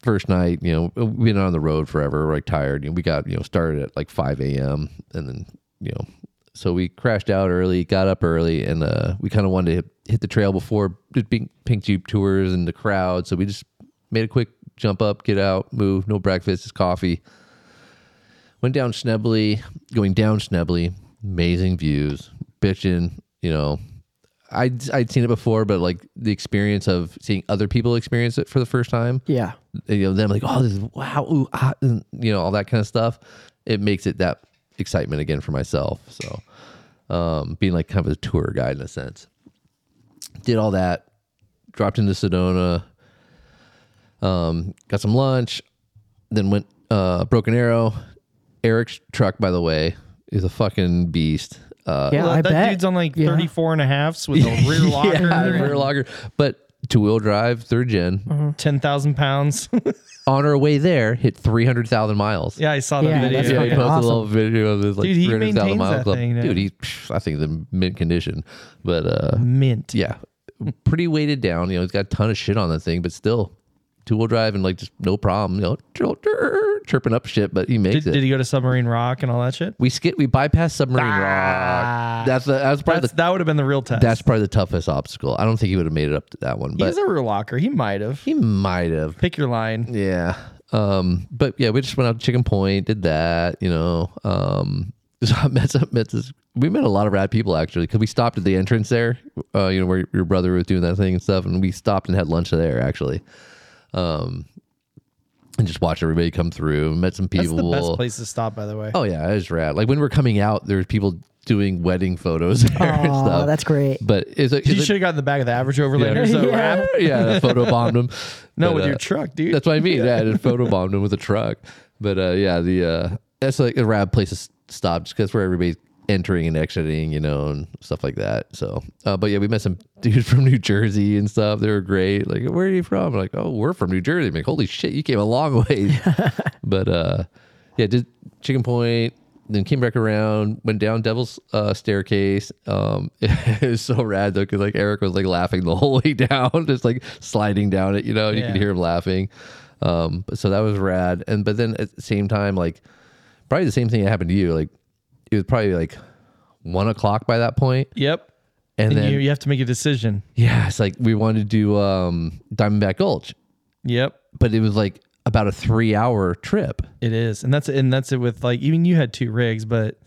B: first night you know we've been on the road forever we're like tired and we got you know started at like 5 a.m and then you know so we crashed out early got up early and uh we kind of wanted to hit, hit the trail before just being pink jeep tours and the crowd so we just made a quick jump up get out move no breakfast just coffee went down Schnebly, going down Schnebly, amazing views, bitching, you know. I'd, I'd seen it before, but like the experience of seeing other people experience it for the first time,
A: Yeah.
B: you know, them like, oh, this is wow, ooh, ah, and, you know, all that kind of stuff. It makes it that excitement again for myself. So, um, being like kind of a tour guide in a sense. Did all that, dropped into Sedona, um, got some lunch, then went uh, Broken Arrow. Eric's truck, by the way, is a fucking beast. Uh,
A: Yeah, I
C: that
A: bet. (laughs)
C: dude's on like
A: Yeah.
C: 34 and a
B: (laughs)
C: halfs with a rear locker,
B: yeah, rear locker, but two wheel drive, third general
C: and 10,000 pounds. (laughs)
B: On our way there, hit three hundred thousand miles.
C: yeah, I saw that
A: Yeah,
C: video.
A: that's
B: yeah, he
A: fucking
B: posted
A: awesome.
B: a little video of this like
C: Dude, he
B: 300,000
C: maintains
B: mile
C: that
B: club.
C: thing, yeah.
B: Dude, he, pff, I think, the mint condition, but uh,
C: Mint.
B: yeah, pretty weighted down. You know, he's got a ton of shit on that thing, but still, two wheel drive and like just no problem. You know, chir- chir- chirping up shit, but he makes
C: Did,
B: it.
C: did he go to Submarine Rock and all that shit?
B: we skip, we bypass submarine rock. That's the, that's probably
C: That's,
B: the
C: that would have been the real test.
B: that's probably the toughest obstacle. I don't think he would have made it up to that one, but
C: He's a rear locker. He might have.
B: he might have.
C: Pick your line.
B: Yeah. Um, but yeah, we just went out to Chicken Point, did that, you know. Um, (laughs) so I met some, met this, we met a lot of rad people actually because we stopped at the entrance there, uh, you know, where your brother was doing that thing and stuff, and we stopped and had lunch there actually. Um, and just watched everybody come through, met some
C: That's
B: people.
C: the best place to stop, by the way.
B: Oh yeah, it was rad. Like when we were coming out, there was people doing wedding photos (laughs) there and
A: Oh,
B: stuff.
A: that's great.
B: but it's a,
C: you
B: it's
C: should
B: a
C: have gotten the back of the average
B: (laughs)
C: overlay.
B: Yeah.
C: There's a
A: Yeah.
C: wrap.
B: yeah, photo bombed them.
C: No,
B: But,
C: with
B: uh,
C: your truck, dude.
B: that's what I mean. Yeah, I just photobombed him with a truck. But uh, yeah, the uh, that's like a rad place to s- stop just because where everybody's entering and exiting, you know, and stuff like that. So, uh, but yeah, we met some (laughs) dudes from New Jersey and stuff. They were great. Like, where are you from? like, oh, we're from New Jersey. I'm like, holy shit, you came a long way. but uh, yeah, did Chicken Point. Then came back around, went down Devil's uh, Staircase. Um, (laughs) it was so rad though, because like Eric was like laughing the (laughs) whole way down, just like sliding down it. You know, you could
C: Yeah.
B: hear him laughing. Um, but so that was rad. And but then at the same time, like probably the same thing that happened to you. Like it was probably like one o'clock by that point,
C: Yep.
B: and,
C: And
B: then
C: you, you have to make a decision.
B: (laughs) yeah, it's like we wanted to do um, Diamondback Gulch,
C: Yep.
B: but it was like about a three-hour trip.
C: It is, and that's and that's it with like even you had two rigs, but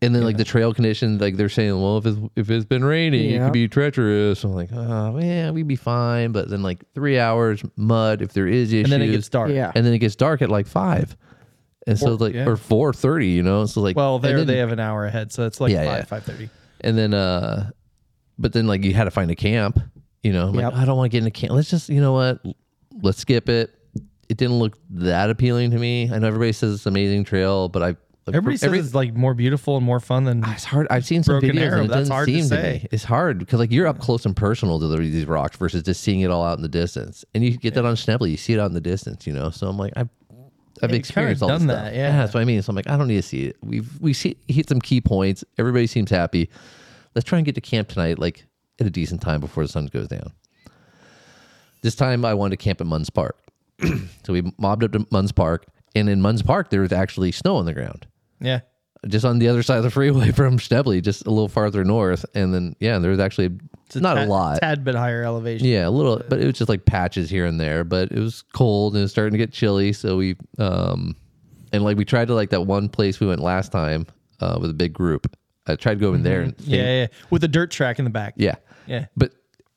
B: And then like the trail conditions, like they're saying, well, if it's, if it's been raining, it
A: Yeah.
B: could be treacherous. I'm like, oh yeah, we'd be fine. But then like three hours mud, if there is issues,
C: and then it gets dark.
A: Yeah.
B: and then it gets dark at like five, and so like
C: yeah.
B: or four thirty, you know. So like,
C: Well,
B: and
C: there
B: then-
C: they have an hour ahead, so it's like
B: Yeah,
C: five
B: yeah.
C: five thirty.
B: and then uh but then like you had to find a camp. You know, I'm
A: Yep.
B: like I don't want to get in a camp. Let's just you know what, let's skip it. It didn't look that appealing to me. I know everybody says it's an amazing trail, but I
C: Everybody says
B: every-
C: it's like more beautiful and more fun than
B: Ah, it's hard. I've seen some
C: Mm. Broken
B: videos
C: Arrow,
B: and it
C: that's
B: doesn't
C: hard to
B: seem to,
C: say.
B: me. It's hard because like you're up close and personal to the, these rocks versus just seeing it all out in the distance. And you get that on Schneble, you see it out in the distance, you know. So I'm like, I've I've
C: you've
B: experienced all
C: kinda
B: this
C: done
B: stuff.
C: that, yeah.
B: that's what I mean. So I'm like, I don't need to see it. We've we see hit some key points. Everybody seems happy. Let's try and get to camp tonight, like at a decent time before the sun goes down. This time I wanted to camp at Munns Park. (clears throat) so we mobbed up to Munns Park, and in Munns Park there was actually snow on the ground
C: yeah.
B: just on the other side of the freeway (laughs) from Stebley, just a little farther north. And then, yeah, there was actually not a
C: Tad-
B: lot.
C: Tad bit higher elevation.
B: Yeah, a little, but it was just like patches here and there. But it was cold and it was starting to get chilly. So we, um, and like we tried to like that one place we went last time uh, with a big group. I tried going there and
C: Mm-hmm. Yeah, yeah, yeah. With a dirt track in the back.
B: yeah,
C: Yeah.
B: But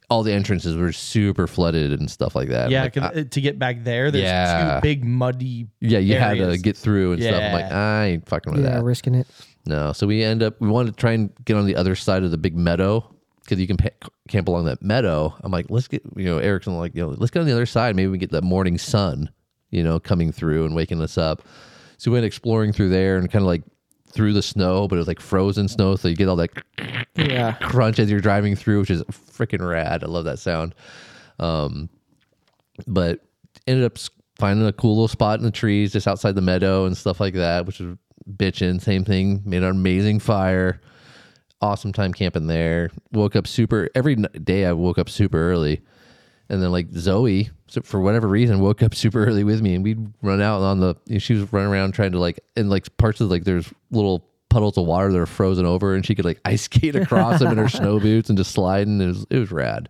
B: all the entrances were super flooded and stuff like that. I'm
C: Yeah,
B: like,
C: 'cause, uh, to get back there, there's
B: Yeah.
C: two big muddy.
B: yeah, you had to
C: areas.
B: get through and stuff. I'm like,
C: Yeah.
B: I ain't fucking with
A: Yeah,
B: that.
A: risking it.
B: No. So we end up, we wanted to try and get on the other side of the big meadow because you can pa- camp along that meadow. I'm like, let's get, you know, Eric's like, you know, let's get on the other side. Maybe we get that morning sun, you know, coming through and waking us up. So we went exploring through there and kind of like through the snow, but it was like frozen snow. So you get all that
A: Yeah.
B: crunch as you're driving through, which is freaking rad. I love that sound. Um, but ended up s- finding a cool little spot in the trees just outside the meadow and stuff like that, which was bitching. Same thing, made an amazing fire. Awesome time camping there. Woke up super every n- day. I woke up super early, and then like Zoe, so for whatever reason, woke up (laughs) super early with me, and we'd run out on the. you know, she was running around trying to like and like parts of like there's little puddles of water that are frozen over, and she could like (laughs) ice skate across them in her snow boots and just sliding. It was it was rad.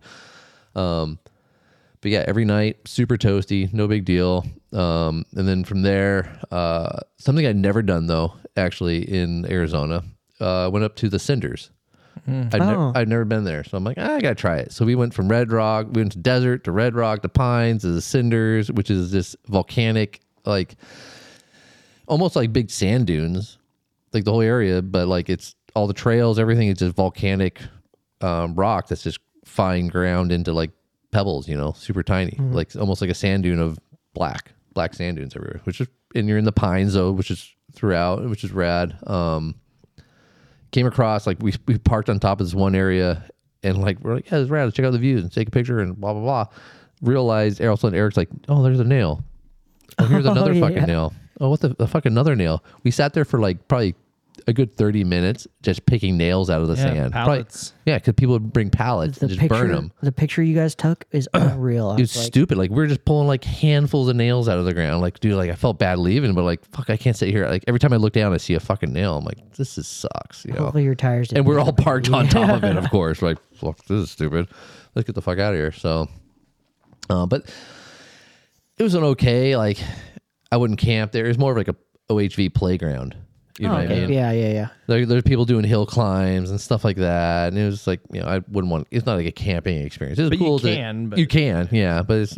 B: But yeah, every night, super toasty, no big deal. Um, and then from there, uh, something I'd never done though, actually in Arizona, uh, I went up to the Cinders. I'd, nev-
A: Oh.
B: I'd never been there, so I'm like, "Ah, I gotta try it. So we went from Red Rock, we went to desert to Red Rock to Pines to the Cinders, which is this volcanic, like almost like big sand dunes, like the whole area, but like it's all the trails, everything is just volcanic um, rock that's just fine ground into like pebbles, you know, super tiny, like almost like a sand dune of black, black sand dunes everywhere, which is, and you're in the pine zone, which is throughout, which is rad. Um, came across like we, we parked on top of this one area and like we're like yeah it's rad let's check out the views and take a picture and blah blah blah realized all of a sudden Eric's like oh there's a nail oh here's another
A: yeah.
B: fucking nail oh what the, the fuck another nail we sat there for like probably a good 30 minutes just picking nails out of the
C: Yeah,
B: sand
C: pallets.
B: Probably, yeah because people would bring pallets
A: The
B: and just
A: picture,
B: burn them
A: the picture you guys took
B: (clears throat)
A: is unreal. I
B: it was
A: was like,
B: stupid. Like we were just pulling like handfuls of nails out of the ground. Like, dude, like I felt bad leaving, but like, fuck, I can't sit here. Like every time I look down, I see a fucking nail. I'm like, this is sucks. You know?
A: hopefully your tires.
B: and
A: didn't
B: we're
A: break. (laughs)
B: all parked on top of it, of course. Like, fuck, this is stupid. Let's get the fuck out of here. So, uh, but it was an okay. Like, I wouldn't camp there. It was more of like a OHV playground. You know what I
A: Okay,
B: mean?
A: Yeah, yeah, yeah.
B: There, there's people doing hill climbs and stuff like that, and it was like you know I wouldn't want. It's not like a camping experience. It's
C: But you
B: cool. to-
C: can, but-
B: you can, yeah, but it's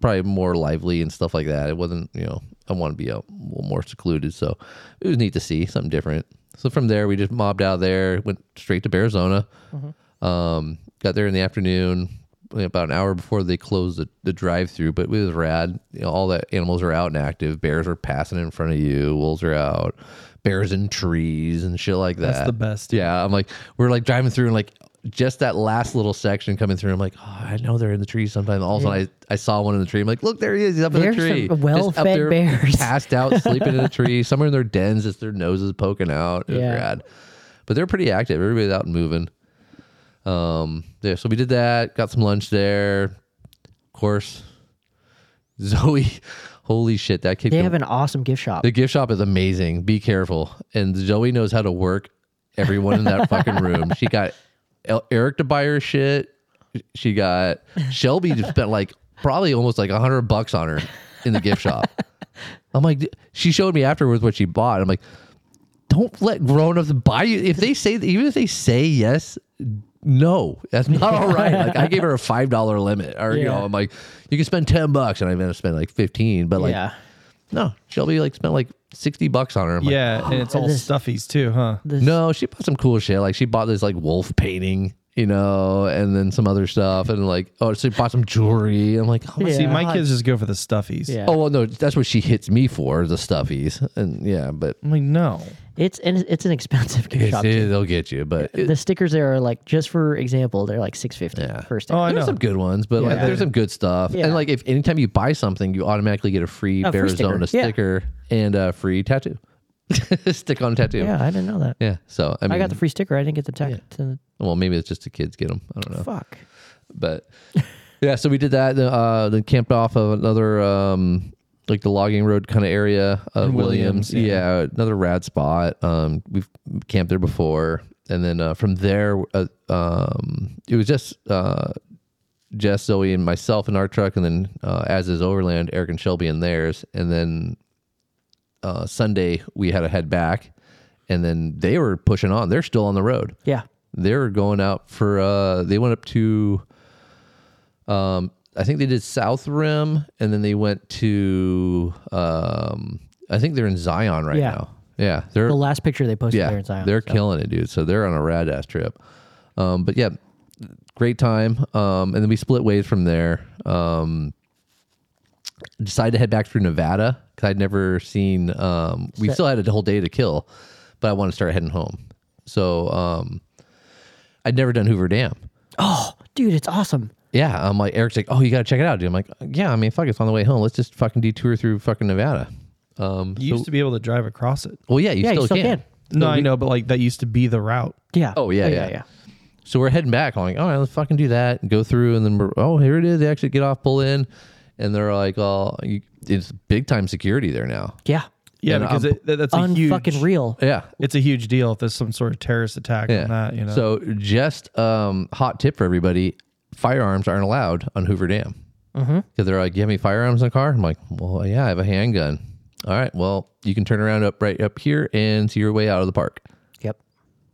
B: probably more lively and stuff like that. It wasn't you know I want to be out a little more secluded, so it was neat to see something different. So from there we just mobbed out there, went straight to Arizona. Um, got there in the afternoon, about an hour before they closed the, the drive through, but it was rad. You know, all the animals are out and active. Bears are passing in front of you. Wolves are out. Bears in trees and shit like that.
C: That's the best.
B: Yeah, I'm like, we're like driving through and like just that last little section coming through. I'm like, oh, I know they're in the trees sometimes. All of a sudden, I, I saw one in the tree. I'm like, look, there he is. He's up
A: There's
B: in the tree.
A: some
B: Just up
A: well-fed
B: there,
A: bears.
B: (laughs) Passed out, sleeping in
A: (laughs)
B: a tree. Somewhere in their dens, it's their noses poking out. It was
A: Yeah.
B: rad. But they're pretty active. Everybody's out and moving. Um, yeah, so we did that, got some lunch there. Of course, (laughs) Zoe, holy shit, that kid
A: They
B: can
A: have an awesome gift shop.
B: the gift shop is amazing. Be careful. And Zoe knows how to work everyone in that fucking room. She got El- Eric to buy her shit. She got Shelby to spent like probably almost like a hundred bucks on her in the gift shop. I'm like, "D- she showed me afterwards what she bought. I'm like, don't let grown ups buy you. If they say, even if they say yes, no, that's not all right. Like I gave her a five dollar limit, or you
A: Yeah.
B: know, I'm like, you can spend ten bucks, and I ended up spending like fifteen. But like,
A: yeah.
B: no, Shelby like spent like sixty bucks on her. I'm like, (gasps)
C: Yeah, and it's all
A: This-
C: stuffies too, huh?
A: This-
B: no, she bought some cool shit. Like she bought this like wolf painting. you know, and then some other stuff, and like, oh, so you bought some jewelry. I'm like, oh, my-
C: See,
A: Yeah.
C: my kids just go for the stuffies.
A: Yeah.
B: oh, well, no, that's what she hits me for the stuffies, and yeah, but
C: I'm like, no.
A: It's and it's an expensive gift
B: it's,
A: shop.
B: it,
A: too.
B: they'll get you. But it-
A: the stickers there are like just for example, they're like six fifty
B: Yeah.
A: for a sticker.
C: Oh, I
B: there's
C: know.
B: some good ones, but like,
C: Yeah.
B: there's some good stuff.
A: Yeah.
B: And like, if anytime you buy something, you automatically get a free
A: A free
B: Arizona
A: sticker. Yeah.
B: sticker, and a free tattoo, (laughs) stick on tattoo.
A: yeah, I didn't know that.
B: Yeah, So I mean,
A: I got the free sticker. I didn't get the tech to
B: well, maybe it's just the kids get them. I don't know.
A: fuck.
B: but (laughs) yeah, so we did that. Then, uh, then camped off of another um, like the logging road kind of area of
C: In
B: Williams.
C: Williams,
B: yeah. another rad spot. Um, we've camped there before, and then uh, from there, uh, um, it was just uh, Jess, Zoe, and myself in our truck, and then uh, as is Overland, Eric and Shelby in theirs, and then uh, Sunday we had to head back, and then they were pushing on. They're still on the road
A: Yeah.
B: they were going out for uh they went up to um I think they did South Rim and then they went to um I think they're in Zion right
A: Yeah.
B: now. Yeah. They're
A: The last picture they posted
B: er, yeah,
A: there in Zion.
B: they're
A: so.
B: killing it, dude. So they're on a rad ass trip. Um, but yeah, great time. Um, and then we split ways from there. Um, decided to head back through Nevada because I'd never seen. Um, we still had a whole day to kill, but I wanted to start heading home. So um, I'd never done Hoover Dam.
A: Oh, dude, it's awesome.
B: Yeah, I'm like Eric's like, oh, you gotta check it out, dude. I'm like, yeah, I mean, fuck, it's on the way home. Let's just fucking detour through fucking Nevada. Um,
C: You used to be able to drive across it.
B: well, yeah, you
A: yeah,
B: still
A: you still can.
B: can.
C: No, I know, but like that used to be the route.
A: Yeah.
B: Oh, yeah, yeah. So we're heading back. I'm like, all right, let's fucking do that. And go through, and then we're, oh, here it is. They actually get off, pull in, and they're like, oh, you, it's big time security there now.
A: Yeah.
C: Yeah,
B: And
C: because
B: I'm-
C: it, that- that's a huge.
A: Unfucking real.
B: Yeah.
C: It's a huge deal if there's some sort of terrorist attack
B: Yeah.
C: on that. You know.
B: So just um, hot tip for everybody: firearms aren't allowed on Hoover Dam because
C: Mm-hmm.
B: they're like, "You have any firearms in the car?" I'm like, "Well, yeah, I have a handgun." All right, well, you can turn around up right up here and see your way out of the park.
A: Yep.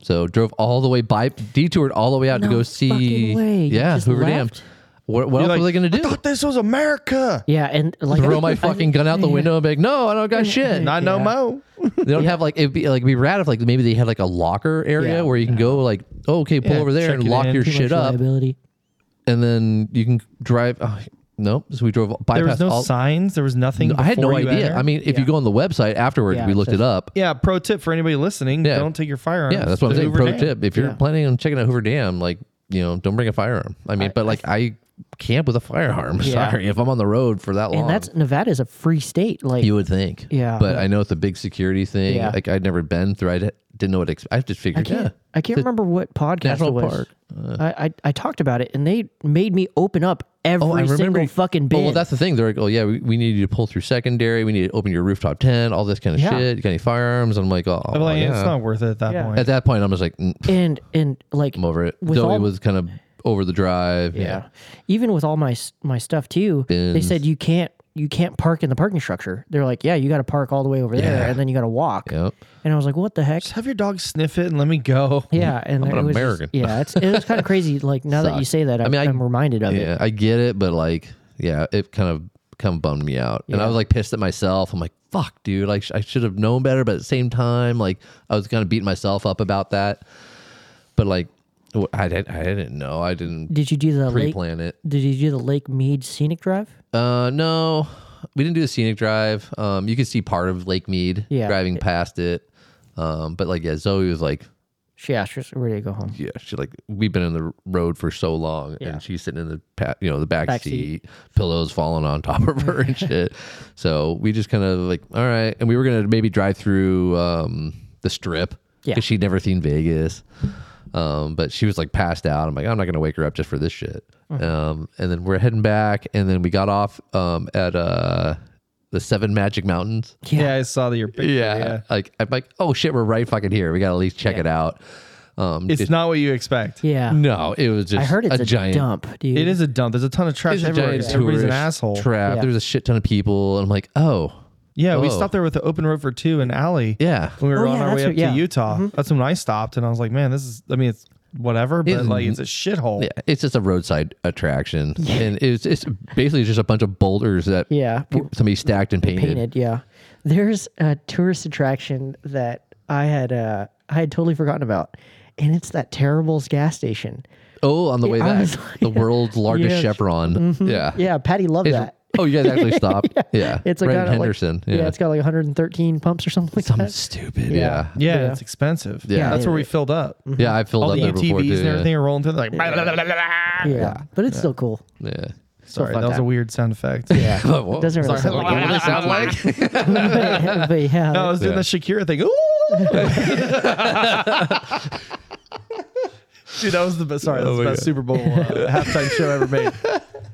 B: So drove all the way by, detoured all the way out to
A: No
B: go see.
A: fucking way. You
B: Yeah,
A: just
B: Hoover
A: left?
B: Dam. What, what else
C: You're
B: were they
C: like,
B: going to
D: I
B: do?
D: thought this was America.
A: Yeah, and like (laughs)
B: throw my fucking gun out the window and be like, no, I don't got shit.
C: not no
A: Yeah.
C: mo.
B: they don't have like it'd be like it'd be rad if like maybe they had like a locker area
A: Yeah.
B: where you can go like, oh, okay, pull
C: Yeah,
B: over there
C: check
B: and
C: it
B: lock
C: in.
B: your
C: Too
B: shit up,
A: Liability.
B: and then you can drive. Oh, nope. So we drove bypass.
C: There was no
B: all,
C: signs. There was nothing.
B: I had no
C: before you
B: idea.
C: enter.
B: I mean, if you go on the website afterwards,
A: Yeah,
B: we
A: it
B: looked
A: says-
B: it up.
C: yeah. Pro tip for anybody listening:
B: Yeah.
C: don't take your firearms.
B: Yeah, that's what I'm
C: to
B: saying.
C: Hoover
B: Pro
C: Dam.
B: tip: if you're
A: Yeah.
B: planning on checking out Hoover Dam, like you know, don't bring a firearm. I mean,
A: I-
B: but like I, camp with a firearm. (laughs)
A: Yeah.
B: Sorry, if I'm on the road for that long,
A: And that's Nevada's a free state. Like
B: You would think.
A: Yeah.
B: But I know it's a big security thing.
A: Yeah.
B: Like I'd never been through. I didn't know what. Ex- I just
A: I
B: figured.
A: can't
B: Yeah.
A: I can't remember what podcast
B: National
A: it was.
B: Park. Uh.
A: I, I I talked about it and they made me open up every single fucking bin.
B: Oh, well, that's the thing. They're like, oh yeah, we, we need you to pull through secondary. We need to open your rooftop tent. All this kind of
A: Yeah.
B: shit. You got any firearms? I'm like, oh,
C: I'm like,
B: yeah.
C: it's not worth it at that
A: Yeah.
C: point.
B: At that point, I'm just like, mm,
A: and and like
B: I'm over it.
A: With
B: Zoe
A: all-
B: was kind of over the drive. Yeah.
A: yeah. Even with all my s- my stuff too, they
B: Bins.
A: said you can't you can't park in the parking structure. They're like, yeah, you got to park all the way over there,
B: Yeah.
A: and then you got to walk.
B: Yep.
A: And I was like, what the heck?
C: Just have your dog sniff it and let me go.
A: Yeah, and
B: I'm an
A: it was just-
B: American.
A: yeah, it's it was kind of
B: (laughs)
A: crazy. Like now that you
B: Sucks.
A: say that, I,
B: mean, I-
A: am reminded of it.
B: Yeah. I get it, but like, yeah, it kind of kind of bummed me out, and I
A: Yeah.
B: was like pissed at myself. I'm like, fuck, dude. Like I should have known better, but at the same time, like I was kind of beating myself up about that. But like, w- I didn't. I didn't know. I didn't
A: Did you do the lake?
B: pre-plan it.
A: Did you do the Lake Mead Scenic Drive?
B: Uh, no, we didn't do a scenic drive. Um, you could see part of Lake Mead
A: Yeah.
B: driving past it. Um, but like, yeah, Zoe was like,
A: She asked us, "Ready to go home?"
B: yeah, she like, we've been on the road for so long, and she's sitting in the pa- you know the back,
A: Back
B: seat,
A: seat.
B: pillows falling on top of her
A: (laughs)
B: and shit. So we just kind of like, all right, and we were gonna maybe drive through um the strip
A: Yeah.
B: because she'd never seen Vegas. Um, but she was like passed out. I'm like, I'm not gonna wake her up just for this shit.
A: Mm-hmm.
B: Um, and then we're heading back, and then we got off um at uh the Seven Magic Mountains.
C: Yeah, I saw that your picture. Yeah,
B: like I'm like, oh shit, we're right fucking here. We gotta at least check it out. Um,
C: it's
B: just-
C: not what you expect.
A: Yeah,
B: no, it was just
A: I heard it's
B: a,
A: a,
B: giant
A: dump, dude.
C: It is a dump. There's a ton of trash
B: It's a
C: everywhere.
B: giant
C: 'cause Everybody's an
B: tourist
C: asshole.
B: trap.
A: Yeah.
B: There's a shit ton of people, and I'm like, oh,
C: yeah, we
B: Whoa.
C: stopped there with the open road for two and alley.
B: yeah.
C: when we were
A: Oh,
C: on
A: yeah,
C: our way
A: that's
C: up
A: right, yeah.
C: to Utah. That's when I stopped, and I was like, man, this is. I mean, it's whatever, but
B: It's-
C: like, it's a shithole.
B: Mm-hmm. Yeah, it's just a roadside attraction, and it's it's basically just a bunch of boulders that
A: Yeah.
B: pe- somebody stacked and painted.
A: painted. Yeah, there's a tourist attraction that I had uh, I had totally forgotten about, and it's that terrible gas station
B: Oh, on the way
A: I
B: back,
A: was like- (laughs)
B: the world's largest
A: Yeah. Mm-hmm.
B: chevron. Yeah,
A: Yeah, Patty loved
B: It's-
A: that.
B: oh, you guys
A: (laughs)
B: actually stopped. yeah.
A: It's like
B: right in
A: got, like-
B: Henderson.
A: yeah.
B: yeah,
A: it's got like 113 pumps or something like
B: something
A: that.
B: stupid.
A: Yeah.
B: Yeah, yeah,
C: Yeah,
A: Yeah. Mm-hmm.
C: it's expensive.
B: Yeah.
C: that's where we filled up.
B: I filled
C: All
B: up
C: the
B: there before too.
C: ATVs and
B: yeah.
C: everything are rolling through. Like,
A: Yeah, but it's still cool.
B: Yeah. (laughs)
C: sorry,
A: fuck
C: that was
A: that.
C: a weird sound effect.
A: Yeah,
B: Whoa.
A: doesn't really
B: Sorry,
A: sound
B: like, what does it sound
A: (laughs)
B: like?
A: but, but yeah,
C: No, (laughs) I was doing
B: Yeah.
C: the Shakira thing. Ooh! (laughs) Dude, that was the best. Sorry, that was
B: Oh
C: the
B: my
C: best
B: God.
C: Super
B: (laughs)
C: Bowl uh, halftime show ever made.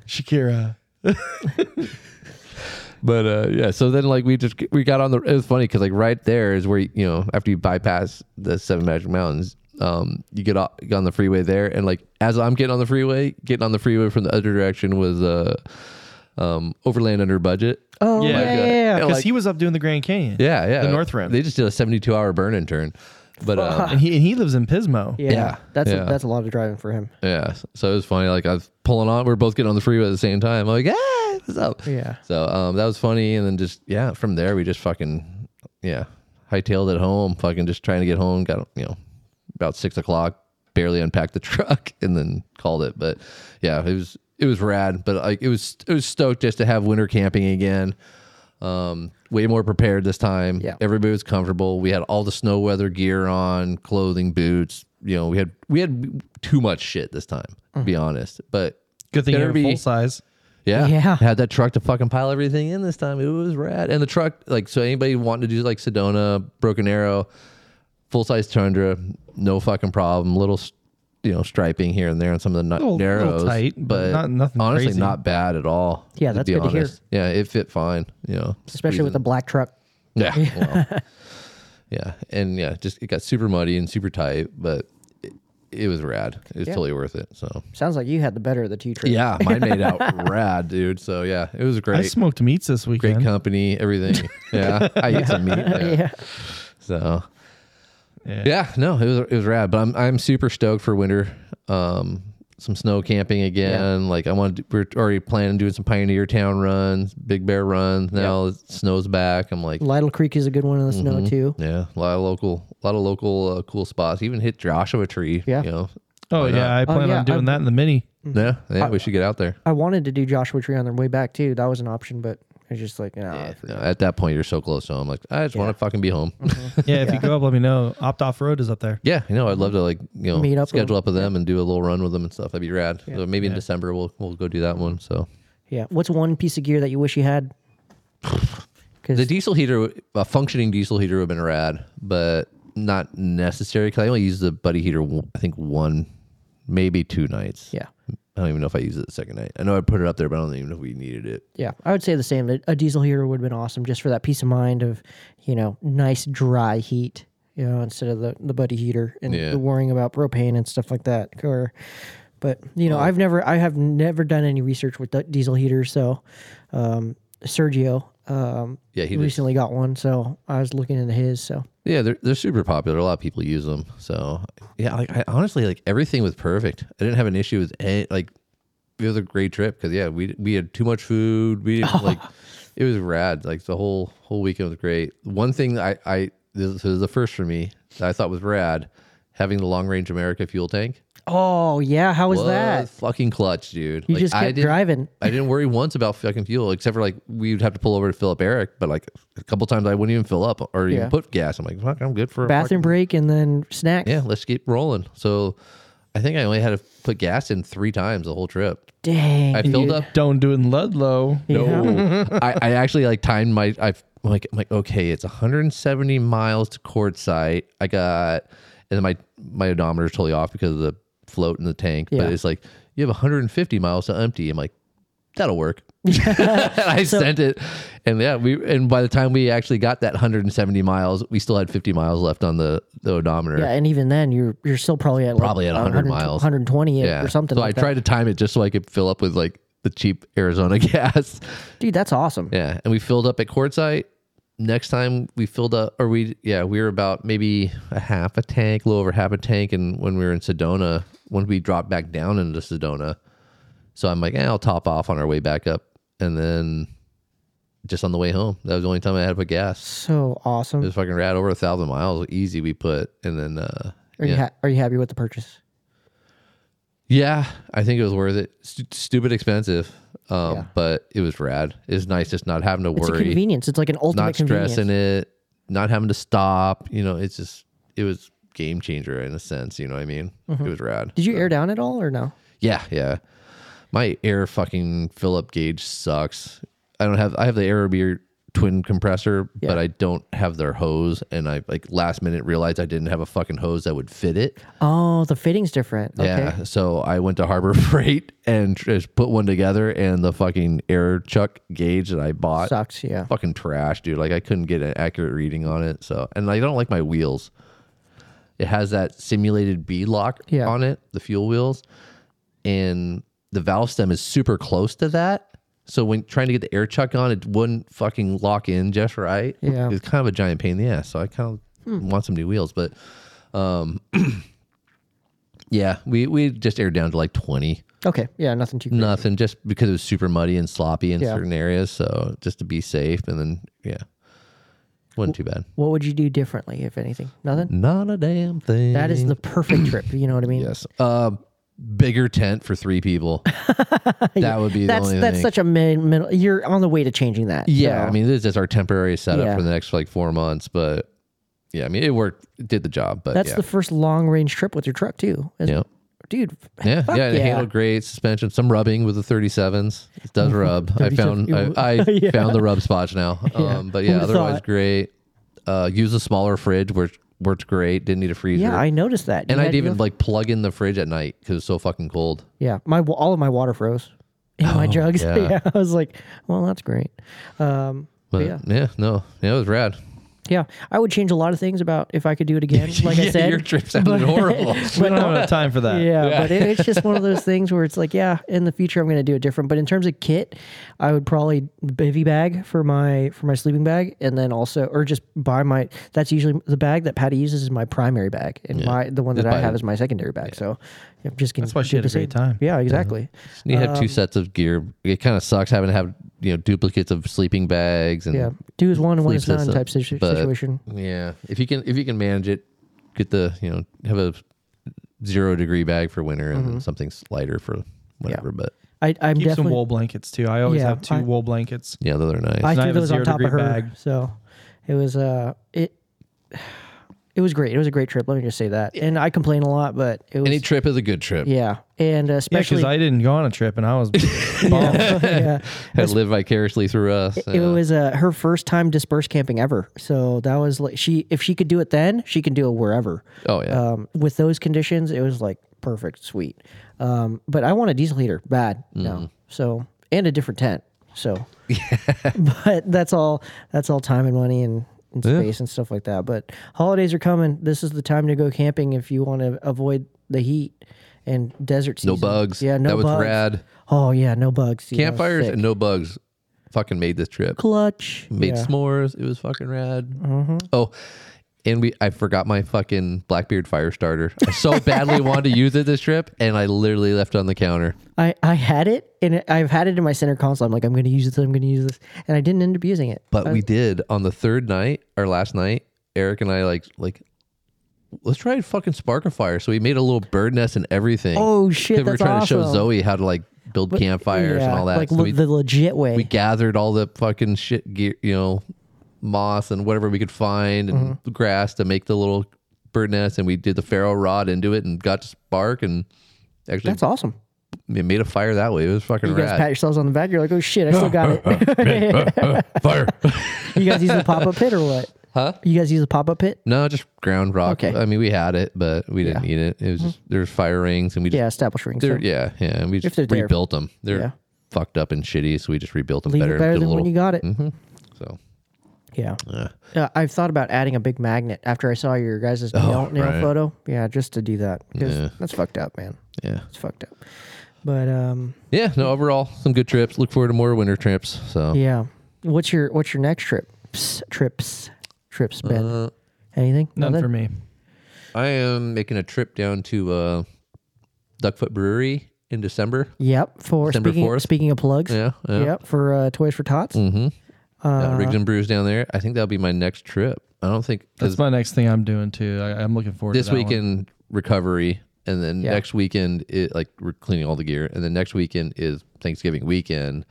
C: Shakira.
B: but uh, yeah, so then like we just we got on the. It was funny because like right there is where you know after you bypass the Seven Magic Mountains, um, you get, off, get on the freeway there, and like as I'm getting on the freeway, getting on the freeway from the other direction was uh, um, Overland under budget.
A: oh
C: Yeah.
A: yeah, yeah,
B: Like, uh,
A: yeah.
B: yeah,
C: because
B: like-
C: he was up doing the Grand Canyon.
B: yeah, yeah,
C: The North Rim.
B: They just did a 72 hour burn and turn, but um,
C: (laughs) and he and he lives in Pismo.
A: Yeah,
B: yeah,
A: that's
B: yeah.
A: A, that's a lot of driving for him.
B: yeah, so it was funny. Like I was pulling on, we are both getting on the freeway at the same time. I'm like, ah, what's up?
A: Yeah.
B: So um, that was funny, and then just yeah, from there we just fucking yeah, hightailed it home, fucking just trying to get home. Got you know about six o'clock, barely unpacked the (laughs) truck, and then called it. But yeah, it was it was rad, but like it was it was stoked just to have winter camping again. Um, way more prepared this time.
A: Yeah.
B: everybody was comfortable. We had all the snow weather gear on, clothing, boots. You know, we had we had too much shit this time, to
A: Mm-hmm.
B: be honest. But
C: Good thing
B: Better
C: you're in
B: be-
C: full size.
B: yeah.
A: Yeah.
B: Had that truck to fucking pile everything in this time. It was rad. And the truck, like, so anybody wanting to do like Sedona, Broken Arrow, full size Tundra, no fucking problem. Little, s- you know, striping here and there on some of the
C: Little-
B: n- narrows.
C: little tight,
B: but
C: but not- nothing
B: honestly,
C: crazy.
B: not bad at all.
A: Yeah, that's
B: be
A: good to hear.
B: Yeah, it fit fine, you know.
A: Especially with the
B: squeezing-
A: black truck.
B: Yeah. well, yeah. And yeah, just it got super muddy and super tight, but it, it was rad. It was
A: Yeah.
B: totally worth it. So.
A: Sounds like you had the better of the two trips.
B: Yeah, mine made out rad, dude. So yeah, it was great
C: I smoked meats this
B: great
C: weekend.
B: company, everything. Yeah, I eat some meat.
A: (laughs)
B: Yeah.
A: yeah.
B: So
C: Yeah.
B: yeah, no, it was it was rad. But I'm I'm super stoked for winter. Um, some snow camping again. Like I want to. We're already planning doing some Pioneer Town runs, Big Bear runs. Now it snow's back. I'm like.
A: Lytle Creek is a good one in the snow too.
B: Yeah, a lot of local, a lot of local uh, cool spots. Even hit Joshua Tree.
A: Yeah.
B: you know.
C: Oh
B: Why not?
C: yeah, I plan
A: yeah,
C: on doing
A: I-
C: that in the mini.
B: Yeah, yeah. we should get out there.
A: I wanted to do Joshua Tree on the way back too. That was an option, but it's just like, nah, I forgot.
B: No, at that point, you're so close. So I'm like, I just want to fucking be home.
C: (laughs)
A: Mm-hmm.
C: Yeah, if you go up, let me know. Opt off road is up there.
B: (laughs) Yeah, you know, I'd love to like you know
A: Meet up with
B: schedule up with them and do a little run with them and stuff. That'd be rad. So maybe in December we'll we'll go do that one. So
A: yeah. What's one piece of gear that you wish you had?
B: the
A: Because
B: diesel heater, would- a functioning diesel heater, would have been rad, but not necessary because I only used the buddy heater. w- I think one, maybe two nights.
A: yeah,
B: I don't even know if I used it the second night. I know I put it up there, but I don't even know if we needed it.
A: yeah, I would say the same. A- A diesel heater would have been awesome just for that peace of mind of, you know, nice dry heat. You know, instead of the, the buddy heater and
B: Yeah.
A: the worrying about propane and stuff like that. Or, but you know, I've never, I have never done any research with the diesel heaters. So, um, Sergio, um,
B: Yeah, he just,
A: recently got one, so I was looking into his. So
B: yeah, they're they're super popular. A lot of people use them. So yeah, like I honestly like everything was perfect. I didn't have an issue with any like it was a great trip because yeah, we we had too much food. We
A: (laughs)
B: didn't like it was rad. Like the whole whole weekend was great. One thing that I I this is the first for me that I thought was rad having the long range America fuel tank
A: Oh yeah, how was that?
B: fucking clutch, dude.
A: You just
B: I
A: kept
B: didn't-
A: driving.
B: I didn't worry once about fucking fuel, except for like we'd have to pull over to fill up Eric, but like a couple times I wouldn't even fill up or
A: Yeah.
B: even put gas. I'm like, fuck, I'm good for a fucking-
A: Bathroom break and then snacks.
B: yeah, let's keep rolling. So I think I only had to put gas in three times the whole trip.
A: Dang.
B: I filled
A: dude.
B: up.
C: Don't do it in Ludlow.
B: No, I, I actually like timed my. I I'm like I'm like okay, it's 170 miles to quartzite. I got and then my my odometer's totally off because of the float in the tank.
A: Yeah.
B: But it's like you have 150 miles to empty. I'm like that'll work. (laughs) and I sent it, and yeah, we and by the time we actually got that 170 miles, we still had 50 miles left on the the odometer.
A: Yeah, and even then you're you're still probably at like,
B: Probably at 100 miles.
A: 120 or-
B: Yeah.
A: or something.
B: So
A: like
B: I tried to time it just so I could fill up with like the cheap Arizona (laughs) gas.
A: that. dude, that's awesome.
B: Yeah, and we filled up at quartzite. Next time we filled up, or we yeah, we were about maybe a half a tank, a little over half a tank, and when we were in Sedona, when we dropped back down into Sedona, so I'm like, eh, I'll top off on our way back up, and then just on the way home, that was the only time I had to put gas.
A: So awesome.
B: It was fucking rad, over a thousand miles, easy we put, and then uh,
A: are you
B: yeah.
A: ha- are you happy with the purchase?
B: Yeah, I think it was worth it. Stu stupid expensive, um,
A: Yeah.
B: but it was rad. It's nice just not having to
A: It's a
B: worry,
A: convenience. It's like an ultimate
B: not
A: convenience.
B: stressing it, not having to stop. You know, it's just it was game changer in a sense. You know what I mean? It was rad.
A: Mm-hmm. Did you air down at all or no?
B: Yeah, yeah. My air fucking fill up gauge sucks. I don't have I have the Aerobeer twin compressor, but I don't have their hose and I like last minute realized I didn't have a fucking hose that would fit it.
A: Oh, the fitting's different. Okay.
B: Yeah. So I went to Harbor (laughs) Freight and just put one together and the fucking air chuck gauge that I bought
A: Sucks. Yeah.
B: fucking trash, dude. Like I couldn't get an accurate reading on it. So and I don't like my wheels. It has that simulated B lock
A: Yeah.
B: on it, the fuel wheels, and the valve stem is super close to that. So when trying to get the air chuck on, it wouldn't fucking lock in just right.
A: Yeah. Hmm.
B: it's kind of a giant pain in the ass. So I kind of want some new wheels, but um, (clears throat) yeah, we we just aired down to like twenty
A: Okay. Yeah. Nothing too. Crazy.
B: nothing just because it was super muddy and sloppy in
A: Yeah.
B: certain areas so just to be safe and then yeah wasn't too bad
A: What would you do differently, if anything? Nothing.
B: not a damn thing
A: That is the perfect trip. You know what I mean?
B: yes uh bigger tent for
A: (laughs)
B: three people that would be
A: That's
B: the only
A: that's
B: thing
A: such a min, min, You're on the way to changing that.
B: yeah
A: so.
B: i mean this is just our temporary setup
A: Yeah.
B: for the next like four months but yeah i mean it worked it did the job but
A: that's
B: yeah
A: the first long range trip with your truck too. It's-
B: yeah
A: Dude.
B: yeah,
A: fuck
B: yeah, it
A: yeah.
B: handled great. Suspension, some rubbing with the 37s.
A: (laughs)
B: It does rub. I found I, I found the rub spots now. Um, But yeah,
A: Who'da
B: otherwise
A: thought?
B: great. Uh, use a smaller fridge, which worked great. Didn't need a freezer.
A: Yeah, I noticed that. You
B: and I'd
A: had- you
B: even
A: have-
B: like plug in the fridge at night because it's so fucking cold.
A: Yeah, my wa- all of my water froze in my
C: Oh,
A: jugs. (laughs)
B: yeah.
A: Yeah. I was like, well, that's great. Um, but
B: But
A: yeah,
B: yeah, no, yeah, it was rad.
A: yeah, I would change a lot of things about if I could do it
C: (laughs)
A: again. (laughs) Like I
B: Yeah,
A: said,
B: your
A: (laughs)
B: trip sounded horrible.
C: we don't have enough time for (laughs) that.
A: yeah, but it, it's just one of those things where it's like, yeah, in the future I'm going to do it different. But in terms of kit, I would probably bivy bag for my for my sleeping bag, and then also or just buy my. That's usually the bag that Patty uses is my primary bag, and my the one that
B: Just
A: I
B: buy
A: have
B: it.
A: is my secondary bag. So I'm just gonna
C: That's why she
A: do
C: had
A: the
C: a great
A: same.
C: time.
A: Yeah, exactly.
B: You have
A: um,
B: two sets of gear. It kind of sucks having to have you know duplicates of sleeping bags and
A: Yeah, do as one and one
B: sleep
A: as none
B: system,
A: type situ-
B: but-
A: situation.
B: Yeah, if you can if you can manage it, get the you know have a zero degree bag for winter and
A: Mm-hmm.
B: then something lighter for whatever. But
A: I, I'm
C: Keep some
A: definitely.
C: wool blankets too. I always
A: Yeah,
C: have two
A: I-
C: wool blankets.
B: yeah, those are nice.
A: I
C: and I
A: threw
C: have a
A: those on
C: zero
A: top of her,
C: degree bag.
A: so it was uh it. It was great. It was a great trip. Let me just say that. And I complain a lot, but it was
B: Any trip is a good trip.
A: yeah, and uh,
C: Yeah, because
A: especially
C: I didn't go on a trip and I
B: (laughs)
C: was bummed.
A: (laughs) yeah,
B: Had lived vicariously through us.
A: it
B: yeah.
A: was uh, her first time dispersed camping ever. So that was like she if she could do it then, she can do it wherever.
B: oh yeah,
A: Um, with those conditions, it was like perfect, sweet. Um, but I want a diesel heater bad
B: Mm-hmm.
A: no. So and a different tent.
B: (laughs)
A: So, but that's all. That's all time and money and, and space and stuff like that. But holidays are coming. This is the time to go camping if you want to avoid the heat and desert season.
B: no bugs.
A: Yeah, no
B: that was
A: bugs.
B: rad.
A: Oh yeah, no bugs. Yeah,
B: Campfires
A: sick.
B: and no bugs. Fucking made this trip.
A: clutch.
B: Made
A: yeah. Mm-hmm.
B: s'mores. It was fucking rad. Oh. And we, I forgot my fucking Blackbeard fire starter. I so badly wanted to use it this trip, and I literally left it on the counter.
A: I, I had it and it- I've had it in my center console. I'm like, I'm going to use this. I'm going to use this. And I didn't end up using it.
B: But we did on the third night or last night. Eric and I like like let's try and fucking spark a fire. So we made a little bird nest and everything.
A: Oh, shit,
B: 'Cause We were
A: that's
B: trying to show
A: awesome.
B: Zoe how to like build campfires and
A: Yeah,
B: all that.
A: Like
B: So
A: le-
B: we,
A: the legit way.
B: we gathered all the fucking shit gear, you know, moss and whatever we could find
A: Mm-hmm.
B: and grass to make the little bird nest. And we did the ferro rod into it and got to spark and actually
A: That's awesome.
B: we made a fire that way. It was fucking
A: You guys pat
B: rad.
A: yourselves on the back. You're like, oh shit, I still got
B: (laughs)
A: it. (laughs)
B: fire.
A: you guys use the pop up pit or what?
B: Huh?
A: You guys use the pop up pit?
B: No, just ground rock.
A: Okay. Mm-hmm.
B: I mean, we had it, but we didn't need it. It was just there's fire rings, and we just
A: Yeah, established rings.
B: they're-
A: so
B: yeah yeah, and we just
A: they're there.
B: rebuilt them. They're
A: Yeah.
B: fucked up and shitty, so we just rebuilt them
A: Leave it
B: better. and
A: better
B: did a
A: than when
B: little- Mm-hmm.
A: you got it.
B: So
A: Yeah. Uh, I've thought about adding a big magnet after I saw your guys' nail, nail
B: Oh, right.
A: photo. Yeah, just to do that. 'cause
B: Yeah.
A: that's fucked up, man.
B: yeah
A: It's fucked up. But um,
B: yeah. No, overall some good trips. Look forward to more winter trips. So
A: yeah. What's your what's your next trip? Psst, trips. Trips, Ben.
B: uh,
A: Anything?
C: None
A: Nothing?
C: for me.
B: I am making a trip down to uh, Duckfoot Brewery in December.
A: Yep. For
B: December
A: speaking
B: 4th?
A: speaking of plugs.
B: Yeah, yeah.
A: Yep. For uh, Toys for Tots.
B: Mm-hmm.
A: Uh-huh.
B: Uh, Rigs and Brews down there. I think that'll be my next trip. I don't think
C: That's my next thing I'm doing too. I, I'm looking forward
B: this
C: to that one.
B: weekend recovery and then
A: Yeah.
B: next weekend, it, like we're cleaning all the gear, and then next weekend is Thanksgiving weekend.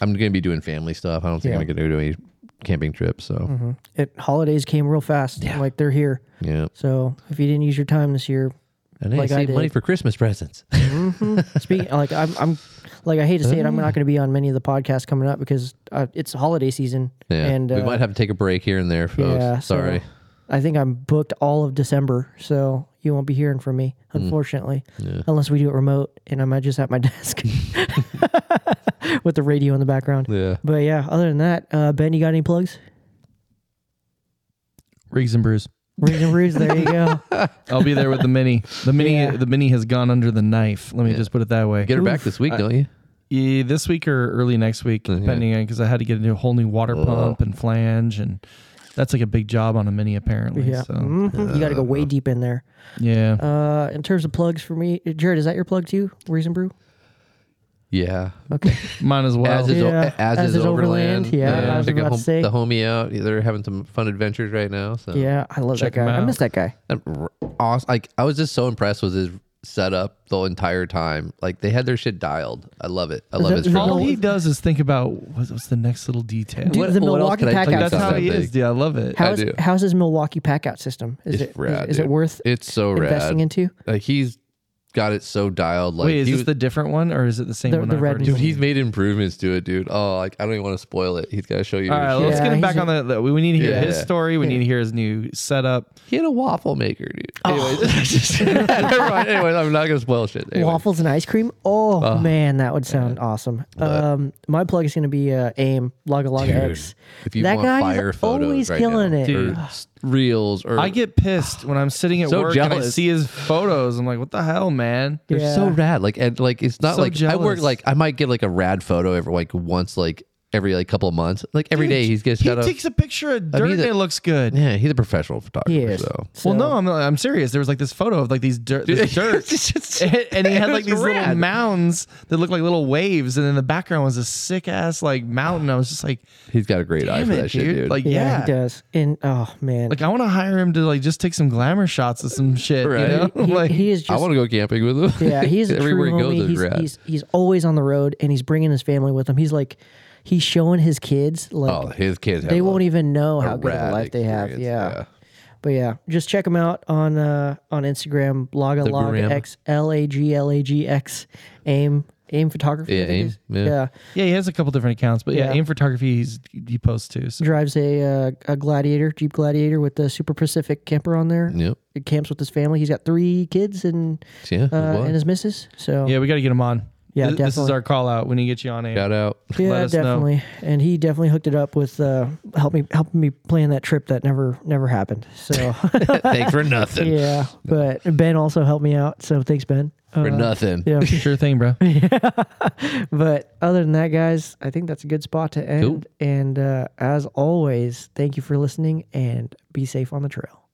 B: I'm gonna be doing family stuff. I don't think
A: Yeah. Mm-hmm.
B: I'm gonna do any camping trips. So
A: It holidays came real fast. Like they're here.
B: yeah,
A: So if you didn't use your time this year,
B: and hey,
A: Like I
B: save money
A: did.
B: for Christmas presents.
A: Speaking (laughs) like I'm, I'm like I hate to say it, I'm
B: Uh.
A: not going to be on many of the podcasts coming up because uh, it's holiday season.
B: (laughs) yeah,
A: and uh,
B: we might have to take a break here and there, folks.
A: yeah, so
B: Sorry.
A: I think I'm booked all of December, so you won't be hearing from me,
B: Mm.
A: unfortunately, unless we do it remote and I'm just at my (laughs) desk with the radio in the background.
B: yeah.
A: But yeah, other than that, uh, Ben, you got any plugs?
C: Rigs and brews.
A: Rings and brews, there you go.
C: I'll be there with the mini. The (laughs) mini.
A: Yeah.
C: The mini has gone under the knife. Let me just put it that way.
B: Get her back this week, don't you?
C: Yeah, this week or early next week,
B: Mm-hmm.
C: depending on because I had to get a new, whole new water pump and flange, and that's like a big job on a mini apparently.
A: Yeah,
C: So
A: Mhm. you got to go way deep in there.
C: yeah,
A: Uh, in terms of plugs for me, Jared, is that your plug too? Reason Brew?
B: Yeah.
A: Okay.
C: might as well.
B: As is,
A: Yeah.
B: as
A: As
B: is
A: is Overland.
B: Overland.
A: Yeah, I was
B: Check out
A: about to
B: hom-
A: say.
B: the homie out. They're having some fun adventures right now. So
A: yeah, I love
C: Check
A: that
C: him
A: guy. I
C: out.
A: miss that guy.
B: awesome. Like I was just so impressed with his setup the entire time. Like they had their shit dialed. I love it. I love
A: that-
B: his
A: is that
B: drill.
C: All he does is think about what's, what's the next little detail.
A: Dude,
B: What-
A: the
B: what else
A: Milwaukee
B: could I
A: Pack
B: tell you
A: Out
C: that's how
B: about
A: system.
C: he
B: that
C: is,
B: thing?
C: dude. I love it.
A: How is,
B: do.
A: how's his Milwaukee pack out system? Is it
B: It's
A: is-
B: rad,
A: is it
B: dude.
A: worth
B: It's so
A: investing
B: rad.
A: into?
B: Like he's got it so dialed. Like
C: Wait, is
B: he
C: this
B: was-
C: the different one or is it the same
A: The-
C: one?
A: the
C: I've
A: red
C: already
A: one.
B: dude,
C: seen?
B: he's made improvements to it, dude. Oh, like I don't even want to spoil it. He's got to show you.
C: All
B: his
C: right,
B: shit.
C: let's get him
A: Yeah,
C: back
A: he's
C: on the. the- We need to hear
B: Yeah.
C: his story. We need to hear his new setup.
B: (laughs) He had a waffle maker, dude.
A: Oh.
B: Anyways, (laughs) never mind. Anyways, I'm not gonna spoil shit. Anyway.
A: Waffles and ice cream. Oh man, that would sound awesome. Um, my plug is going to be uh, AIM Logga Logga X.
B: If you
A: that
B: want
A: guy
B: fire
A: is
B: photos,
A: always
B: right
A: killing
B: now,
A: it.
B: or
C: Dude.
B: s- reels, or
C: I get pissed when I'm sitting at
B: So
C: work and I
B: jealous.
C: see his photos. I'm like, what the hell, man?
B: They're so
A: Yeah.
B: rad. Like and like it's not
C: So
B: like I work
C: jealous.
B: like I might get like a rad photo every like once like every like couple of months. Like every day he's gonna
C: He
B: shut up.
C: takes a picture of dirt
B: mean,
C: and
B: the-
C: it looks good.
B: yeah, he's a professional photographer.
A: He is.
B: So
A: So-
C: well, no, I'm I'm serious. There was like this photo of like these
B: (laughs)
C: dirt, this dirt, and, (laughs) and he had
B: It
C: like
B: was
C: these little
B: rad.
C: mounds that looked like little waves, and in the background was a sick ass like mountain. I was just
B: (sighs)
C: like,
B: he's got a great eye
C: damn
B: for
C: it,
B: that
C: dude.
B: shit, dude.
C: Like,
A: yeah,
C: yeah,
A: he does. And oh man,
C: like I want to hire him to like just take some glamour shots of some shit.
B: Right.
C: You
A: (laughs)
C: know, (laughs)
A: he,
C: like
A: he is
B: (laughs) I
A: just.
B: want to go camping with him. (laughs)
A: yeah, he's a
B: everywhere
A: true
B: he goes
A: homie.
B: is
A: He's,
B: rad.
A: he's he's always on the road and he's bringing his family with him. He's like, he's showing his kids like
B: oh, his kids.
A: they
B: have
A: won't
B: a
A: even know how good of a
B: rad
A: life they have.
B: experience,
A: Yeah.
B: yeah.
A: But yeah, just check them out on uh, on Instagram, Laga Log
B: gram.
A: X L A G L A G X aim aim photography. I
B: Yeah,
A: think it
B: AIM,
A: is.
B: yeah.
A: yeah.
C: yeah, he has a couple different accounts, but yeah,
A: Yeah.
C: aim photography he's, he posts too. So
A: Drives a uh, a Gladiator Jeep Gladiator with the Super Pacific camper on there.
B: Yep.
A: It camps with his family. He's got three kids and uh,
B: Yeah. it was.
A: and his missus. So
C: yeah, we got to get him on.
A: Yeah,
C: Th- this is
A: definitely.
C: our call out. We need to get you on aim.
B: Shout out. (laughs)
A: Yeah,
C: us know.
A: definitely. And he definitely hooked it up with uh, help me helping me plan that trip that never never happened.
C: (laughs)
A: So (laughs)
B: Thanks for nothing.
A: yeah, but Ben also helped me out. So thanks, Ben. Uh,
B: For nothing.
A: Yeah.
C: (laughs) Sure thing, bro.
A: But other than that, guys, I think that's a good spot to end. And uh, as always, thank you for listening and be safe on the trail.